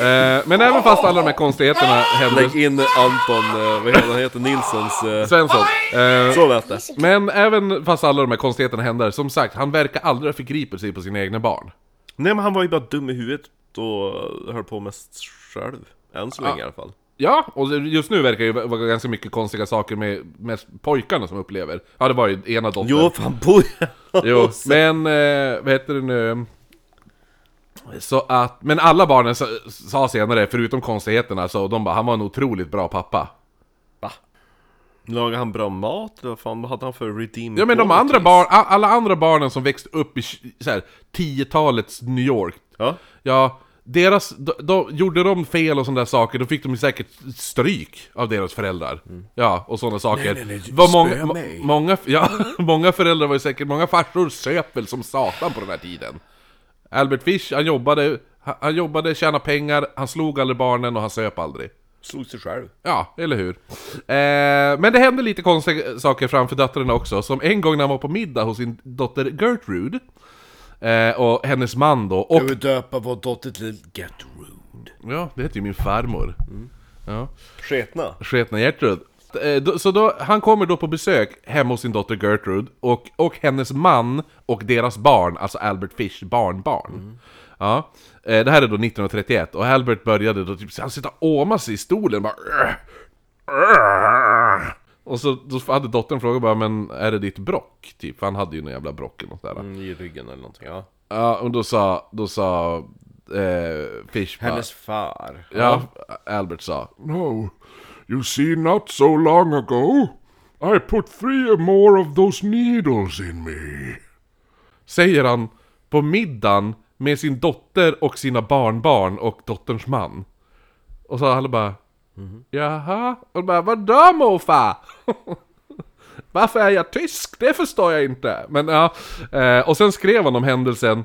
[SPEAKER 1] Eh, men även fast alla de här konstigheterna hände...
[SPEAKER 2] Lägg in Anton, eh, vad heter han, heter Nilssons... eh,
[SPEAKER 1] Svensson. Eh,
[SPEAKER 2] Så lät det.
[SPEAKER 1] men även fast alla de här konstigheterna hände, som sagt, han verkar aldrig ha förgripit sig på sina egna barn.
[SPEAKER 2] Nej men han var ju bara dum i huvudet och höll på mest själv. Än så länge i alla fall.
[SPEAKER 1] Ja, och just nu verkar det ju vara ganska mycket konstiga saker med, med pojkarna som upplever. Ja, det var ju ena dottern.
[SPEAKER 2] Jo, fan bor
[SPEAKER 1] Jo, men eh, vad heter det nu? Så att, men alla barnen sa, sa senare, förutom konstigheterna, så de bara han var en otroligt bra pappa.
[SPEAKER 2] Lagade han bra mat eller vad fan vad hade han för redeem?
[SPEAKER 1] Ja men de
[SPEAKER 2] qualities?
[SPEAKER 1] andra barn, a- alla andra barnen som växte upp i tj- så här, 10-talets New York
[SPEAKER 2] Ja.
[SPEAKER 1] Ja, deras, de, de, gjorde de fel och sådana där saker, då fick de säkert stryk av deras föräldrar Ja, och sådana saker
[SPEAKER 3] nej, nej,
[SPEAKER 1] Var
[SPEAKER 3] spöa
[SPEAKER 1] många, må,
[SPEAKER 3] mig.
[SPEAKER 1] många, ja, många föräldrar var ju säkert, många farsor söp väl som satan på den här tiden Albert Fish, han jobbade, han- han jobbade, tjänade pengar, han slog aldrig barnen och han söp aldrig
[SPEAKER 2] Slog sig själv.
[SPEAKER 1] Ja, eller hur? Eh, men det hände lite konstiga saker framför döttrarna också, som en gång när han var på middag hos sin dotter Gertrude eh, och hennes man då, och...
[SPEAKER 2] döpa vår dotter till Gertrude.
[SPEAKER 1] Ja, det heter ju min farmor. Ja.
[SPEAKER 2] Sketna.
[SPEAKER 1] Sketna Gertrud. Eh, då- Så då, han kommer då på besök hemma hos sin dotter Gertrude och, och hennes man och deras barn, alltså Albert Fish barnbarn.
[SPEAKER 3] Mm.
[SPEAKER 1] Ja. Eh, Det här är då 1931 och Albert började då typ, han sitta och åma sig i stolen bara "Åh, åh." Och så då hade dottern frågat bara men är det ditt brock? Typ, för han hade ju någon jävla brock eller något där.
[SPEAKER 2] Mm, I ryggen eller någonting, ja.
[SPEAKER 1] Ja, och då sa, då sa eh, Fish bara,
[SPEAKER 2] Hennes far.
[SPEAKER 1] ja, Albert sa
[SPEAKER 3] No, you see, not so long ago, I put three or more of those needles in me.
[SPEAKER 1] säger han på middagen med sin dotter och sina barnbarn och dotterns man. Och så alla bara Jaha? Och bara Vadå morfar? Varför är jag tysk? Det förstår jag inte. Men ja. Eh, och sen skrev han om händelsen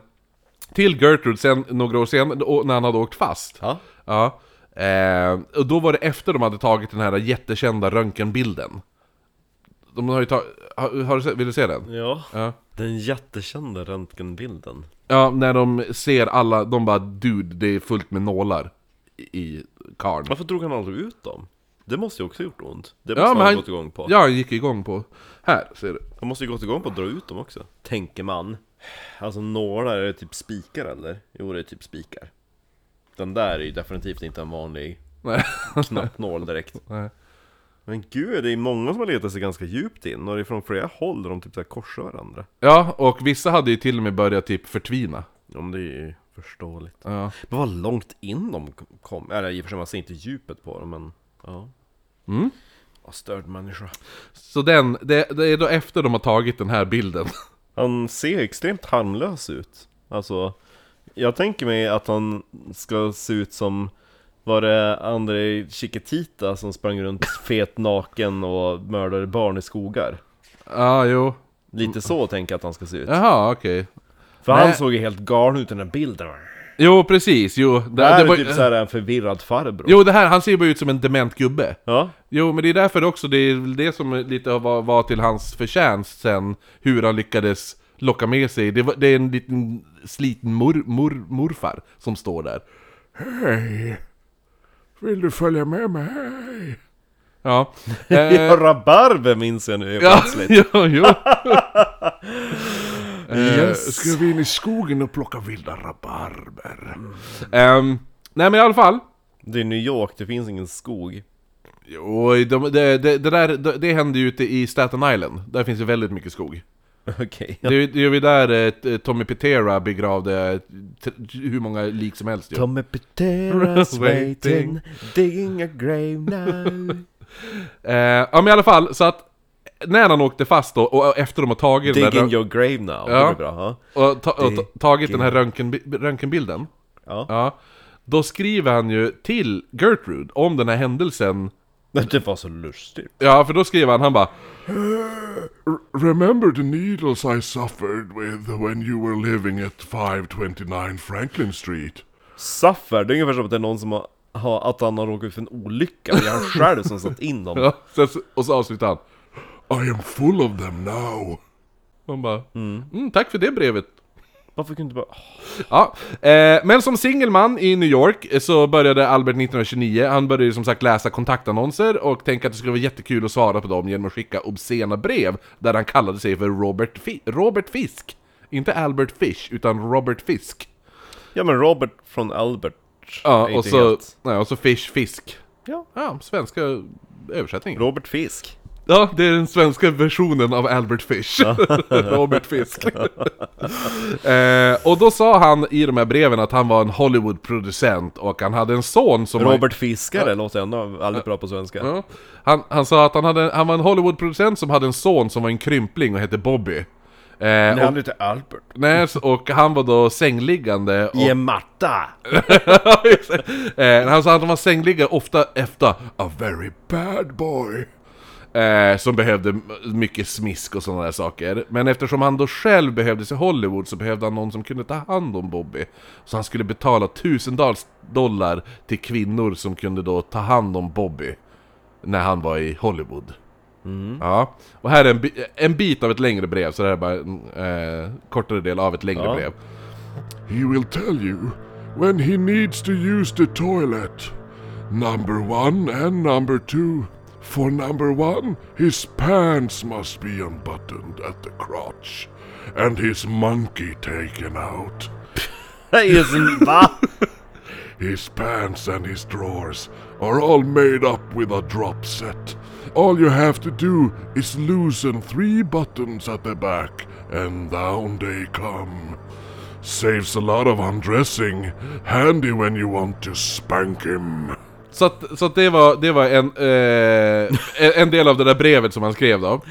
[SPEAKER 1] till Gertrude sen några år senare och- när han hade åkt fast.
[SPEAKER 2] Ja.
[SPEAKER 1] Ja. Eh, och då var det efter de hade tagit den här jättekända röntgenbilden. De har ju tagit... Har, har du sett, vill du se den?
[SPEAKER 2] Ja.
[SPEAKER 1] Ja.
[SPEAKER 2] Den jättekända röntgenbilden.
[SPEAKER 1] Ja, när de ser alla, de bara 'Dude, det är fullt med nålar' i- i karn.
[SPEAKER 2] Varför drog han aldrig ut dem? Det måste ju också gjort ont. Det måste
[SPEAKER 1] Ja,
[SPEAKER 2] han
[SPEAKER 1] men
[SPEAKER 2] ha
[SPEAKER 1] han,
[SPEAKER 2] gått igång på.
[SPEAKER 1] ja, han gick igång på... Här, ser du.
[SPEAKER 2] Han måste ju gått igång på att dra ut dem också. Tänker man. Alltså nålar, är det typ spikar eller? Jo det är typ spikar. den där är ju definitivt inte en vanlig
[SPEAKER 1] Nej.
[SPEAKER 2] knappnål direkt.
[SPEAKER 1] Nej.
[SPEAKER 2] Men gud, det är många som har letat sig ganska djupt in och det är från flera håll där de typ så här korsar varandra.
[SPEAKER 1] Ja, och vissa hade ju till och med börjat typ förtvina.
[SPEAKER 2] Ja, men det är ju förståeligt.
[SPEAKER 1] Ja.
[SPEAKER 2] Men vad långt in de kom. Eller i och för sig, man ser inte djupet på dem, men ja.
[SPEAKER 1] Mm.
[SPEAKER 2] Ja, störd människa.
[SPEAKER 1] Så den, det, det är då efter de har tagit den här bilden.
[SPEAKER 2] Han ser extremt harmlös ut. Alltså, jag tänker mig att han ska se ut som var det Andrei Chiquitita som sprang runt fet naken och mördade barn i skogar?
[SPEAKER 1] Ja, jo.
[SPEAKER 2] Lite så tänker jag att han ska se ut.
[SPEAKER 1] Jaha, okej.
[SPEAKER 2] För
[SPEAKER 1] Nej.
[SPEAKER 2] han såg ju helt galen ut i den här bilden.
[SPEAKER 1] Jo, precis. Jo, det,
[SPEAKER 2] Det här
[SPEAKER 1] det var-
[SPEAKER 2] är typ såhär en förvirrad farbror.
[SPEAKER 1] jo, det här, han ser bara ut som en dement gubbe.
[SPEAKER 2] Ja,
[SPEAKER 1] Jo, men det är därför också, det är väl det som lite var, var till hans förtjänst sen, hur han lyckades locka med sig. Det, var, det är en liten sliten mor, mor, morfar som står där.
[SPEAKER 3] Hej! Vill du följa med mig?
[SPEAKER 1] Ja. Eh,
[SPEAKER 2] ja rabarber minns jag nu
[SPEAKER 1] ja,
[SPEAKER 2] plötsligt.
[SPEAKER 1] ja, jo.
[SPEAKER 3] Eh, Ska vi in i skogen och plocka vilda rabarber?
[SPEAKER 1] Ehm, nej, men i alla fall.
[SPEAKER 2] Det är New York, det finns ingen skog.
[SPEAKER 1] Jo, de, det- det- det där, det, det hände ju ute i Staten Island. Där finns ju väldigt mycket skog.
[SPEAKER 2] Okej.
[SPEAKER 1] Det är ju- det är ju där eh, t- Tommy Petera begravde t- hur många lik som helst ju.
[SPEAKER 2] Tommy Petera's
[SPEAKER 1] waiting,
[SPEAKER 2] digging a grave now
[SPEAKER 1] Eh, ja men i alla fall, så att när han åkte fast då, och efter de har tagit den
[SPEAKER 2] Digging
[SPEAKER 1] där,
[SPEAKER 2] your grave now,
[SPEAKER 1] Ja.
[SPEAKER 2] det är bra. Ja.
[SPEAKER 1] och ta, och ta, tagit den här röntgen, röntgenbilden,
[SPEAKER 2] Ja.
[SPEAKER 1] ja, då skriver han ju till Gertrude om den här händelsen
[SPEAKER 2] Men Det var så lustigt.
[SPEAKER 1] Ja, för då skriver han, han bara
[SPEAKER 3] Remember the needles I suffered with when you were living at 529 Franklin Street?
[SPEAKER 2] Saffer, det är ungefär som att det är någon som har, har att han har råkat ut för en olycka. Det är han själv som satt in dem.
[SPEAKER 1] ja, sen, så- Och så avslutar han
[SPEAKER 3] I am full of them now.
[SPEAKER 1] Han bara mm. Tack för det brevet
[SPEAKER 2] Varför kunde du bara... Åh,
[SPEAKER 1] Ja, eh, men som singelman i New York eh, så började Albert 1929, han började ju som sagt läsa kontaktannonser och tänkte att det skulle vara jättekul att svara på dem genom att skicka obscena brev där han kallade sig för Robert, Fi- Robert Fisk. Inte Albert Fish, utan Robert Fisk.
[SPEAKER 2] Ja men Robert från Albert. är
[SPEAKER 1] Ja,
[SPEAKER 2] inte
[SPEAKER 1] och så,
[SPEAKER 2] helt-
[SPEAKER 1] nej, och så Fish Fisk.
[SPEAKER 2] Ja.
[SPEAKER 1] Ja, svenska översättningen.
[SPEAKER 2] Robert Fisk.
[SPEAKER 1] Ja, det är den svenska versionen av Albert Fish. Robert Fisk. eh, och då sa han i de här breven att han var en Hollywood-producent och han hade en son som... var-
[SPEAKER 2] Robert Fiskare låter ändå väldigt bra på svenska.
[SPEAKER 1] Ja. Han, han sa att han, hade, han var en Hollywood-producent som hade en son som var en krympling och hette Bobby. Eh,
[SPEAKER 2] Nej,
[SPEAKER 1] och,
[SPEAKER 2] han heter Albert.
[SPEAKER 1] nej, så- och han var då sängliggande och,
[SPEAKER 2] Ge matta!
[SPEAKER 1] eh, Han sa att han var sängliggande ofta efter
[SPEAKER 3] A very bad boy.
[SPEAKER 1] eh, Som behövde m- mycket smisk och sådana där saker Men eftersom han då själv behövdes i Hollywood så behövde han någon som kunde ta hand om Bobby Så han skulle betala tusentals dollar till kvinnor som kunde då ta hand om Bobby När han var i Hollywood Ja, och här är en, bi- en bit av ett längre brev, så det här är bara en eh, kortare del av ett längre
[SPEAKER 2] Ja.
[SPEAKER 1] brev.
[SPEAKER 3] He will tell you when he needs to use the toilet. Number one and number two. For number one, his pants must be unbuttoned at the crotch and his monkey taken out.
[SPEAKER 2] Isen, va?
[SPEAKER 3] His pants and his drawers are all made up with a drop set. All you have to do is loosen three buttons at the back, and down they come. Saves a lot of undressing. Handy when you want to spank him.
[SPEAKER 1] Så att, så att det var, det var en, eh, en- en del av det där brevet som han skrev då.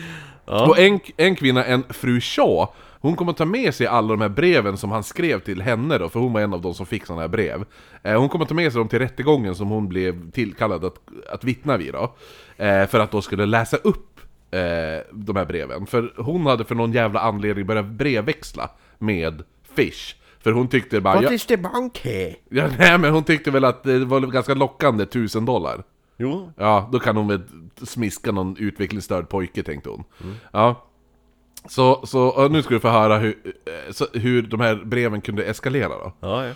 [SPEAKER 1] Och en, en kvinna, en fru Shaw, hon kommer ta med sig alla de här breven som han skrev till henne då, för hon var en av de som fick sådana här brev. Eh, hon kommer ta med sig dem till rättegången som hon blev tillkallad att, att vittna vid då. Eh, för att då skulle läsa upp eh, de här breven. För hon hade för någon jävla anledning börjat brevväxla med Fish. För hon tyckte bara...
[SPEAKER 4] What
[SPEAKER 1] "Ja,
[SPEAKER 4] is the monkey?
[SPEAKER 1] Ja, nej men hon tyckte väl att det var ganska lockande, tusen dollar.
[SPEAKER 2] Jo,
[SPEAKER 1] Ja, då kan hon väl smiska någon utvecklingsstörd pojke tänkte hon.
[SPEAKER 2] Mm.
[SPEAKER 1] Ja. Så, så och nu ska du få höra hur, eh, så, hur de här breven kunde eskalera då.
[SPEAKER 2] ja, ja.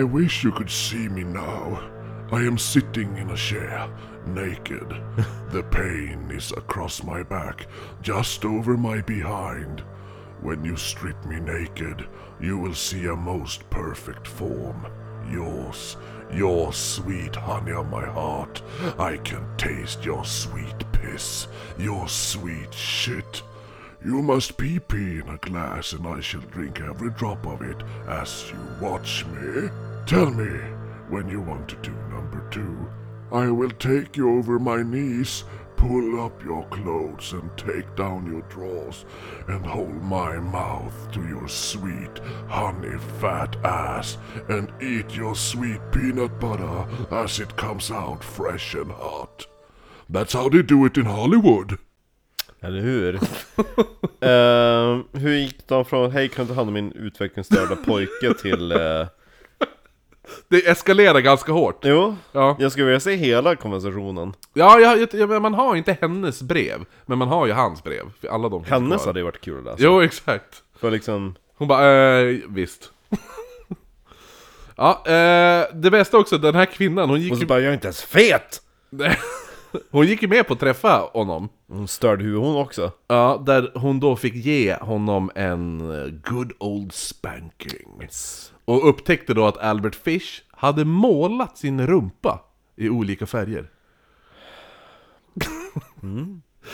[SPEAKER 3] I wish you could see me now. I am sitting in a chair, naked. the pain is across my back, just over my behind. When you strip me naked, you will see a most perfect form. Yours, your sweet honey on my heart. I can taste your sweet piss, your sweet shit. You must pee pee in a glass, and I shall drink every drop of it as you watch me. Tell me when you want to do number two. I will take you over my knees, pull up your clothes, and take down your drawers, and hold my mouth to your sweet, honey fat ass, and eat your sweet peanut butter as it comes out fresh and hot. That's how they do it in Hollywood.
[SPEAKER 2] Eller hur? Ehm, hur gick de från Hej kan du ta hand om min utvecklingsstörda pojke till eh,
[SPEAKER 1] Det eskalerar ganska hårt.
[SPEAKER 2] Jo,
[SPEAKER 1] Ja.
[SPEAKER 2] jag skulle vilja se hela konversationen
[SPEAKER 1] Ja, jag, jag, jag, man har inte hennes brev, men man har ju hans brev. För alla de finns
[SPEAKER 2] Hennes
[SPEAKER 1] kvar.
[SPEAKER 2] hade ju varit kul att läsa
[SPEAKER 1] Jo, exakt.
[SPEAKER 2] För liksom,
[SPEAKER 1] Hon bara, eh, visst. ja, eh, det bästa också, den här kvinnan, hon gick,
[SPEAKER 2] och så
[SPEAKER 1] ju,
[SPEAKER 2] bara jag är inte ens fet!
[SPEAKER 1] hon gick ju med på att träffa honom.
[SPEAKER 2] Hon störde huvud hon
[SPEAKER 1] Eh.
[SPEAKER 2] också
[SPEAKER 1] Ja, där hon då fick ge honom en eh, good old spanking. Och upptäckte då att Albert Fish hade målat sin rumpa i olika färger.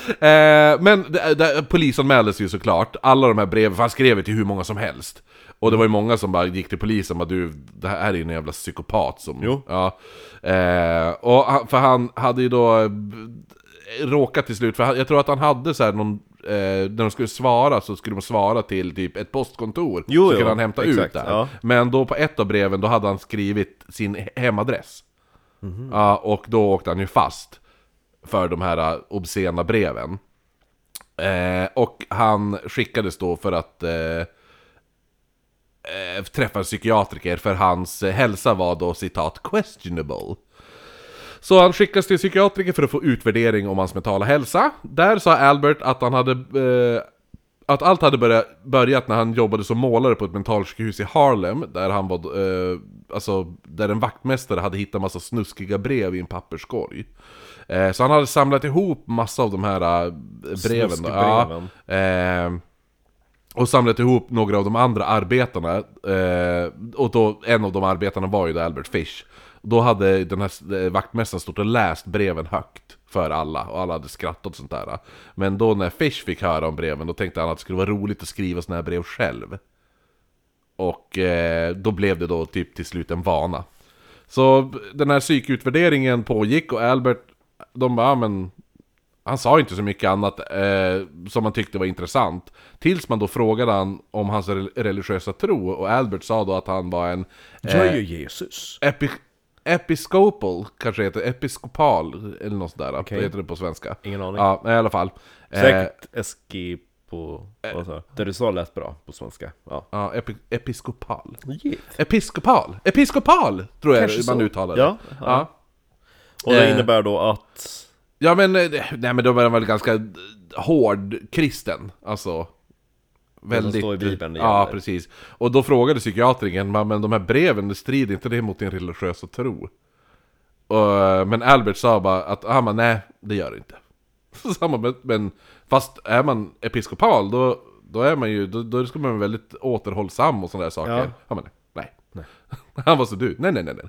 [SPEAKER 1] eh, men det, det, polisanmäldes ju såklart, alla de här breven, för han skrev ju till hur många som helst. Och det var ju många som bara gick till polisen och bara du, det här är ju en jävla psykopat som...
[SPEAKER 2] Jo.
[SPEAKER 1] Ja. Eh, och han, för han hade ju då eh, råkat till slut, för han, jag tror att han hade så här någon... Eh, när de skulle svara så skulle de svara till typ ett postkontor,
[SPEAKER 2] Jo,
[SPEAKER 1] så
[SPEAKER 2] jo,
[SPEAKER 1] skulle han hämta ut
[SPEAKER 2] exakt,
[SPEAKER 1] det.
[SPEAKER 2] ja.
[SPEAKER 1] Men då på ett av breven, då hade han skrivit sin he- hemadress.
[SPEAKER 2] Mhm.
[SPEAKER 1] Ja, och då åkte han ju fast för de här eh, obscena breven. Eh, och han skickades då för att eh, eh, träffa en psykiatriker för hans eh, hälsa var då citat 'questionable' Så han skickas till psykiatriker för att få utvärdering om hans mentala hälsa. Där sa Albert att han hade... Eh, att allt hade börjat, börjat när han jobbade som målare på ett mentalsjukhus i Harlem, där han var... Eh, alltså, där en vaktmästare hade hittat massa snuskiga brev i en papperskorg. Eh, så han hade samlat ihop massa av de här eh, breven. Då. Ja, eh, och samlat ihop några av de andra arbetarna eh, Och då, en av de arbetarna var ju då Albert Fish Då hade den här eh, vaktmästaren stått och läst breven högt För alla, och alla hade skrattat och sånt där Men då när Fish fick höra om breven Då tänkte han att det skulle vara roligt att skriva såna här brev själv Och eh, då blev det då typ till slut en vana Så den här psykutvärderingen pågick och Albert De bara, "Ja, men han sa inte så mycket annat eh, som man tyckte var intressant. Tills man då frågade han om hans rel- religiösa tro och Albert sa då att han var en eh,
[SPEAKER 2] Jag är ju Jesus
[SPEAKER 1] epi episkopal, kanske heter episkopal eller något sådär. Vad heter det på svenska?
[SPEAKER 2] Ingen aning.
[SPEAKER 1] Ja, i alla fall. Eh,
[SPEAKER 2] Säkert eski på, vad sa jag? Det du sa lät bra på svenska Ja,
[SPEAKER 1] Ja, epi episkopal.
[SPEAKER 2] yeah.
[SPEAKER 1] Episkopal! Episkopal! Tror jag
[SPEAKER 2] Kanske
[SPEAKER 1] man
[SPEAKER 2] så.
[SPEAKER 1] uttalar det.
[SPEAKER 2] Ja, ja.
[SPEAKER 1] ja.
[SPEAKER 2] Och det
[SPEAKER 1] Eh.
[SPEAKER 2] innebär då att
[SPEAKER 1] Ja men, eh, nej men då var han väl ganska eh, hård kristen, alltså Väldigt...
[SPEAKER 2] står i Bibeln det
[SPEAKER 1] Ja,
[SPEAKER 2] gäller.
[SPEAKER 1] precis. Och då frågade psykiatriken, "Va, men de här breven, det strider inte det mot din religiösa tro? Och, eh, men Albert sa bara att, han bara, nej, det gör det inte. Så sa man, men, men fast är man episkopal, då, då är man ju, då, då ska man vara väldigt återhållsam och sådana där saker.
[SPEAKER 2] Ja.
[SPEAKER 1] Han bara, nej. nej. Han var så du, nej, nej, nej, nej.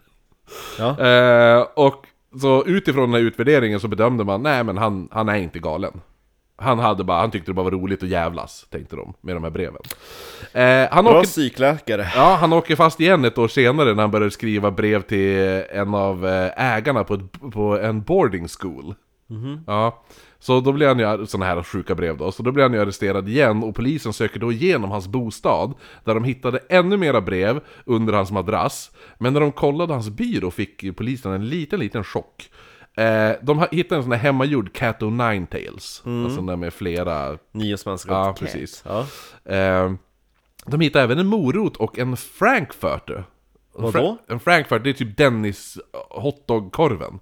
[SPEAKER 2] Ja.
[SPEAKER 1] Eh, och så utifrån den här utvärderingen så bedömde man, nej men han, han är inte galen. Han, hade bara, han tyckte det bara var roligt att jävlas, tänkte de, med de här breven. Eh, han,
[SPEAKER 2] Bra
[SPEAKER 1] åker,
[SPEAKER 2] psykläkare
[SPEAKER 1] ja, han åker fast igen ett år senare när han började skriva brev till en av eh, ägarna på, ett, på en boarding school. Ja, så då blir han ju, sådana här sjuka brev då, så då blir han ju arresterad igen och polisen söker då igenom hans bostad där de hittade ännu mera brev under hans madrass. Men när de kollade hans byrå fick ju polisen en liten, liten chock. Eh, de ha- hittade en sån här hemmagjord Cat O' Nine Tails, alltså den där med flera
[SPEAKER 2] Nio svenska
[SPEAKER 1] Ja, precis.
[SPEAKER 2] ja.
[SPEAKER 1] Eh, de hittade även en morot och en frankfurter.
[SPEAKER 2] Vadå?
[SPEAKER 1] En frankfurter, det är typ Dennis hotdog-korven.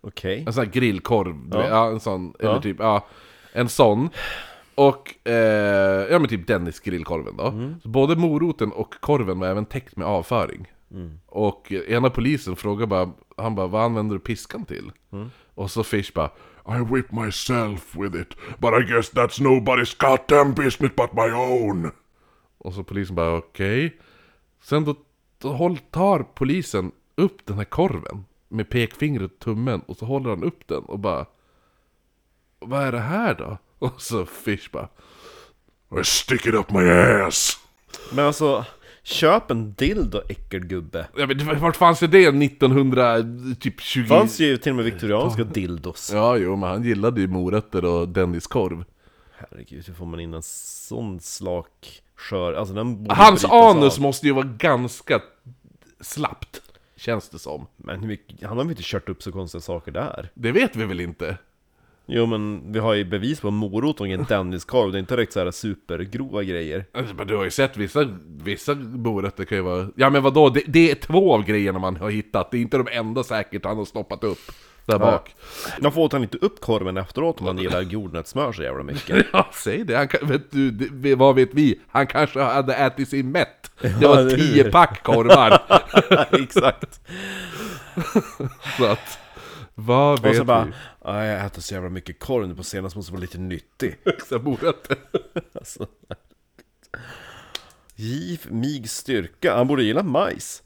[SPEAKER 2] Okej
[SPEAKER 1] En sån här grillkorv, du
[SPEAKER 2] Ja.
[SPEAKER 1] vet. ja, en sån, eller
[SPEAKER 2] Ja.
[SPEAKER 1] typ, ja, en sån. Och,
[SPEAKER 2] Mm.
[SPEAKER 1] eh, ja men typ Dennis grillkorven då. Så både moroten och korven var även täckt med avföring.
[SPEAKER 2] Mm.
[SPEAKER 1] Och ena polisen frågar bara, han bara, vad använder du piskan till?
[SPEAKER 2] Mm.
[SPEAKER 1] Och så Fish bara,
[SPEAKER 3] I whip myself with it, but I guess that's nobody's goddamn business but my own.
[SPEAKER 1] och så polisen bara, okej. Sen då, då håll- tar polisen upp den här korven med pekfingret och tummen och så håller han upp den och bara, vad är det här då? Och så Fish bara,
[SPEAKER 3] I stick it up my ass.
[SPEAKER 2] Men alltså, köp en dildo äckelgubbe.
[SPEAKER 1] ja men det- vart fanns ju det 1920? Typ 20...
[SPEAKER 2] Fanns ju till och med
[SPEAKER 1] Mm.
[SPEAKER 2] viktorianska dildos.
[SPEAKER 1] Ja, jo, men han gillade ju morötter och Denniskorv.
[SPEAKER 2] Herregud, hur får man in en sån slak skör? Alltså den borde
[SPEAKER 1] Hans
[SPEAKER 2] brytas av.
[SPEAKER 1] anus måste ju vara ganska slappt, känns det som.
[SPEAKER 2] Men hur mycket- han har väl inte kört upp så konstiga saker där?
[SPEAKER 1] Det vet vi väl inte?
[SPEAKER 2] Jo men vi har ju bevis på morot och en Dennis-korv, det är inte direkt så här supergrova grejer.
[SPEAKER 1] Alltså, Men du har ju sett vissa, vissa morötter kan ju vara... Ja men vadå, det, det är två av grejerna man har hittat, det är inte de enda säkert han har stoppat upp där bak.
[SPEAKER 2] Man får åt han inte upp korven efteråt om han gillar jordnötssmör så jävla mycket.
[SPEAKER 1] Ja, säg det, han, kan- vet du, det, vad vet vi? Han kanske hade ätit sig mätt. Det var
[SPEAKER 2] eller hur?
[SPEAKER 1] tio pack korvar.
[SPEAKER 2] Exakt.
[SPEAKER 1] så att, vad vet
[SPEAKER 2] Och så bara,
[SPEAKER 1] vi?
[SPEAKER 2] "Aj, jag äter så jävla mycket korv nu på senast, måste vara lite nyttig.
[SPEAKER 1] Så här morötter.
[SPEAKER 2] Alltså. Giv mig styrka, han borde gilla majs.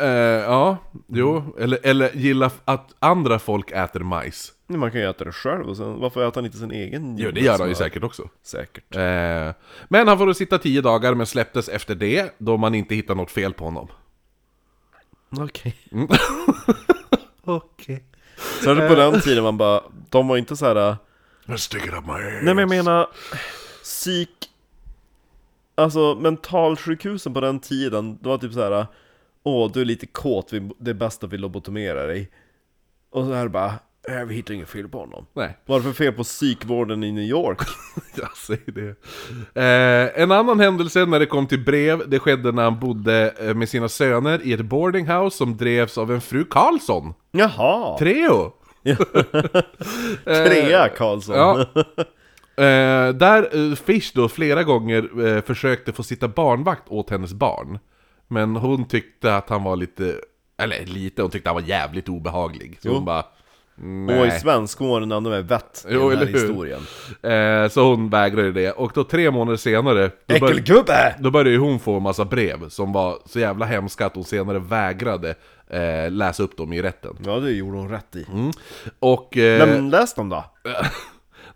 [SPEAKER 1] Eh, ja, jo. Eller, eller gilla f- att andra folk äter majs.
[SPEAKER 2] Men Man kan ju äta det själv, och sen, varför äter han inte sin egen
[SPEAKER 1] Jo, det gör han ju
[SPEAKER 2] jordnötssmör?
[SPEAKER 1] säkert också.
[SPEAKER 2] Säkert.
[SPEAKER 1] Eh, men han får då sitta tio dagar, men släpptes efter det, då man inte hittar något fel på honom.
[SPEAKER 2] Okej.
[SPEAKER 1] Okej.
[SPEAKER 2] Så är det på den tiden man bara, de var inte så här. eh,
[SPEAKER 3] I stick it up my ass.
[SPEAKER 2] Nej men jag menar, psyk... Alltså mentalsjukhusen på den tiden, det var typ så här. Åh, du är lite kåt, vi- det är bäst att vi lobotomerar dig. Och så här bara, äh, vi hittar inget fel på honom.
[SPEAKER 1] Nej,
[SPEAKER 2] Vad är det för fel på psykvården i New York?
[SPEAKER 1] jag säger det. Eh, en annan händelse när det kom till brev, det skedde när han bodde eh, med sina söner i ett boardinghouse som drevs av en fru Karlsson.
[SPEAKER 2] Jaha!
[SPEAKER 1] Treo!
[SPEAKER 2] Trea Karlsson!
[SPEAKER 1] Eh, Ja. Eh, där eh, Fish då flera gånger eh, försökte få sitta barnvakt åt hennes barn. Men hon tyckte att han var lite, eller lite, hon tyckte han var jävligt obehaglig. Så hon bara...
[SPEAKER 2] Och i
[SPEAKER 1] Nej.
[SPEAKER 2] svenskåren använder med vett i
[SPEAKER 1] Jo,
[SPEAKER 2] den här
[SPEAKER 1] eller hur?
[SPEAKER 2] historien.
[SPEAKER 1] Eh, så hon vägrade det. Och då tre månader senare... Då, bör-
[SPEAKER 2] Äckelgubbe!
[SPEAKER 1] då började ju hon få en massa brev som var så jävla hemska att hon senare vägrade eh, läsa upp dem i rätten.
[SPEAKER 2] Ja, det gjorde hon rätt i.
[SPEAKER 1] Och... Eh,
[SPEAKER 2] Men läs dem då!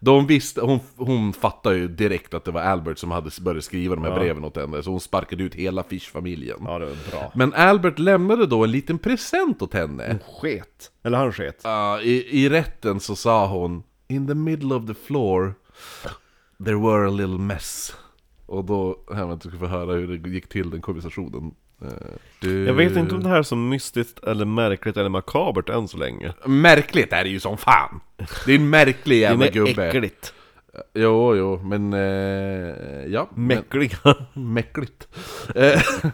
[SPEAKER 1] De visste, hon, hon fattade ju direkt att det var Albert som hade börjat skriva de här breven åt henne, så hon sparkade ut hela Fish-familjen.
[SPEAKER 2] Ja, det var bra.
[SPEAKER 1] Men Albert lämnade då en liten present åt henne.
[SPEAKER 2] Mm. Sket. Eller han sket.
[SPEAKER 1] Ja, i, I rätten så sa hon In the middle of the floor There were a little mess Och då, här vänta, du ska få höra hur det gick till den konversationen Eh, du...
[SPEAKER 2] Jag vet inte om det här är så mystiskt eller märkligt eller makabert än så länge.
[SPEAKER 1] Märkligt är det ju som fan! Det är en märklig jävla gubbe
[SPEAKER 2] äckligt.
[SPEAKER 1] Jo, jo, men... Eh, ja, men-
[SPEAKER 2] Mäckliga.
[SPEAKER 1] Mäckligt. Eh,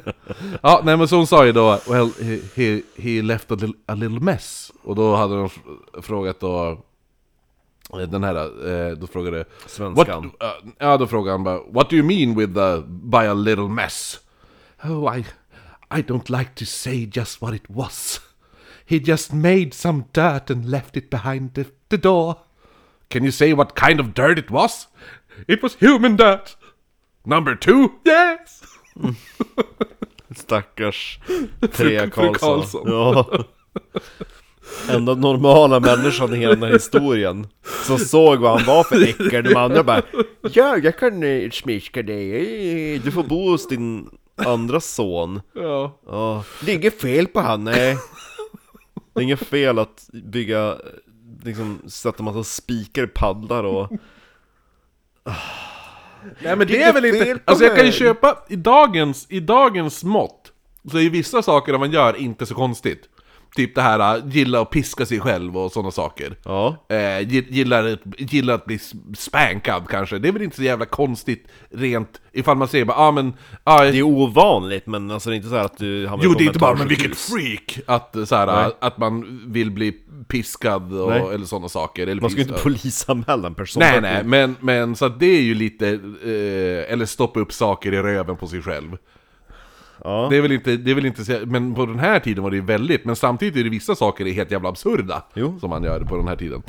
[SPEAKER 1] ja, nej men så hon sa ju då Well, he, he, he left a little, a little mess. Och då hade de fr- frågat då eh, den här, eh, då frågade
[SPEAKER 2] Svenskan.
[SPEAKER 1] What, eh, ja, då frågade han bara What do you mean with the, by a little mess? Oh, I, I don't like to say just what it was. He just made some dirt and left it behind the, the door. Can you say what kind of dirt it was? It was human dirt. Number two? Yes!
[SPEAKER 2] Stackars Trea
[SPEAKER 1] Karlsson.
[SPEAKER 2] Karlsson. Ja. Enda normala människan i hela den här historien. Som såg vad han var för äckel. De andra bara
[SPEAKER 4] Ja, jag kan eh, smiska dig. Eh,
[SPEAKER 2] Du får bo hos din andra son.
[SPEAKER 1] Ja.
[SPEAKER 2] Ja. Det är inget fel på han, nej. Det är inget fel att bygga, liksom sätta massa spikar i paddlar och...
[SPEAKER 1] Nej men det är väl
[SPEAKER 4] fel
[SPEAKER 1] inte...
[SPEAKER 4] på
[SPEAKER 1] Alltså jag kan ju
[SPEAKER 4] mig.
[SPEAKER 1] köpa, i dagens, i dagens mått, så är ju vissa saker man gör inte så konstigt. Typ det här, äh, gilla att piska sig själv och sådana saker.
[SPEAKER 2] Ja.
[SPEAKER 1] Eh, gi- gillar, ett- gillar att bli s- spankad kanske, det är väl inte så jävla konstigt rent ifall man säger bara ah, men... Ah,
[SPEAKER 2] Det är ovanligt men alltså det är inte så här att du hamnar
[SPEAKER 1] jo
[SPEAKER 2] på
[SPEAKER 1] det är inte bara men
[SPEAKER 2] mentalsjukhus.
[SPEAKER 1] vilket freak! Att, eh, så här,
[SPEAKER 2] Nej.
[SPEAKER 1] äh, att man vill bli piskad och,
[SPEAKER 2] Nej.
[SPEAKER 1] eller sådana saker. Eller
[SPEAKER 2] Man ska ju inte
[SPEAKER 1] piskad.
[SPEAKER 2] polisanmäla en person
[SPEAKER 1] Nej, nej, men, men så att det är ju lite, eh, eller stoppa upp saker i röven på sig själv.
[SPEAKER 2] Ja.
[SPEAKER 1] Det är väl inte, det är väl inte så, men på den här tiden var det ju väldigt, men samtidigt är det vissa saker är helt jävla absurda.
[SPEAKER 2] Jo.
[SPEAKER 1] Som man gör på den här tiden.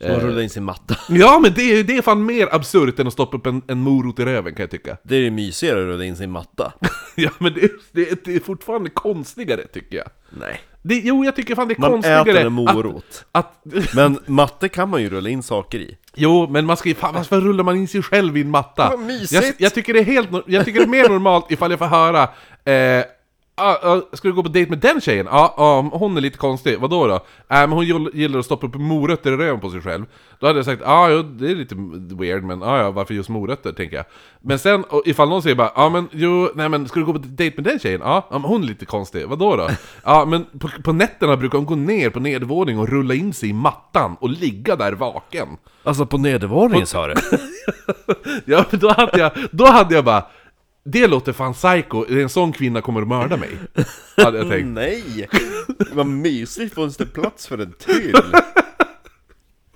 [SPEAKER 2] Som att
[SPEAKER 1] Eh,
[SPEAKER 2] rulla in sin matta.
[SPEAKER 1] ja men det är, det är fan mer absurt än att stoppa upp en, en morot i röven kan jag tycka.
[SPEAKER 2] Det är ju mysigare att rulla in sin matta.
[SPEAKER 1] ja men det, är- det, är- det är fortfarande konstigare tycker jag.
[SPEAKER 2] Nej.
[SPEAKER 1] Det, jo jag tycker fan det är
[SPEAKER 2] Man
[SPEAKER 1] konstigare
[SPEAKER 2] äter en morot.
[SPEAKER 1] Att, att,
[SPEAKER 2] Men matte kan man ju rulla in saker i.
[SPEAKER 1] Jo, men man ska ju, fan, varför rullar man in sig själv i en matta?
[SPEAKER 2] Vad mysigt!
[SPEAKER 1] Jag, jag, tycker det är helt, no- jag tycker det är mer normalt ifall jag får höra eh, ah, ah, Ska du gå på dejt med den tjejen? Ja, ah, hon är lite konstig. Vadå då? Äh, men hon gill- gillar att stoppa upp morötter i röven på sig själv. Då hade jag sagt ah, ja, det är lite weird, men ah, ja, varför just morötter? Tänker jag. Men sen och ifall någon säger bara ja, ah, men jo, nej men ska du gå på dejt med den tjejen? Ja, ah, men hon är lite konstig. Vadå då? Ja, ah, men på, på nätterna brukar hon gå ner på nedervåningen och rulla in sig i mattan och ligga där vaken.
[SPEAKER 2] Alltså på nedervåningen sa du?
[SPEAKER 1] Ja, men då hade jag, då hade jag bara Det låter fan psycho, en sån kvinna kommer att mörda mig Hade jag tänkt
[SPEAKER 2] Nej! Vad mysigt, fanns det plats för en till?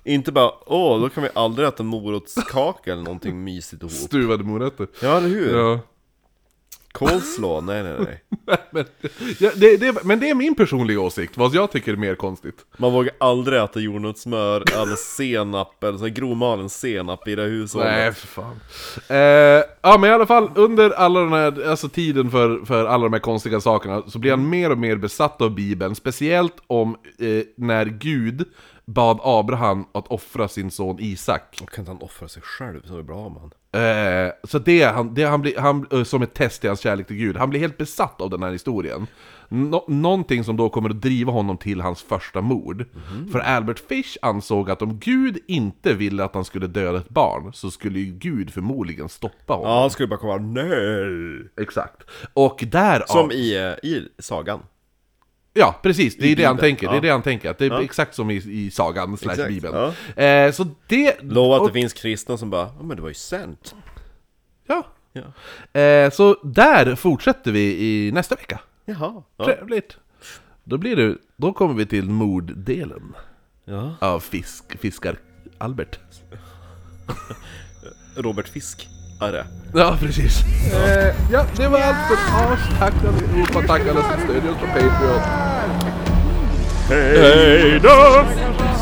[SPEAKER 2] Inte bara, åh, då kan vi aldrig äta morotskaka eller någonting mysigt ihop.
[SPEAKER 1] Stuvade morötter
[SPEAKER 2] Ja, eller hur?
[SPEAKER 1] Ja.
[SPEAKER 2] Coleslaw, nej nej nej.
[SPEAKER 1] Men, ja, det, det, men det är min personliga åsikt, vad jag tycker är mer konstigt
[SPEAKER 2] Man vågar aldrig äta jordnötssmör eller senap, eller så här grovmalen senap i det här hushållet.
[SPEAKER 1] Nej, för fan eh, Ja, men i alla fall under alla den här, alltså tiden för, för alla de här konstiga sakerna Så blir han mer och mer besatt av Bibeln Speciellt om eh, när Gud bad Abraham att offra sin son Isak
[SPEAKER 2] Och kan inte han offra sig själv så är det bra man.
[SPEAKER 1] Eh, så det, han, det han blir, han, eh, som ett test till hans kärlek till Gud, han blir helt besatt av den här historien. Nå, någonting som då kommer att driva honom till hans första mord.
[SPEAKER 2] Mhm.
[SPEAKER 1] För Albert Fish ansåg att om Gud inte ville att han skulle döda ett barn, så skulle ju Gud förmodligen stoppa honom.
[SPEAKER 2] Ja, han skulle bara komma nej!
[SPEAKER 1] Exakt. Och därav...
[SPEAKER 2] Som i, eh, i sagan.
[SPEAKER 1] Ja, precis. Det är det han
[SPEAKER 2] Bibeln,
[SPEAKER 1] tänker.
[SPEAKER 2] ja.
[SPEAKER 1] Det är det han tänker. Att det är exakt som i, i sagan slash
[SPEAKER 2] Exakt,
[SPEAKER 1] Bibeln. Eh, så det...
[SPEAKER 2] Lova att
[SPEAKER 1] och-
[SPEAKER 2] det finns kristna som bara, ja men det var ju sant.
[SPEAKER 1] Ja.
[SPEAKER 2] Ja.
[SPEAKER 1] Eh, så där fortsätter vi i nästa vecka.
[SPEAKER 2] Jaha. Ja.
[SPEAKER 1] Trevligt! Då, blir det, då kommer vi till morddelen
[SPEAKER 2] ja.
[SPEAKER 1] av fisk, fiskar-Albert.
[SPEAKER 2] Robert Fisk är det.
[SPEAKER 1] Ja, precis. Eh, ja, det var allt för oss. Tack allihopa, tack alla som stödjer oss på Patreon.
[SPEAKER 2] Hej då!